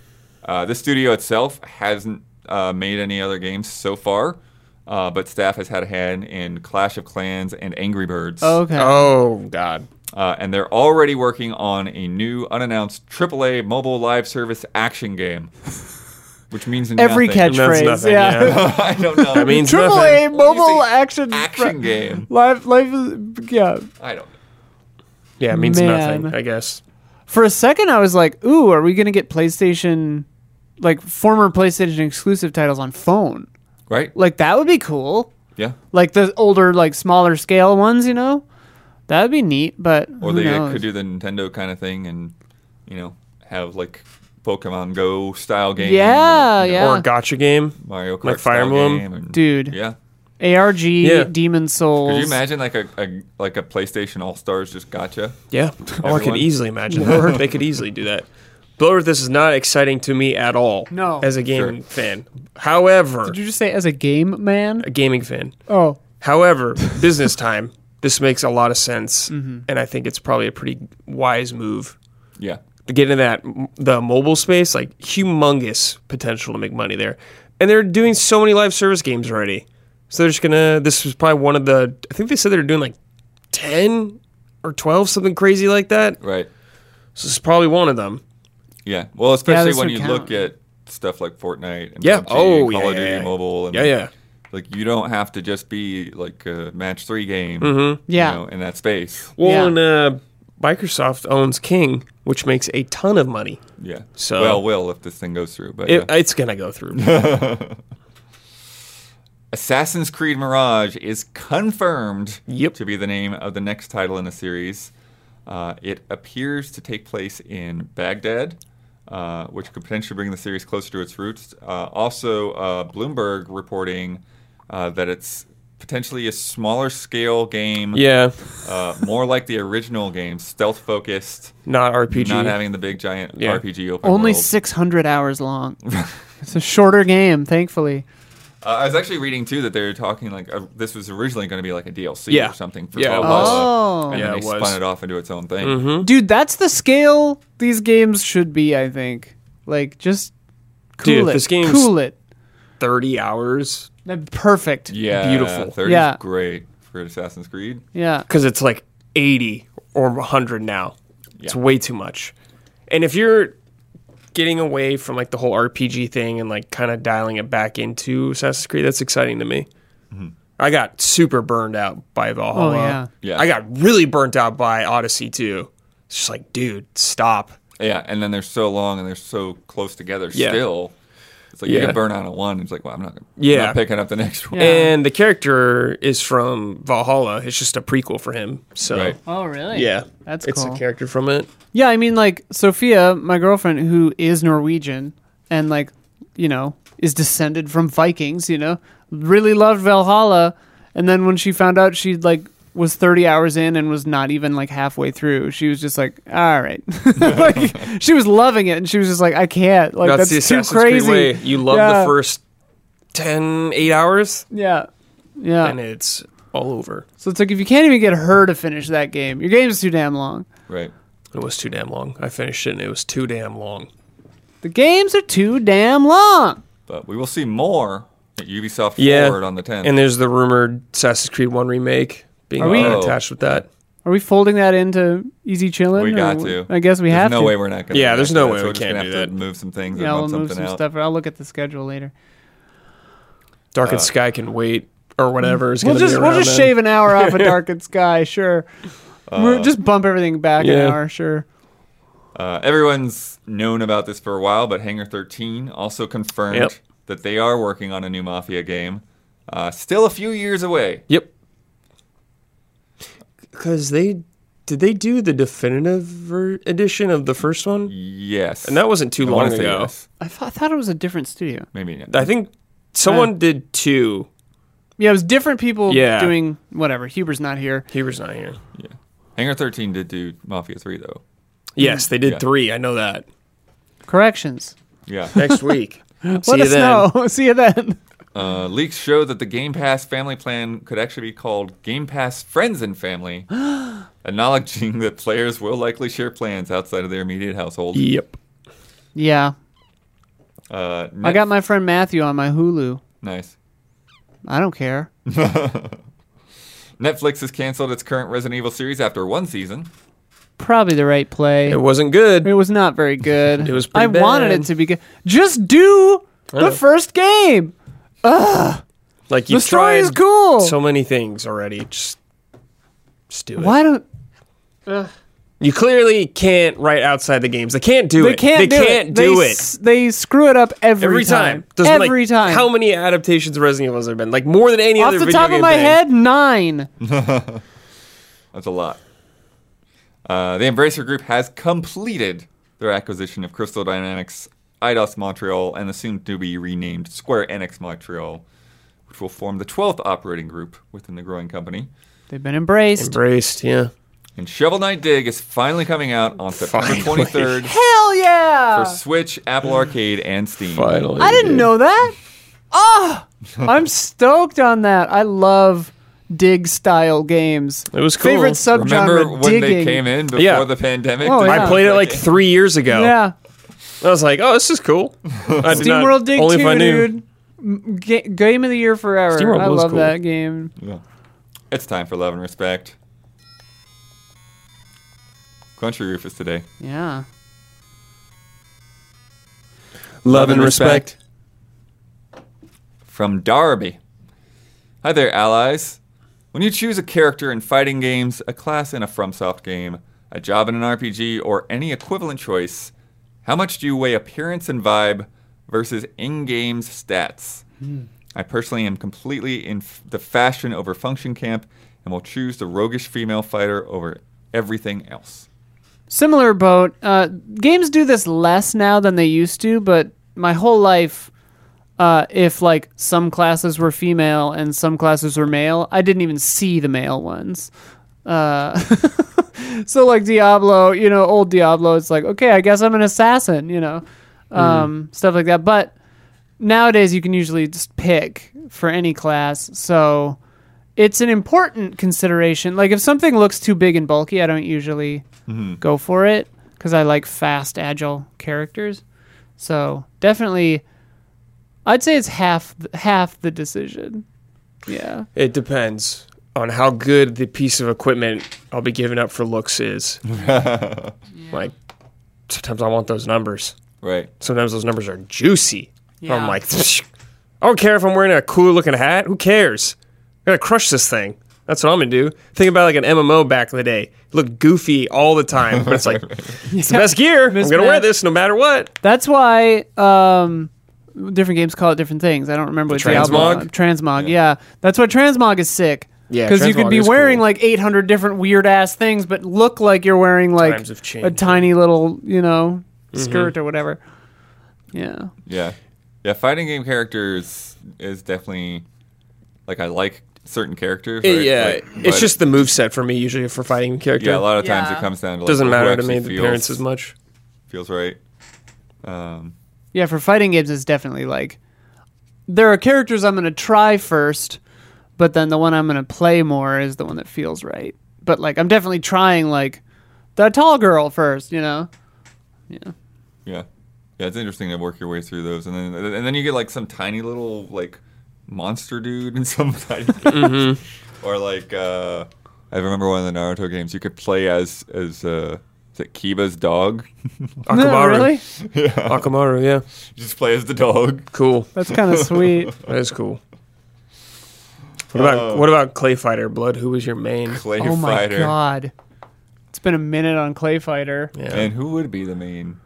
Speaker 2: Uh, the studio itself hasn't uh, made any other games so far, uh, but staff has had a hand in Clash of Clans and Angry Birds.
Speaker 1: Okay.
Speaker 3: oh god.
Speaker 2: Uh, and they're already working on a new unannounced AAA mobile live service action game, which means
Speaker 1: Every
Speaker 2: nothing.
Speaker 3: That's
Speaker 1: catchphrase.
Speaker 3: nothing,
Speaker 1: yeah.
Speaker 3: yeah.
Speaker 2: I don't know. I
Speaker 3: mean- means
Speaker 1: Triple A
Speaker 3: nothing.
Speaker 1: mobile
Speaker 2: What do you think?
Speaker 1: action
Speaker 2: action game.
Speaker 1: Life, life is yeah.
Speaker 2: I don't. know.
Speaker 3: Yeah, it means
Speaker 1: Man.
Speaker 3: nothing, I guess.
Speaker 1: For a second, I was like, "Ooh, are we gonna get PlayStation, like former PlayStation exclusive titles on phone?
Speaker 2: Right?
Speaker 1: Like that would be cool.
Speaker 2: Yeah.
Speaker 1: Like the older, like smaller scale ones, you know, that would be neat. But
Speaker 2: Or
Speaker 1: who
Speaker 2: they uh,
Speaker 1: knows?
Speaker 2: could do the Nintendo kind of thing and, you know, have like Pokemon Go style game.
Speaker 1: Yeah,
Speaker 2: and, you know,
Speaker 1: yeah.
Speaker 3: Or a gotcha game.
Speaker 2: Mario Kart
Speaker 3: Like Fire
Speaker 2: style
Speaker 3: Emblem.
Speaker 2: game and-
Speaker 1: dude.
Speaker 2: Yeah.
Speaker 1: ARG,
Speaker 3: Yeah.
Speaker 1: Demon Souls.
Speaker 2: Could you imagine like a, a like a PlayStation All Stars just gotcha?
Speaker 3: Yeah. Oh, I could
Speaker 2: Everyone?
Speaker 3: easily imagine. Blow Earth, they could easily do that. Blow Earth, this is not exciting to me at all.
Speaker 1: No.
Speaker 3: As a gaming
Speaker 2: Sure.
Speaker 3: fan. However,
Speaker 1: Did you just say as a game man?
Speaker 3: a gaming fan.
Speaker 1: Oh,
Speaker 3: However, business time, this makes a lot of sense.
Speaker 1: Mm-hmm.
Speaker 3: And I think it's probably a pretty wise move
Speaker 2: Yeah.
Speaker 3: to get into that the mobile space, like humongous potential to make money there. And they're doing so many live service games already. So they're just gonna this was probably one of the I think they said they were doing like ten or twelve, something crazy like that.
Speaker 2: Right.
Speaker 3: So this is probably one of them.
Speaker 2: Yeah. Well, especially
Speaker 1: this
Speaker 2: when
Speaker 1: would
Speaker 2: you
Speaker 1: count.
Speaker 2: look at stuff like Fortnite and
Speaker 3: Yeah.
Speaker 2: PUBG
Speaker 3: Oh,
Speaker 2: and Call
Speaker 3: yeah,
Speaker 2: of Duty
Speaker 3: yeah, yeah.
Speaker 2: Mobile and
Speaker 3: Yeah, yeah.
Speaker 2: Like you don't have to just be like a match three game,
Speaker 3: Mm-hmm.
Speaker 1: Yeah.
Speaker 2: you know, in that space.
Speaker 3: Well
Speaker 1: Yeah.
Speaker 3: and uh Microsoft owns King, which makes a ton of money.
Speaker 2: Yeah.
Speaker 3: So-
Speaker 2: well, will if this thing goes through, but
Speaker 3: It,
Speaker 2: yeah.
Speaker 3: It's gonna go through.
Speaker 2: Assassin's Creed Mirage is confirmed
Speaker 3: Yep.
Speaker 2: to be the name of the next title in the series. Uh, it appears to take place in Baghdad, uh, which could potentially bring the series closer to its roots. Uh, also, uh, Bloomberg reporting uh, that it's potentially a smaller scale game,
Speaker 3: yeah.
Speaker 2: uh, more like the original game, stealth focused,
Speaker 3: Not RPG.
Speaker 2: not having the big giant
Speaker 3: Yeah.
Speaker 2: RPG open
Speaker 1: only
Speaker 2: world.
Speaker 1: 600 hours long. it's a shorter game, thankfully.
Speaker 2: Uh, I was actually reading too that they were talking like uh, this was originally going to be like a DLC
Speaker 3: Yeah.
Speaker 2: or something for
Speaker 3: Yeah, it
Speaker 2: Valhalla,
Speaker 1: was. Oh.
Speaker 2: and
Speaker 3: Yeah,
Speaker 2: then
Speaker 3: it
Speaker 2: they
Speaker 3: was. Mm-hmm.
Speaker 2: spun it off into its own thing.
Speaker 3: Hmm?
Speaker 1: Dude, that's the scale these games should be, I think. Like, just cool
Speaker 3: Dude, if
Speaker 1: it.
Speaker 3: this game's-
Speaker 1: cool it.
Speaker 3: Thirty hours.
Speaker 1: That'd be Perfect.
Speaker 2: Yeah,
Speaker 3: Beautiful.
Speaker 2: Thirty
Speaker 1: Yeah.
Speaker 2: is great for Assassin's Creed.
Speaker 1: Yeah.
Speaker 3: because it's like 80 or 100 now. It's
Speaker 2: Yeah.
Speaker 3: way too much. And if you're getting away from like the whole RPG thing and like kind of dialing it back into Assassin's Creed, that's exciting to me.
Speaker 2: Mm-hmm.
Speaker 3: I got super burned out by Valhalla.
Speaker 1: Oh, yeah.
Speaker 2: Yeah.
Speaker 3: I got really burnt out by Odyssey too. It's just like, dude, stop.
Speaker 2: Yeah, and then they're so long and they're so close together
Speaker 3: Yeah.
Speaker 2: still. It's like
Speaker 3: Yeah.
Speaker 2: you can burn out on one. It's like, well, I'm not. I'm
Speaker 3: Yeah.
Speaker 2: not picking up the next one.
Speaker 1: Yeah.
Speaker 3: And the character is from Valhalla. It's just a prequel for him. So,
Speaker 2: Right.
Speaker 1: Oh, really?
Speaker 3: yeah.
Speaker 1: That's
Speaker 3: it's
Speaker 1: cool.
Speaker 3: a character from it.
Speaker 1: Yeah, I mean, like, Sophia, my girlfriend, who is Norwegian and, like, you know, is descended from Vikings, you know, really loved Valhalla. And then when she found out she, like, was 30 hours in and was not even, like, halfway through, she was just like, all right. like, she was loving it. And she was just like, I can't. Like, that's,
Speaker 3: That's, the
Speaker 1: too
Speaker 3: Assassin's
Speaker 1: crazy.
Speaker 3: Creed way. You love
Speaker 1: Yeah.
Speaker 3: the first 10, 8 hours,
Speaker 1: Yeah. Yeah.
Speaker 3: and it's all over.
Speaker 1: So it's like if you can't even get her to finish that game, your game's too damn long.
Speaker 2: Right.
Speaker 3: It was too damn long. I finished it, and it was too damn long.
Speaker 1: The games are too damn long.
Speaker 2: But we will see more at Ubisoft
Speaker 3: Yeah.
Speaker 2: Forward on the 10th.
Speaker 3: And there's the rumored Assassin's Creed 1 remake being
Speaker 1: Are we-
Speaker 3: kinda attached with that.
Speaker 1: Are we folding that into easy chillin'?
Speaker 2: we
Speaker 1: or
Speaker 2: got
Speaker 1: we-
Speaker 2: to.
Speaker 1: I guess we
Speaker 2: there's
Speaker 1: have
Speaker 2: no
Speaker 1: to.
Speaker 2: way we're not going.
Speaker 3: Yeah, there's no way we
Speaker 2: we're just
Speaker 3: can't
Speaker 2: gonna
Speaker 3: do
Speaker 2: have
Speaker 3: that.
Speaker 2: to move some things.
Speaker 1: yeah,
Speaker 2: and
Speaker 1: we'll
Speaker 2: bump
Speaker 1: move some
Speaker 2: something out.
Speaker 1: stuff. I'll look at the schedule later.
Speaker 3: Dark and Sky can wait, or whatever is
Speaker 1: We'll
Speaker 3: going to
Speaker 1: just
Speaker 3: be
Speaker 1: we'll
Speaker 3: around
Speaker 1: just
Speaker 3: then.
Speaker 1: shave an hour off of Darkened Sky, sure. We're- just bump everything back
Speaker 3: yeah.
Speaker 1: an hour, sure.
Speaker 2: Uh, everyone's known about this for a while, but Hangar 13 also confirmed
Speaker 3: Yep.
Speaker 2: that they are working on a new Mafia game. Uh, still a few years away.
Speaker 3: Yep. Because they... Did they do the definitive ver- edition of the first one?
Speaker 2: Yes.
Speaker 3: And that wasn't too
Speaker 2: I
Speaker 3: long
Speaker 2: wanna say
Speaker 3: ago.
Speaker 2: yes.
Speaker 1: I, thought I thought it was a different studio.
Speaker 2: Maybe not.
Speaker 3: I think someone did two.
Speaker 1: Yeah, it was different people
Speaker 3: Yeah.
Speaker 1: doing whatever. Huber's not here.
Speaker 3: Huber's not here.
Speaker 2: yeah. Hangar 13 did do Mafia 3, though.
Speaker 3: Yes, they did
Speaker 2: Yeah.
Speaker 3: three. I know that.
Speaker 1: Corrections.
Speaker 2: Yeah.
Speaker 3: Next week.
Speaker 1: Let us know. See you then.
Speaker 2: uh, leaks show that the Game Pass family plan could actually be called Game Pass Friends and Family, acknowledging that players will likely share plans outside of their immediate household.
Speaker 3: Yep.
Speaker 1: Yeah.
Speaker 2: Uh, Net-
Speaker 1: I got my friend Matthew on my Hulu.
Speaker 2: Nice.
Speaker 1: I don't care.
Speaker 2: Netflix has canceled its current Resident Evil series after one season.
Speaker 1: Probably the right play.
Speaker 3: It wasn't good.
Speaker 1: It was not very good.
Speaker 3: It was
Speaker 1: I
Speaker 3: pretty bad.
Speaker 1: wanted it to be good. Just do the first game.
Speaker 3: Like you
Speaker 1: the story
Speaker 3: tried
Speaker 1: is cool.
Speaker 3: so many things already. Just, just do it.
Speaker 1: Why don't
Speaker 3: You clearly can't write outside the games. They can't do
Speaker 1: they
Speaker 3: it.
Speaker 1: can't
Speaker 3: they
Speaker 1: do
Speaker 3: can't
Speaker 1: it?
Speaker 3: do
Speaker 1: they,
Speaker 3: it.
Speaker 1: s- they screw it up every,
Speaker 3: Every time. There's, like,
Speaker 1: Every time.
Speaker 3: How many adaptations of Resident Evil has there been? Like more than any
Speaker 1: Off
Speaker 3: other
Speaker 1: the
Speaker 3: video
Speaker 1: top of
Speaker 3: game
Speaker 1: my
Speaker 3: thing.
Speaker 1: head, nine.
Speaker 2: That's a lot. Uh, the Embracer Group has completed their acquisition of Crystal Dynamics, IDOS Montreal, and the soon to be renamed Square Enix Montreal, which will form the 12th operating group within the growing company.
Speaker 1: They've been embraced.
Speaker 3: Embraced, yeah.
Speaker 2: And Shovel Knight Dig is finally coming out on September
Speaker 3: Finally.
Speaker 2: 23rd
Speaker 1: Hell yeah!
Speaker 2: for Switch, Apple Arcade, and Steam.
Speaker 3: Finally.
Speaker 1: I didn't know that. Oh, I'm stoked on that. I love dig style games.
Speaker 3: It was cool.
Speaker 1: Favorite subgenre
Speaker 2: Remember when
Speaker 1: digging.
Speaker 2: they came in before
Speaker 3: Yeah.
Speaker 2: the pandemic?
Speaker 1: Oh,
Speaker 2: Did
Speaker 1: yeah.
Speaker 2: you
Speaker 3: I played it
Speaker 2: play
Speaker 3: like three years ago.
Speaker 1: Yeah,
Speaker 3: I was like, oh, this is cool. I did
Speaker 1: Steam
Speaker 3: not-
Speaker 1: World Dig
Speaker 3: only if
Speaker 1: 2,
Speaker 3: I knew.
Speaker 1: dude. M- ga- game of the year forever.
Speaker 3: SteamWorld
Speaker 1: I
Speaker 3: was
Speaker 1: love
Speaker 3: cool.
Speaker 1: that game.
Speaker 2: Yeah. It's time for love and respect. Country Rufus today.
Speaker 1: Yeah.
Speaker 3: Love and respect.
Speaker 2: From Darby. Hi there, allies. When you choose a character in fighting games, a class in a FromSoft game, a job in an RPG, or any equivalent choice, how much do you weigh appearance and vibe versus in game stats? I personally am completely in f- the fashion over function camp and will choose the roguish female fighter over everything else.
Speaker 1: Similar boat. Uh, games do this less now than they used to, but my whole life, uh, if like some classes were female and some classes were male, I didn't even see the male ones. Uh, so like Diablo, you know, old Diablo, it's like okay, I guess I'm an assassin, you know, um, stuff like that. But nowadays, you can usually just pick for any class, so it's an important consideration. Like if something looks too big and bulky, I don't usually go for it because I like fast, agile characters. So definitely, I'd say it's half half the decision. Yeah,
Speaker 3: It depends on how good the piece of equipment I'll be giving up for looks is. Like, sometimes I want those numbers.
Speaker 2: Right.
Speaker 3: Sometimes those numbers are juicy.
Speaker 1: Yeah.
Speaker 3: I'm like, I don't care if I'm wearing a cooler looking hat. Who cares? I'm gonna crush this thing. That's what I'm gonna do. Think about like an MMO back in the day. It looked goofy all the time, but it's like it's the best gear. I'm gonna wear
Speaker 1: Mismatch.
Speaker 3: this no matter what.
Speaker 1: that's why um, different games call it different things. I don't remember what Diablo-
Speaker 3: transmog?
Speaker 1: transmog, yeah. that's why transmog is sick.
Speaker 3: Yeah,
Speaker 1: because you could
Speaker 3: transmog
Speaker 1: be
Speaker 3: is
Speaker 1: wearing
Speaker 3: cool.
Speaker 1: like 800 different weird ass things, but look like you're wearing like
Speaker 3: Times have
Speaker 1: a
Speaker 3: changed.
Speaker 1: tiny little you know
Speaker 3: Mm-hmm.
Speaker 1: skirt or whatever. Yeah.
Speaker 2: Yeah. Yeah, fighting game characters is definitely like I like certain characters. right?
Speaker 3: yeah,
Speaker 2: Like,
Speaker 3: it's
Speaker 2: but,
Speaker 3: just the move set for me usually for fighting character.
Speaker 2: yeah. A lot of times
Speaker 1: Yeah.
Speaker 2: it comes down to like,
Speaker 3: Doesn't
Speaker 2: who
Speaker 3: matter to
Speaker 2: actually
Speaker 3: me the
Speaker 2: feels,
Speaker 3: appearance as much.
Speaker 2: Feels right. Um,
Speaker 1: Yeah, for fighting games, it's definitely like there are characters I'm going to try first, but then the one I'm going to play more is the one that feels right. But like, I'm definitely trying like the tall girl first, you know?
Speaker 2: yeah, yeah. It's interesting to work your way through those, and then and then you get like some tiny little like monster dude and some fighting games.
Speaker 3: Mm-hmm.
Speaker 2: or like uh, I remember one of the Naruto games you could play as as uh, is it Kiba's dog.
Speaker 3: Akamaru.
Speaker 1: really?
Speaker 3: Akamaru, yeah.
Speaker 2: just play as the dog.
Speaker 3: Cool.
Speaker 1: That's kind of sweet.
Speaker 3: That is cool. What about what about Clay Fighter Blood? Who was your main?
Speaker 2: Oh. Clay
Speaker 1: oh my
Speaker 2: fighter.
Speaker 1: god. It's been a minute on Clay Fighter.
Speaker 3: Yeah.
Speaker 2: And who would be the main?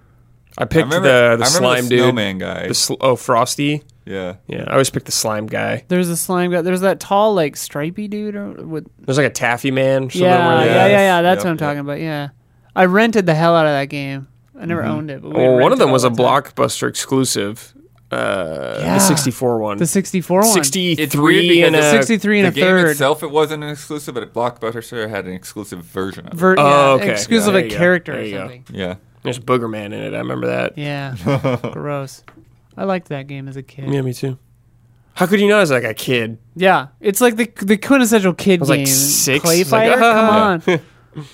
Speaker 3: I picked
Speaker 2: I remember
Speaker 3: the the
Speaker 2: I remember
Speaker 3: slime
Speaker 2: the
Speaker 3: dude.
Speaker 2: snowman guy.
Speaker 3: The sl- oh, Frosty.
Speaker 2: yeah.
Speaker 3: Yeah, I always pick the slime guy.
Speaker 1: There's a slime guy. There's that tall, like, stripey dude. Or, with,
Speaker 3: There's like a taffy man. or something
Speaker 1: yeah,
Speaker 3: where they-
Speaker 1: yeah, yeah,
Speaker 2: Yes.
Speaker 1: yeah. That's
Speaker 2: Yep,
Speaker 1: what I'm
Speaker 2: yep.
Speaker 1: talking about. Yeah. I rented the hell out of that game. I never
Speaker 3: Mm-hmm.
Speaker 1: owned it. But we
Speaker 3: Well, Oh, one of
Speaker 1: rented
Speaker 3: them
Speaker 1: all
Speaker 3: was
Speaker 1: the
Speaker 3: a
Speaker 1: time.
Speaker 3: blockbuster exclusive. Uh,
Speaker 1: Yeah.
Speaker 3: The 64 one.
Speaker 1: The 64 one.
Speaker 3: 63
Speaker 2: It's weird because
Speaker 3: and a,
Speaker 2: the
Speaker 3: 60,
Speaker 1: 63 and
Speaker 2: the
Speaker 1: a
Speaker 2: game
Speaker 1: third.
Speaker 2: itself, it wasn't an exclusive, but Blockbuster had an exclusive version of it.
Speaker 1: Ver-
Speaker 3: Oh,
Speaker 1: yeah,
Speaker 3: okay.
Speaker 1: Exclusive
Speaker 3: Yeah,
Speaker 1: a
Speaker 3: there you go.
Speaker 1: character
Speaker 3: There
Speaker 1: or
Speaker 3: you go.
Speaker 1: something.
Speaker 2: yeah,
Speaker 3: there's Booger Man in it. I remember that. Yeah,
Speaker 1: Yeah. Gross. I liked that game as a kid. Yeah.
Speaker 3: me too. How could you know as like a kid?
Speaker 1: It's like the the quintessential kid
Speaker 3: I was
Speaker 1: game.
Speaker 3: like six.
Speaker 1: Clay
Speaker 3: I was like,
Speaker 1: Fighter?
Speaker 3: ah.
Speaker 1: Come on.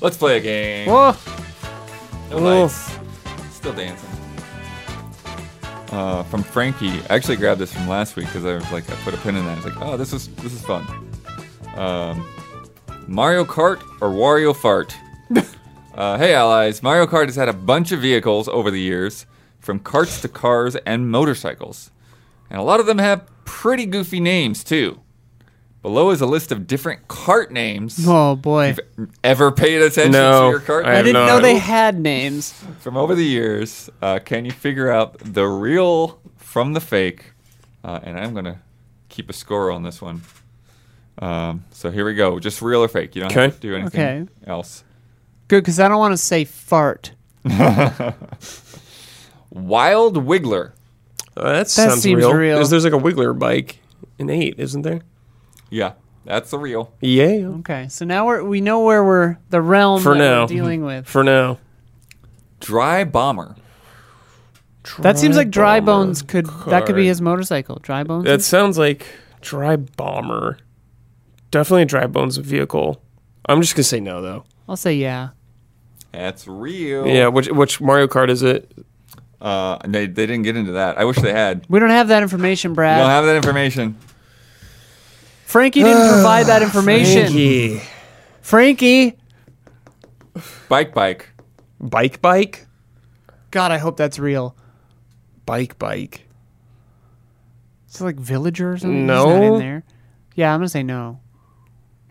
Speaker 2: let's play a game.
Speaker 1: Whoa.
Speaker 2: No lights. Still dancing. Uh, from Frankie, I actually grabbed this from last week because I was like, I put a pin in that. I was like, oh, this is this is fun. Mario Kart or Wario Fart? uh, hey, allies. Mario Kart has had a bunch of vehicles over the years, from carts to cars and motorcycles. And a lot of them have pretty goofy names, too. Below is a list of different cart names.
Speaker 1: Oh boy.
Speaker 2: Ever paid attention to
Speaker 3: No,
Speaker 2: your cart
Speaker 3: I
Speaker 1: I,
Speaker 2: names?
Speaker 3: have
Speaker 1: didn't
Speaker 3: no
Speaker 1: know they
Speaker 3: idea.
Speaker 1: had names.
Speaker 2: From over the years, uh, can you figure out the real from the fake? Uh, and I'm going to keep a score on this one. Um, so here we go. Just real or fake. You don't have
Speaker 3: Okay.
Speaker 2: to do anything
Speaker 1: Okay.
Speaker 2: else.
Speaker 1: Good, because I don't want to say fart.
Speaker 2: Wild Wiggler.
Speaker 3: Uh, that sounds
Speaker 1: seems
Speaker 3: real.
Speaker 1: real.
Speaker 3: 'Cause There's like a Wiggler bike in eight, isn't there?
Speaker 2: Yeah, that's the real.
Speaker 3: Yeah.
Speaker 1: Okay, so now we're, we know where we're the realm
Speaker 3: For
Speaker 1: that
Speaker 3: now.
Speaker 1: we're dealing with.
Speaker 3: For now.
Speaker 2: Dry Bomber.
Speaker 1: That seems like Dry
Speaker 3: bomber
Speaker 1: Bones could that could be
Speaker 3: card.
Speaker 1: his motorcycle. Dry Bones.
Speaker 3: That sounds like dry bomber. Definitely a dry bones vehicle. I'm just gonna say no though.
Speaker 1: I'll say yeah.
Speaker 2: That's real.
Speaker 3: Yeah, which which Mario Kart is it?
Speaker 2: Uh, they, they didn't get into that. I wish they had.
Speaker 1: We don't have that information,
Speaker 2: We
Speaker 1: Brad.
Speaker 2: don't have that information.
Speaker 1: Frankie didn't provide that information.
Speaker 3: Frankie.
Speaker 1: Frankie.
Speaker 2: Bike Bike.
Speaker 3: Bike bike?
Speaker 1: God, I hope that's real.
Speaker 3: Bike bike.
Speaker 1: It's like villager or something.
Speaker 3: No.
Speaker 1: He's not in there. Yeah, I'm gonna say no.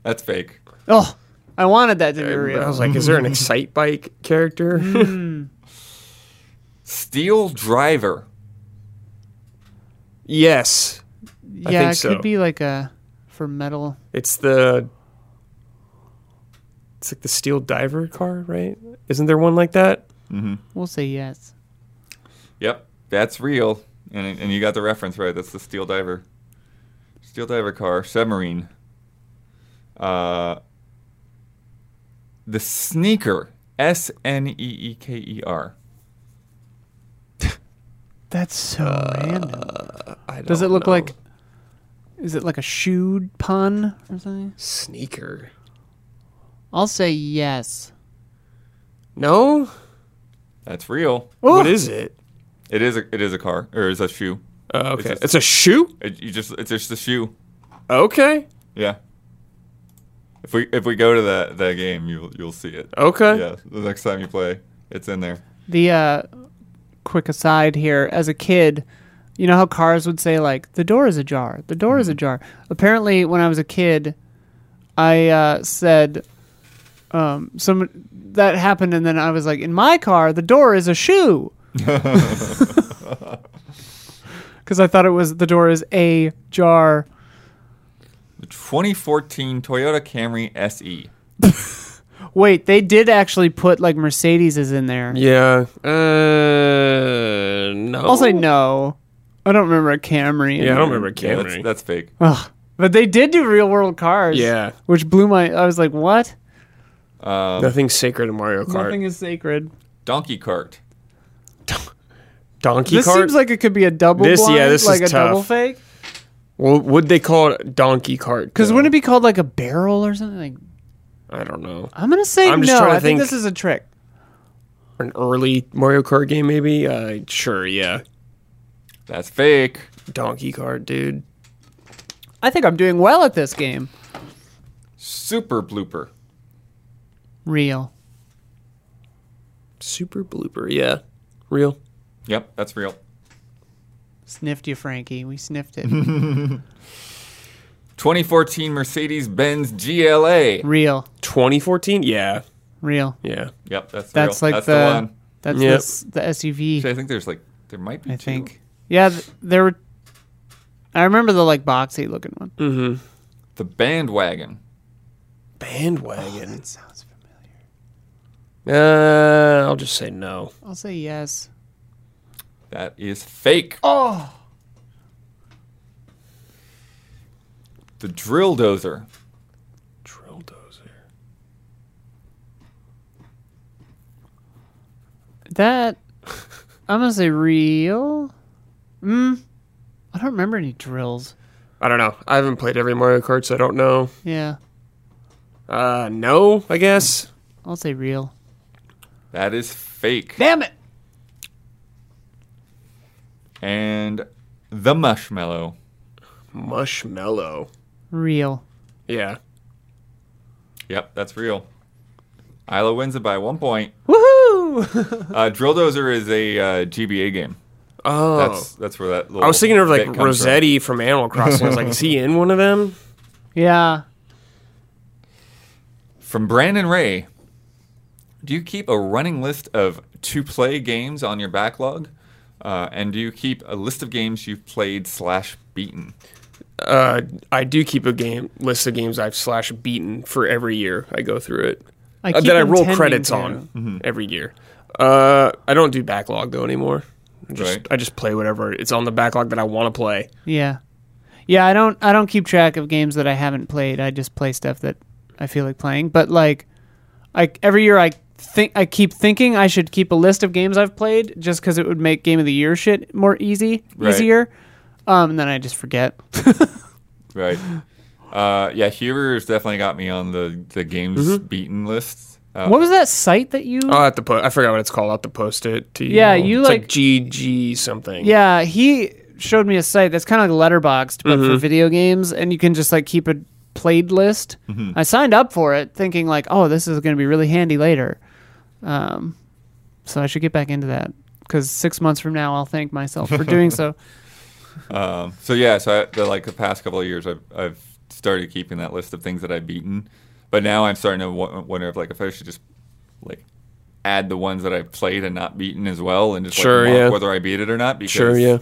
Speaker 2: That's fake.
Speaker 1: Oh, I wanted that to be
Speaker 3: I
Speaker 1: real.
Speaker 3: was like, is there an Excite Bike
Speaker 1: Mm.
Speaker 3: character?
Speaker 2: Steel Driver.
Speaker 3: yes. I
Speaker 1: yeah,
Speaker 3: think
Speaker 1: it
Speaker 3: so.
Speaker 1: could be like a for metal.
Speaker 3: It's the It's like the steel diver car, right? Isn't there one like that?
Speaker 1: We'll say yes.
Speaker 2: Yep, that's real. And, and you got the reference right. That's the Steel Diver. Steel Diver car, submarine. Uh, the Sneaker. S N E E K E R.
Speaker 1: That's so random.
Speaker 3: Uh, I
Speaker 1: Does it
Speaker 3: don't
Speaker 1: look
Speaker 3: know.
Speaker 1: like? Is it like a shoe pun or something?
Speaker 3: sneaker?
Speaker 1: I'll say yes.
Speaker 3: No?
Speaker 2: That's real.
Speaker 3: What is it?
Speaker 2: It is a it is a car or is a shoe.
Speaker 3: Uh, okay.
Speaker 2: It's
Speaker 3: It's
Speaker 2: a-
Speaker 3: a, shoe?
Speaker 2: It, you just it's just a shoe.
Speaker 3: Okay.
Speaker 2: Yeah. If we if we go to that that game, you'll you'll see it.
Speaker 3: Okay.
Speaker 2: Yeah, the next time you play, it's in there.
Speaker 1: The uh, quick aside here, as a kid, you know how cars would say like the door is ajar, the door is ajar. Apparently, when I was a kid, I uh, said um, some that happened, and then I was like, in my car, the door is a shoe, because I thought it was the door is a jar.
Speaker 2: The 2014 Toyota Camry E. SE.
Speaker 1: Wait, they did actually put like Mercedes's in there.
Speaker 3: Yeah. Uh, no.
Speaker 1: I'll say no. I don't remember a Camry. in
Speaker 3: Yeah, I don't
Speaker 1: there.
Speaker 3: remember
Speaker 2: Yeah,
Speaker 3: Camry.
Speaker 2: that's, that's fake.
Speaker 1: Ugh. But they did do real world cars.
Speaker 3: Yeah.
Speaker 1: Which blew my I was like, what?
Speaker 2: Um,
Speaker 3: Nothing's sacred in Mario Kart.
Speaker 1: Nothing is sacred.
Speaker 2: Donkey cart.
Speaker 3: Donkey
Speaker 1: This
Speaker 3: cart?
Speaker 1: seems like it could be a double
Speaker 3: This- yeah,
Speaker 1: blind,
Speaker 3: this is
Speaker 1: like a
Speaker 3: tough.
Speaker 1: double fake.
Speaker 3: well, would they call it Donkey Cart?
Speaker 1: Because
Speaker 3: though?
Speaker 1: wouldn't it be called like a barrel or something? Like
Speaker 3: I don't know.
Speaker 1: I'm gonna say
Speaker 3: I'm
Speaker 1: no.
Speaker 3: just trying to
Speaker 1: I think
Speaker 3: think.
Speaker 1: this is a trick.
Speaker 3: An early Mario Kart game, maybe? Uh, sure, yeah.
Speaker 2: That's fake.
Speaker 3: Donkey Kart, dude.
Speaker 1: I think I'm doing well at this game.
Speaker 2: Super blooper.
Speaker 1: Real.
Speaker 3: Super blooper, yeah. Real.
Speaker 2: Yep, that's real.
Speaker 1: Sniffed you, Frankie. We sniffed it.
Speaker 2: 2014 Mercedes Benz GLA.
Speaker 1: real.
Speaker 3: 2014? Yeah.
Speaker 1: Real.
Speaker 3: Yeah.
Speaker 2: Yep, that's
Speaker 1: That's
Speaker 2: real.
Speaker 1: like
Speaker 2: that's
Speaker 1: the,
Speaker 2: one.
Speaker 1: that's
Speaker 3: Yep.
Speaker 1: this- the SUV.
Speaker 2: Actually, I think there's like there might be.
Speaker 1: I
Speaker 2: two.
Speaker 1: think. Yeah, th- there were. I remember the like boxy looking one.
Speaker 3: Mm.
Speaker 2: the bandwagon.
Speaker 3: Bandwagon.
Speaker 1: That sounds familiar.
Speaker 3: Uh, I'll just say no.
Speaker 1: I'll say yes.
Speaker 2: That is fake.
Speaker 1: Oh.
Speaker 2: The drill dozer.
Speaker 3: Drill dozer.
Speaker 1: That I'm gonna say real. Mm. I don't remember any drills.
Speaker 3: I don't know. I haven't played every Mario Kart, so I don't know.
Speaker 1: Yeah,
Speaker 3: Uh, no, I guess.
Speaker 1: I'll say real.
Speaker 2: That is fake.
Speaker 1: Damn it!
Speaker 2: and the marshmallow.
Speaker 3: Mushmallow.
Speaker 1: Real.
Speaker 3: Yeah.
Speaker 2: Yep, that's real. Isla wins it by one point.
Speaker 1: Woohoo!
Speaker 2: Uh, Drill Dozer is a uh, GBA game.
Speaker 3: Oh,
Speaker 2: That's that's where that. Little
Speaker 3: I was thinking of
Speaker 2: bit
Speaker 3: like
Speaker 2: comes from.
Speaker 3: Rossetti from Animal Crossing. I was like, is he in one of them?
Speaker 1: yeah.
Speaker 2: From Brandon Ray, do you keep a running list of to play games on your backlog? Uh, and do you keep a list of games you've played slash beaten?
Speaker 3: Uh, I do keep a game list of games I've slash beaten for every year. I go through it
Speaker 1: I
Speaker 3: uh,
Speaker 1: keep
Speaker 3: that I roll
Speaker 1: intending
Speaker 3: credits
Speaker 1: to.
Speaker 3: on
Speaker 1: Mm-hmm.
Speaker 3: every year. Uh, I don't do backlog though anymore. I just
Speaker 2: Right.
Speaker 3: I just play whatever it's on the backlog that I want to play.
Speaker 1: Yeah. Yeah, I don't I don't keep track of games that I haven't played. I just play stuff that I feel like playing. But like I every year I think I keep thinking I should keep a list of games I've played just cuz it would make game of the year shit more easy,
Speaker 2: Right.
Speaker 1: easier. Um and then I just forget.
Speaker 2: Right. Uh, yeah, Huber's definitely got me on the the games
Speaker 3: Mm-hmm.
Speaker 2: beaten list. Uh,
Speaker 1: what was that site that you
Speaker 3: I'll have to put. I forgot what it's called. I'll have to post it to you.
Speaker 1: Yeah, you,
Speaker 3: It's
Speaker 1: like-
Speaker 3: GG something.
Speaker 1: Yeah, he showed me a site that's kind of like letterboxed, but
Speaker 2: Mm-hmm.
Speaker 1: for video games, and you can just like keep a played list.
Speaker 2: Mm-hmm.
Speaker 1: I signed up for it thinking like, oh, this is going to be really handy later. Um, so I should get back into that because six months from now, I'll thank myself for doing so.
Speaker 2: Um, so yeah, so I, the, like the past couple of years, I've I've started keeping that list of things that I've beaten, but now I'm starting to w- wonder if like if I should just like add the ones that I've played and not beaten as well, and just
Speaker 3: Sure,
Speaker 2: like, mark
Speaker 3: yeah.
Speaker 2: whether I beat it or not. Because
Speaker 3: Sure. Yeah.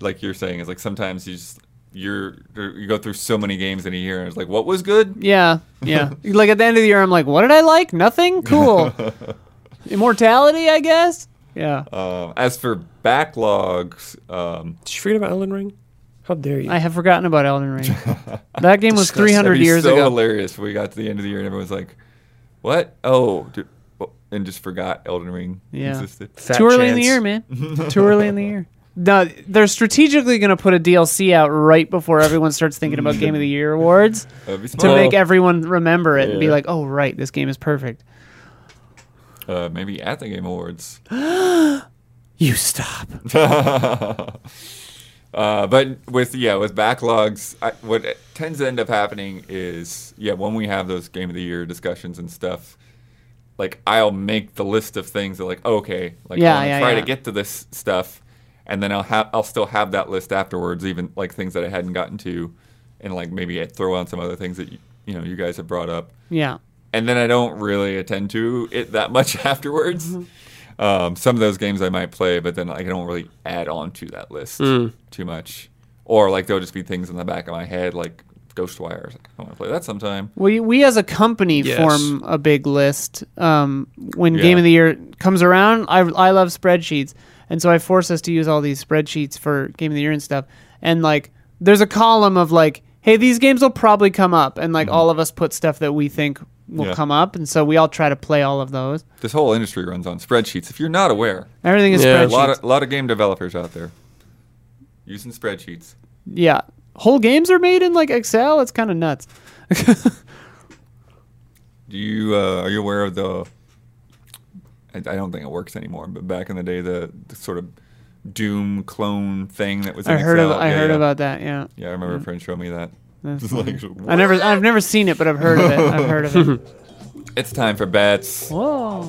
Speaker 2: like you're saying, is like sometimes you just you're you go through so many games in a year, and it's like what was good.
Speaker 1: Yeah, yeah. like at the end of the year, I'm like, what did I like? Nothing. Cool. Immortality, I guess. Yeah,
Speaker 2: Um, as for backlogs, um,
Speaker 3: Did you forget about Ellen Ring? How dare you?
Speaker 1: I have forgotten about Elden Ring. That game was
Speaker 3: Disgusting.
Speaker 1: 300
Speaker 2: That'd be
Speaker 1: years
Speaker 2: so
Speaker 1: ago.
Speaker 2: hilarious. We got to the end of the year and everyone's like, "What? Oh, dude. oh," and just forgot Elden Ring
Speaker 1: Yeah.
Speaker 2: existed."
Speaker 3: Fat
Speaker 1: Too early in the
Speaker 3: chance.
Speaker 1: year, man. Too early in the year. No, they're strategically going to put a DLC out right before everyone starts thinking about Game of the Year awards
Speaker 2: That'd be
Speaker 1: to
Speaker 2: smart.
Speaker 1: make everyone remember it and be
Speaker 3: Yeah.
Speaker 1: like, "Oh, right, this game is perfect."
Speaker 2: uh, maybe at the Game Awards.
Speaker 1: You stop.
Speaker 2: Uh, but with yeah, with backlogs, I, what tends to end up happening is yeah, when we have those Game of the Year discussions and stuff, like I'll make the list of things that like okay, like
Speaker 1: Yeah,
Speaker 2: I'm gonna
Speaker 1: yeah,
Speaker 2: try
Speaker 1: yeah.
Speaker 2: to get to this stuff, and then I'll have I'll still have that list afterwards, even like things that I hadn't gotten to, and like maybe I throw on some other things that you, you know you guys have brought up
Speaker 1: Yeah.
Speaker 2: and then I don't really attend to it that much afterwards.
Speaker 1: Mm-hmm.
Speaker 2: Um, some of those games I might play, but then like, I don't really add on to that list
Speaker 1: Mm.
Speaker 2: too much. Or like there'll just be things in the back of my head, like Ghostwire. Like, I want to play that sometime.
Speaker 1: We we as a company
Speaker 3: Yes.
Speaker 1: form a big list. Um, when
Speaker 2: Yeah.
Speaker 1: Game of the Year comes around, I I love spreadsheets, and so I force us to use all these spreadsheets for Game of the Year and stuff. And like, there's a column of like, hey, these games will probably come up, and like all of us put stuff that we think will
Speaker 2: Mm-hmm. Yeah.
Speaker 1: come up, and so we all try to play all of those.
Speaker 2: This whole industry runs on spreadsheets. If you're not aware,
Speaker 1: Everything is
Speaker 3: Yeah.
Speaker 2: a
Speaker 1: spreadsheets.
Speaker 2: lot of, lot of game developers out there using spreadsheets.
Speaker 1: yeah, whole games are made in like Excel. It's kind of nuts.
Speaker 2: Do you uh, are you aware of the? I, I don't think it works anymore. But back in the day, the, the sort of Doom clone thing that was.
Speaker 1: I
Speaker 2: in
Speaker 1: heard
Speaker 2: Excel.
Speaker 1: of, I
Speaker 2: Yeah,
Speaker 1: heard
Speaker 2: yeah.
Speaker 1: about that. Yeah.
Speaker 2: Yeah, I remember a friend showed me that. It's, like,
Speaker 1: I never, I've never seen it, but I've heard of it. I've heard of it.
Speaker 2: it's time for bets.
Speaker 1: Whoa!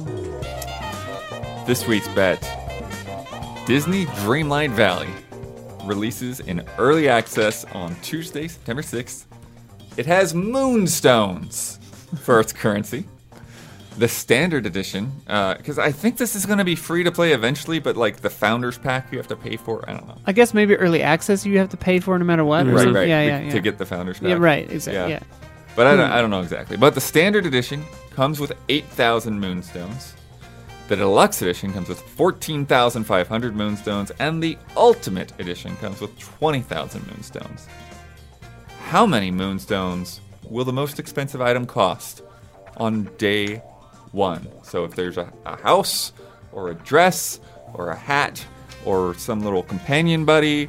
Speaker 2: This week's bet Disney Dreamlight Valley releases in early access on Tuesday, September 6th. It has moonstones for its currency. The standard edition, because I think this is going to be free to play eventually, but like the founders pack you have to pay for. I don't know.
Speaker 1: I guess maybe early access you have to pay for no matter what. or
Speaker 2: Right,
Speaker 1: something.
Speaker 2: right.
Speaker 1: Yeah,
Speaker 2: we-
Speaker 1: yeah, yeah.
Speaker 2: To get the founders pack.
Speaker 1: yeah, right. Exactly. Yeah.
Speaker 2: But I don't, I don't know exactly. But the standard edition comes with 8,000 moonstones. The deluxe edition comes with 14,500 moonstones. And the ultimate edition comes with 20,000 moonstones. How many moonstones will the most expensive item cost on day one? So if there's a, a house, or a dress, or a hat, or some little companion buddy,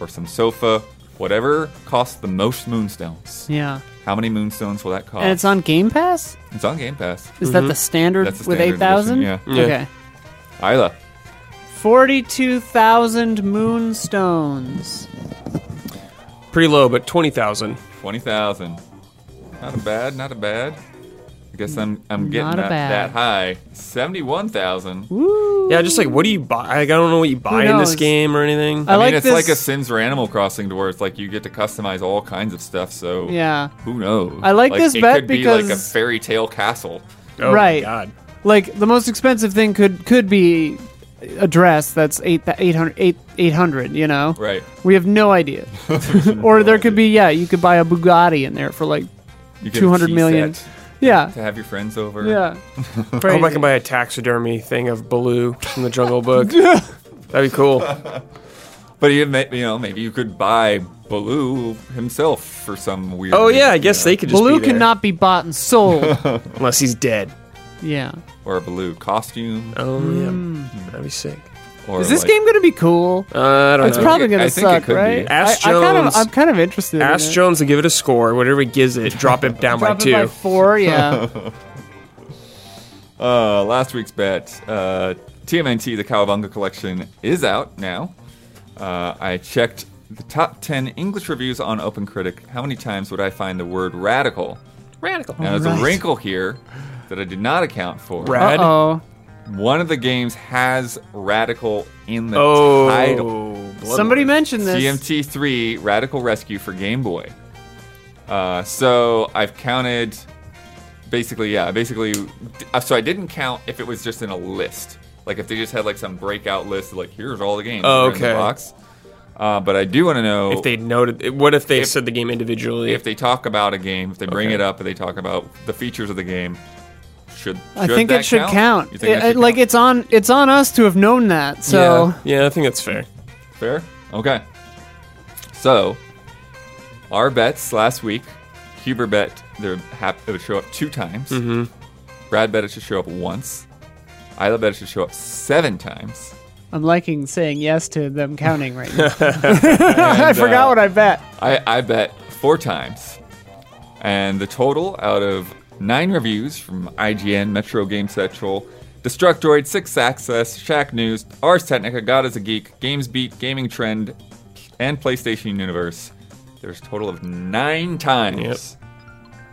Speaker 2: or some sofa, whatever costs the most moonstones.
Speaker 1: Yeah.
Speaker 2: How many moonstones will that cost?
Speaker 1: And it's on Game Pass.
Speaker 2: It's on Game Pass.
Speaker 1: Is that the standard
Speaker 2: Mm-hmm. That's the
Speaker 1: with
Speaker 2: standard
Speaker 1: eight thousand?
Speaker 2: edition,
Speaker 3: yeah. Yeah.
Speaker 1: Okay.
Speaker 2: Isla.
Speaker 1: Forty-two thousand moonstones.
Speaker 3: Pretty low, but twenty thousand.
Speaker 2: 20,000. Not a bad, not a bad. I guess I'm I'm getting
Speaker 1: Not a
Speaker 2: that,
Speaker 1: bad.
Speaker 2: that high. Seventy-one thousand. I
Speaker 1: Woo.
Speaker 3: Yeah, just like what do you buy? Like, I don't know what you buy in this
Speaker 1: knows? Uh,
Speaker 3: game or anything.
Speaker 1: I
Speaker 2: mean,
Speaker 1: like
Speaker 2: it's
Speaker 1: this.
Speaker 2: like a Sims or Animal Crossing, to where it's like you get to customize all kinds of stuff. So
Speaker 1: yeah.
Speaker 2: who knows?
Speaker 1: I like this
Speaker 2: it
Speaker 1: bet
Speaker 2: could be like a
Speaker 1: because-
Speaker 2: fairy tale castle.
Speaker 3: oh
Speaker 1: right.
Speaker 3: my god.
Speaker 1: like the most expensive thing could could be a dress that's eight eight hundred eight eight hundred. You know,
Speaker 2: Right.
Speaker 1: we have no idea. or there could be yeah, you could buy a Bugatti in there for like
Speaker 2: You get a
Speaker 1: two hundred
Speaker 2: tea
Speaker 1: million.
Speaker 2: set
Speaker 1: Yeah,
Speaker 2: to have your friends over.
Speaker 1: yeah.
Speaker 3: I hope I
Speaker 1: Crazy.
Speaker 3: can buy a taxidermy thing of Baloo from the Jungle Book. That'd be cool.
Speaker 2: But you, may, you know, maybe you could buy Baloo himself for some weird.
Speaker 3: Oh
Speaker 2: reason,
Speaker 3: yeah, I
Speaker 2: you
Speaker 3: guess
Speaker 2: know,
Speaker 3: they could just
Speaker 1: Baloo
Speaker 3: be there.
Speaker 1: cannot be bought and sold.
Speaker 3: unless he's dead.
Speaker 1: yeah.
Speaker 2: or a Baloo costume.
Speaker 3: Oh
Speaker 1: Hmm.
Speaker 3: yeah, that'd be sick.
Speaker 2: Or
Speaker 1: Is this
Speaker 2: like-
Speaker 1: game gonna be cool?
Speaker 3: Uh, I don't
Speaker 1: It's
Speaker 3: know.
Speaker 1: probably gonna
Speaker 2: I think it
Speaker 1: suck,
Speaker 2: could be.
Speaker 1: right?
Speaker 3: Ask
Speaker 1: I, I kind of,
Speaker 3: Jones.
Speaker 1: I'm kind of interested.
Speaker 3: Ask
Speaker 1: in it.
Speaker 3: Jones to give it a score. Whatever he gives it, drop it down
Speaker 1: Drop it
Speaker 3: by two.
Speaker 1: by four. Yeah.
Speaker 2: Uh, last week's bet, uh, TMNT, the Cowabunga collection, is out now. Uh, I checked the top 10 English reviews on OpenCritic. How many times would I find the word radical?
Speaker 3: Radical.
Speaker 2: Now, there's
Speaker 1: Alright.
Speaker 2: a wrinkle here that I did not account for.
Speaker 3: Rad.
Speaker 1: Uh oh.
Speaker 2: One of the games has radical in the
Speaker 3: Oh,
Speaker 2: title.
Speaker 3: blood
Speaker 1: Somebody
Speaker 3: orange.
Speaker 1: mentioned this.
Speaker 2: GMT3 Radical Rescue for Game Boy. Uh, so I've counted basically, yeah, basically. uh, So I didn't count if it was just in a list. Like if they just had like some breakout list, like here's all the games
Speaker 3: Oh,
Speaker 2: that are in
Speaker 3: okay.
Speaker 2: the box. Uh, but I do want to know
Speaker 3: If they noted, what if they
Speaker 2: If-
Speaker 3: said the game individually?
Speaker 2: if they talk about a game, if they bring
Speaker 3: Okay.
Speaker 2: it up and they talk about the features of the game, should, should
Speaker 1: I think
Speaker 2: that
Speaker 1: it should count.
Speaker 2: You think
Speaker 1: It-
Speaker 2: that should
Speaker 1: it- like
Speaker 2: count?
Speaker 1: it's on it's on us to have known that. So
Speaker 3: yeah, yeah, I think that's fair.
Speaker 2: Fair? Okay. So, our bets last week, Huber bet there hap- it would show up two times. Mm-hmm. Brad bet it should show up once. Isla bet it should show up seven times.
Speaker 1: I'm liking saying yes to them counting right now. I
Speaker 2: uh,
Speaker 1: forgot what I bet.
Speaker 2: I, I bet four times. And the total out of nine reviews from IGN, Metro Game Central, Destructoid, Six Access, Shack News, Ars Technica, God is a Geek, Games Beat, Gaming Trend, and PlayStation Universe. There's a total of nine times.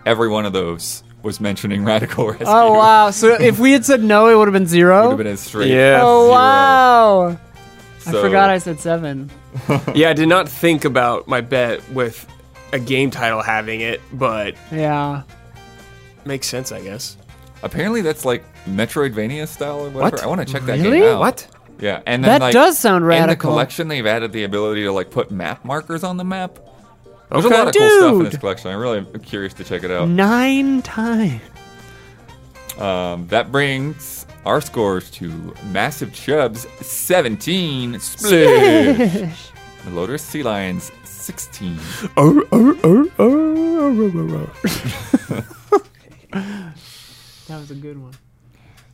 Speaker 2: Every one of those was mentioning Radical Rescue.
Speaker 1: Oh wow! So if we had said no, it would have been zero.
Speaker 2: Would have been a straight.
Speaker 3: Yeah.
Speaker 1: oh
Speaker 2: zero.
Speaker 1: wow! I
Speaker 2: So-
Speaker 1: forgot I said seven.
Speaker 3: Yeah, I did not think about my bet with a game title having it, but
Speaker 1: Yeah.
Speaker 3: makes sense, I guess.
Speaker 2: Apparently that's like Metroidvania style or whatever.
Speaker 3: What?
Speaker 2: I want to check that
Speaker 1: Really?
Speaker 2: game out.
Speaker 3: What?
Speaker 2: Yeah, and then
Speaker 1: That
Speaker 2: like,
Speaker 1: does sound
Speaker 2: In the
Speaker 1: radical.
Speaker 2: collection, they've added the ability to like put map markers on the map. There's
Speaker 3: Okay.
Speaker 2: a lot of cool stuff in this
Speaker 1: Dude.
Speaker 2: collection. I'm really curious to check it out.
Speaker 1: Nine times.
Speaker 2: Um, that brings our scores to Massive Chubs 17, Splish, Melodous Sea Lions 16.
Speaker 3: Oh, oh, oh, oh, oh, oh.
Speaker 1: That was a good one.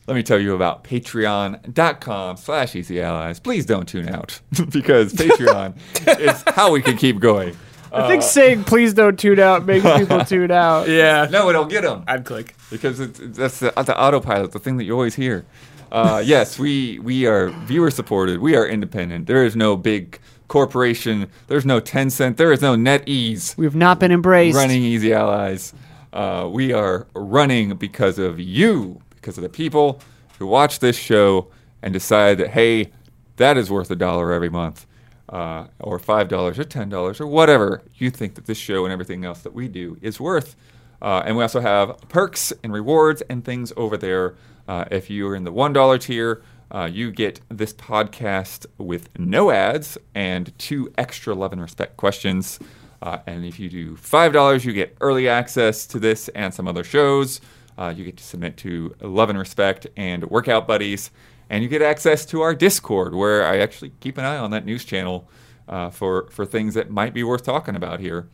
Speaker 2: Let me tell you about patreon.com slash easy allies. Please don't tune out because Patreon is how we can keep going.
Speaker 1: I think saying "please don't tune out" makes people tune out.
Speaker 3: Yeah.
Speaker 2: No, it'll get them.
Speaker 3: I'd click.
Speaker 2: because it's, it's- that's the, the autopilot, the thing that you always hear. Uh, yes, we we are viewer supported. We are independent. There is no big corporation. There's no Tencent. There is no NetEase
Speaker 1: We have not been embraced.
Speaker 2: running Easy Allies. Uh, we are running because of you, because of the people who watch this show and decide that hey, that is worth a dollar every month, uh, or five dollars, or ten dollars, or whatever you think that this show and everything else that we do is worth. Uh, and we also have perks and rewards and things over there. Uh, if you are in the one dollar tier. Uh, you get this podcast with no ads and two extra love and respect questions. Uh, and if you do $5, you get early access to this and some other shows. Uh, you get to submit to Love and Respect and Workout Buddies. And you get access to our Discord, where I actually keep an eye on that news channel uh, for, for things that might be worth talking about here.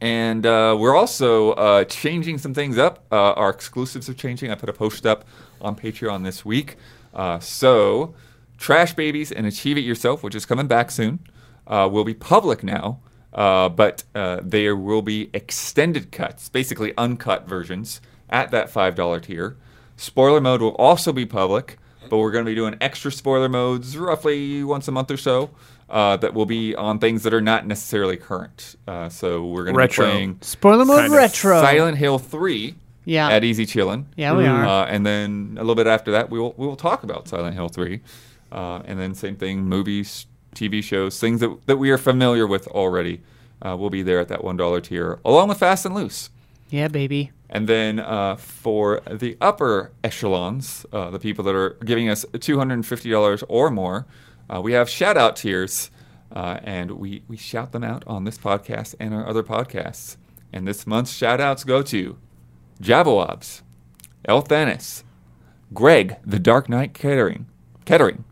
Speaker 2: And uh, we're also uh, changing some things up. Uh, our exclusives are changing. I put a post up on Patreon this week. Uh, so, Trash Babies and Achieve It Yourself, which is coming back soon, uh, will be public now. Uh, but uh, there will be extended cuts, basically uncut versions, at that $5 tier. Spoiler mode will also be public, but we're going to be doing extra spoiler modes roughly once a month or so uh, that will be on things that are not necessarily current. Uh, so we're going to be
Speaker 3: Retro.
Speaker 2: playing
Speaker 1: Spoiler mode
Speaker 3: Kind of
Speaker 1: retro.
Speaker 2: Silent Hill 3
Speaker 1: Yeah.
Speaker 2: at Easy Chillin'.
Speaker 1: Yeah, we are.
Speaker 2: Uh, and then a little bit after that, we will we will talk about Silent Hill three, uh, and then same thing, movies, TV shows, things that that we are familiar with already. Uh, will be there at that one dollar tier, along with Fast and Loose.
Speaker 1: yeah, baby.
Speaker 2: And then uh, for the upper echelons, uh, the people that are giving us $250 or more, uh, we have shout out tiers. Uh, and we, we shout them out on this podcast and our other podcasts. And this month's shout outs go to Jabawabs, El Thanis, Greg, The Dark Knight Kettering, Kettering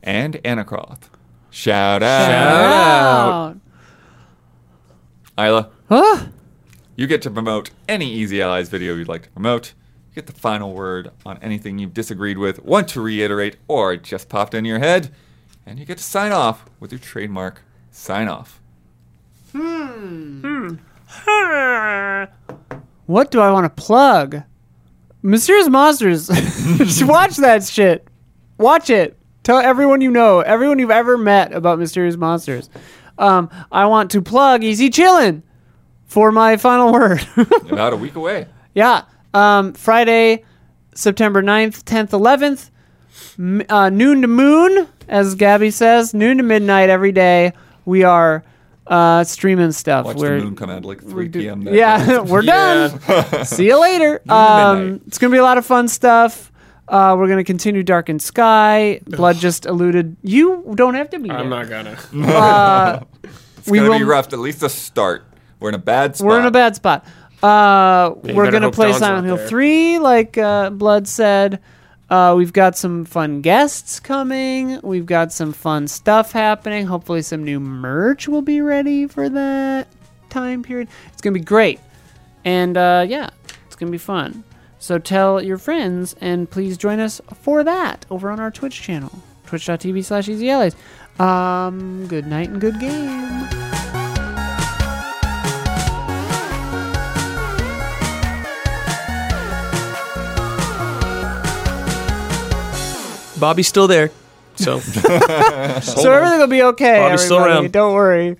Speaker 2: and Anacroft. Shout out.
Speaker 1: Wow.
Speaker 2: Isla.
Speaker 1: Huh?
Speaker 2: You get to promote any Easy Allies video you'd like to promote. You get the final word on anything you've disagreed with, want to reiterate, or it just popped into your head. And you get to sign off with your trademark sign off.
Speaker 1: What do I want to plug? Monsieur's Monsters. Just watch that shit. Watch it. Tell everyone you know, everyone you've ever met about Mysterious Monsters. Um, I want to plug Easy Chillin' for my final word.
Speaker 2: About a week away.
Speaker 1: Yeah. Um, Friday, September 9th, 10th, 11th, m- uh, noon to moon, as Gabby says, noon to midnight every day. We are uh, streaming stuff.
Speaker 2: Watch
Speaker 1: We're-
Speaker 2: the moon come out at like 3 p.m. that
Speaker 1: yeah,
Speaker 2: day.
Speaker 1: we're done. See you later. Um,
Speaker 2: midnight.
Speaker 1: it's going to be a lot of fun stuff. Uh, we're going to continue Dark and Sky. Blood just alluded. You don't have to be
Speaker 3: I'm
Speaker 1: there.
Speaker 3: not gonna.
Speaker 2: It's
Speaker 1: we
Speaker 2: going to be
Speaker 1: will-
Speaker 2: rough, at least the start. We're in a bad spot.
Speaker 1: We're in a bad spot. Uh,
Speaker 3: you
Speaker 1: we're
Speaker 3: better
Speaker 1: gonna
Speaker 3: hope
Speaker 1: play
Speaker 3: Don's
Speaker 1: Silent
Speaker 3: not
Speaker 1: Hill
Speaker 3: there.
Speaker 1: three, like uh, Blood said. Uh, we've got some fun guests coming. We've got some fun stuff happening. Hopefully, some new merch will be ready for that time period. It's gonna be great, and uh, yeah, it's gonna be fun. So tell your friends, and please join us for that over on our Twitch channel, twitch.tv/slash Easy Allies. Um, good night and good game.
Speaker 4: Bobby's still there. So.
Speaker 1: so everything will be okay.
Speaker 4: Bobby's still
Speaker 1: everybody.
Speaker 4: around.
Speaker 1: Don't worry.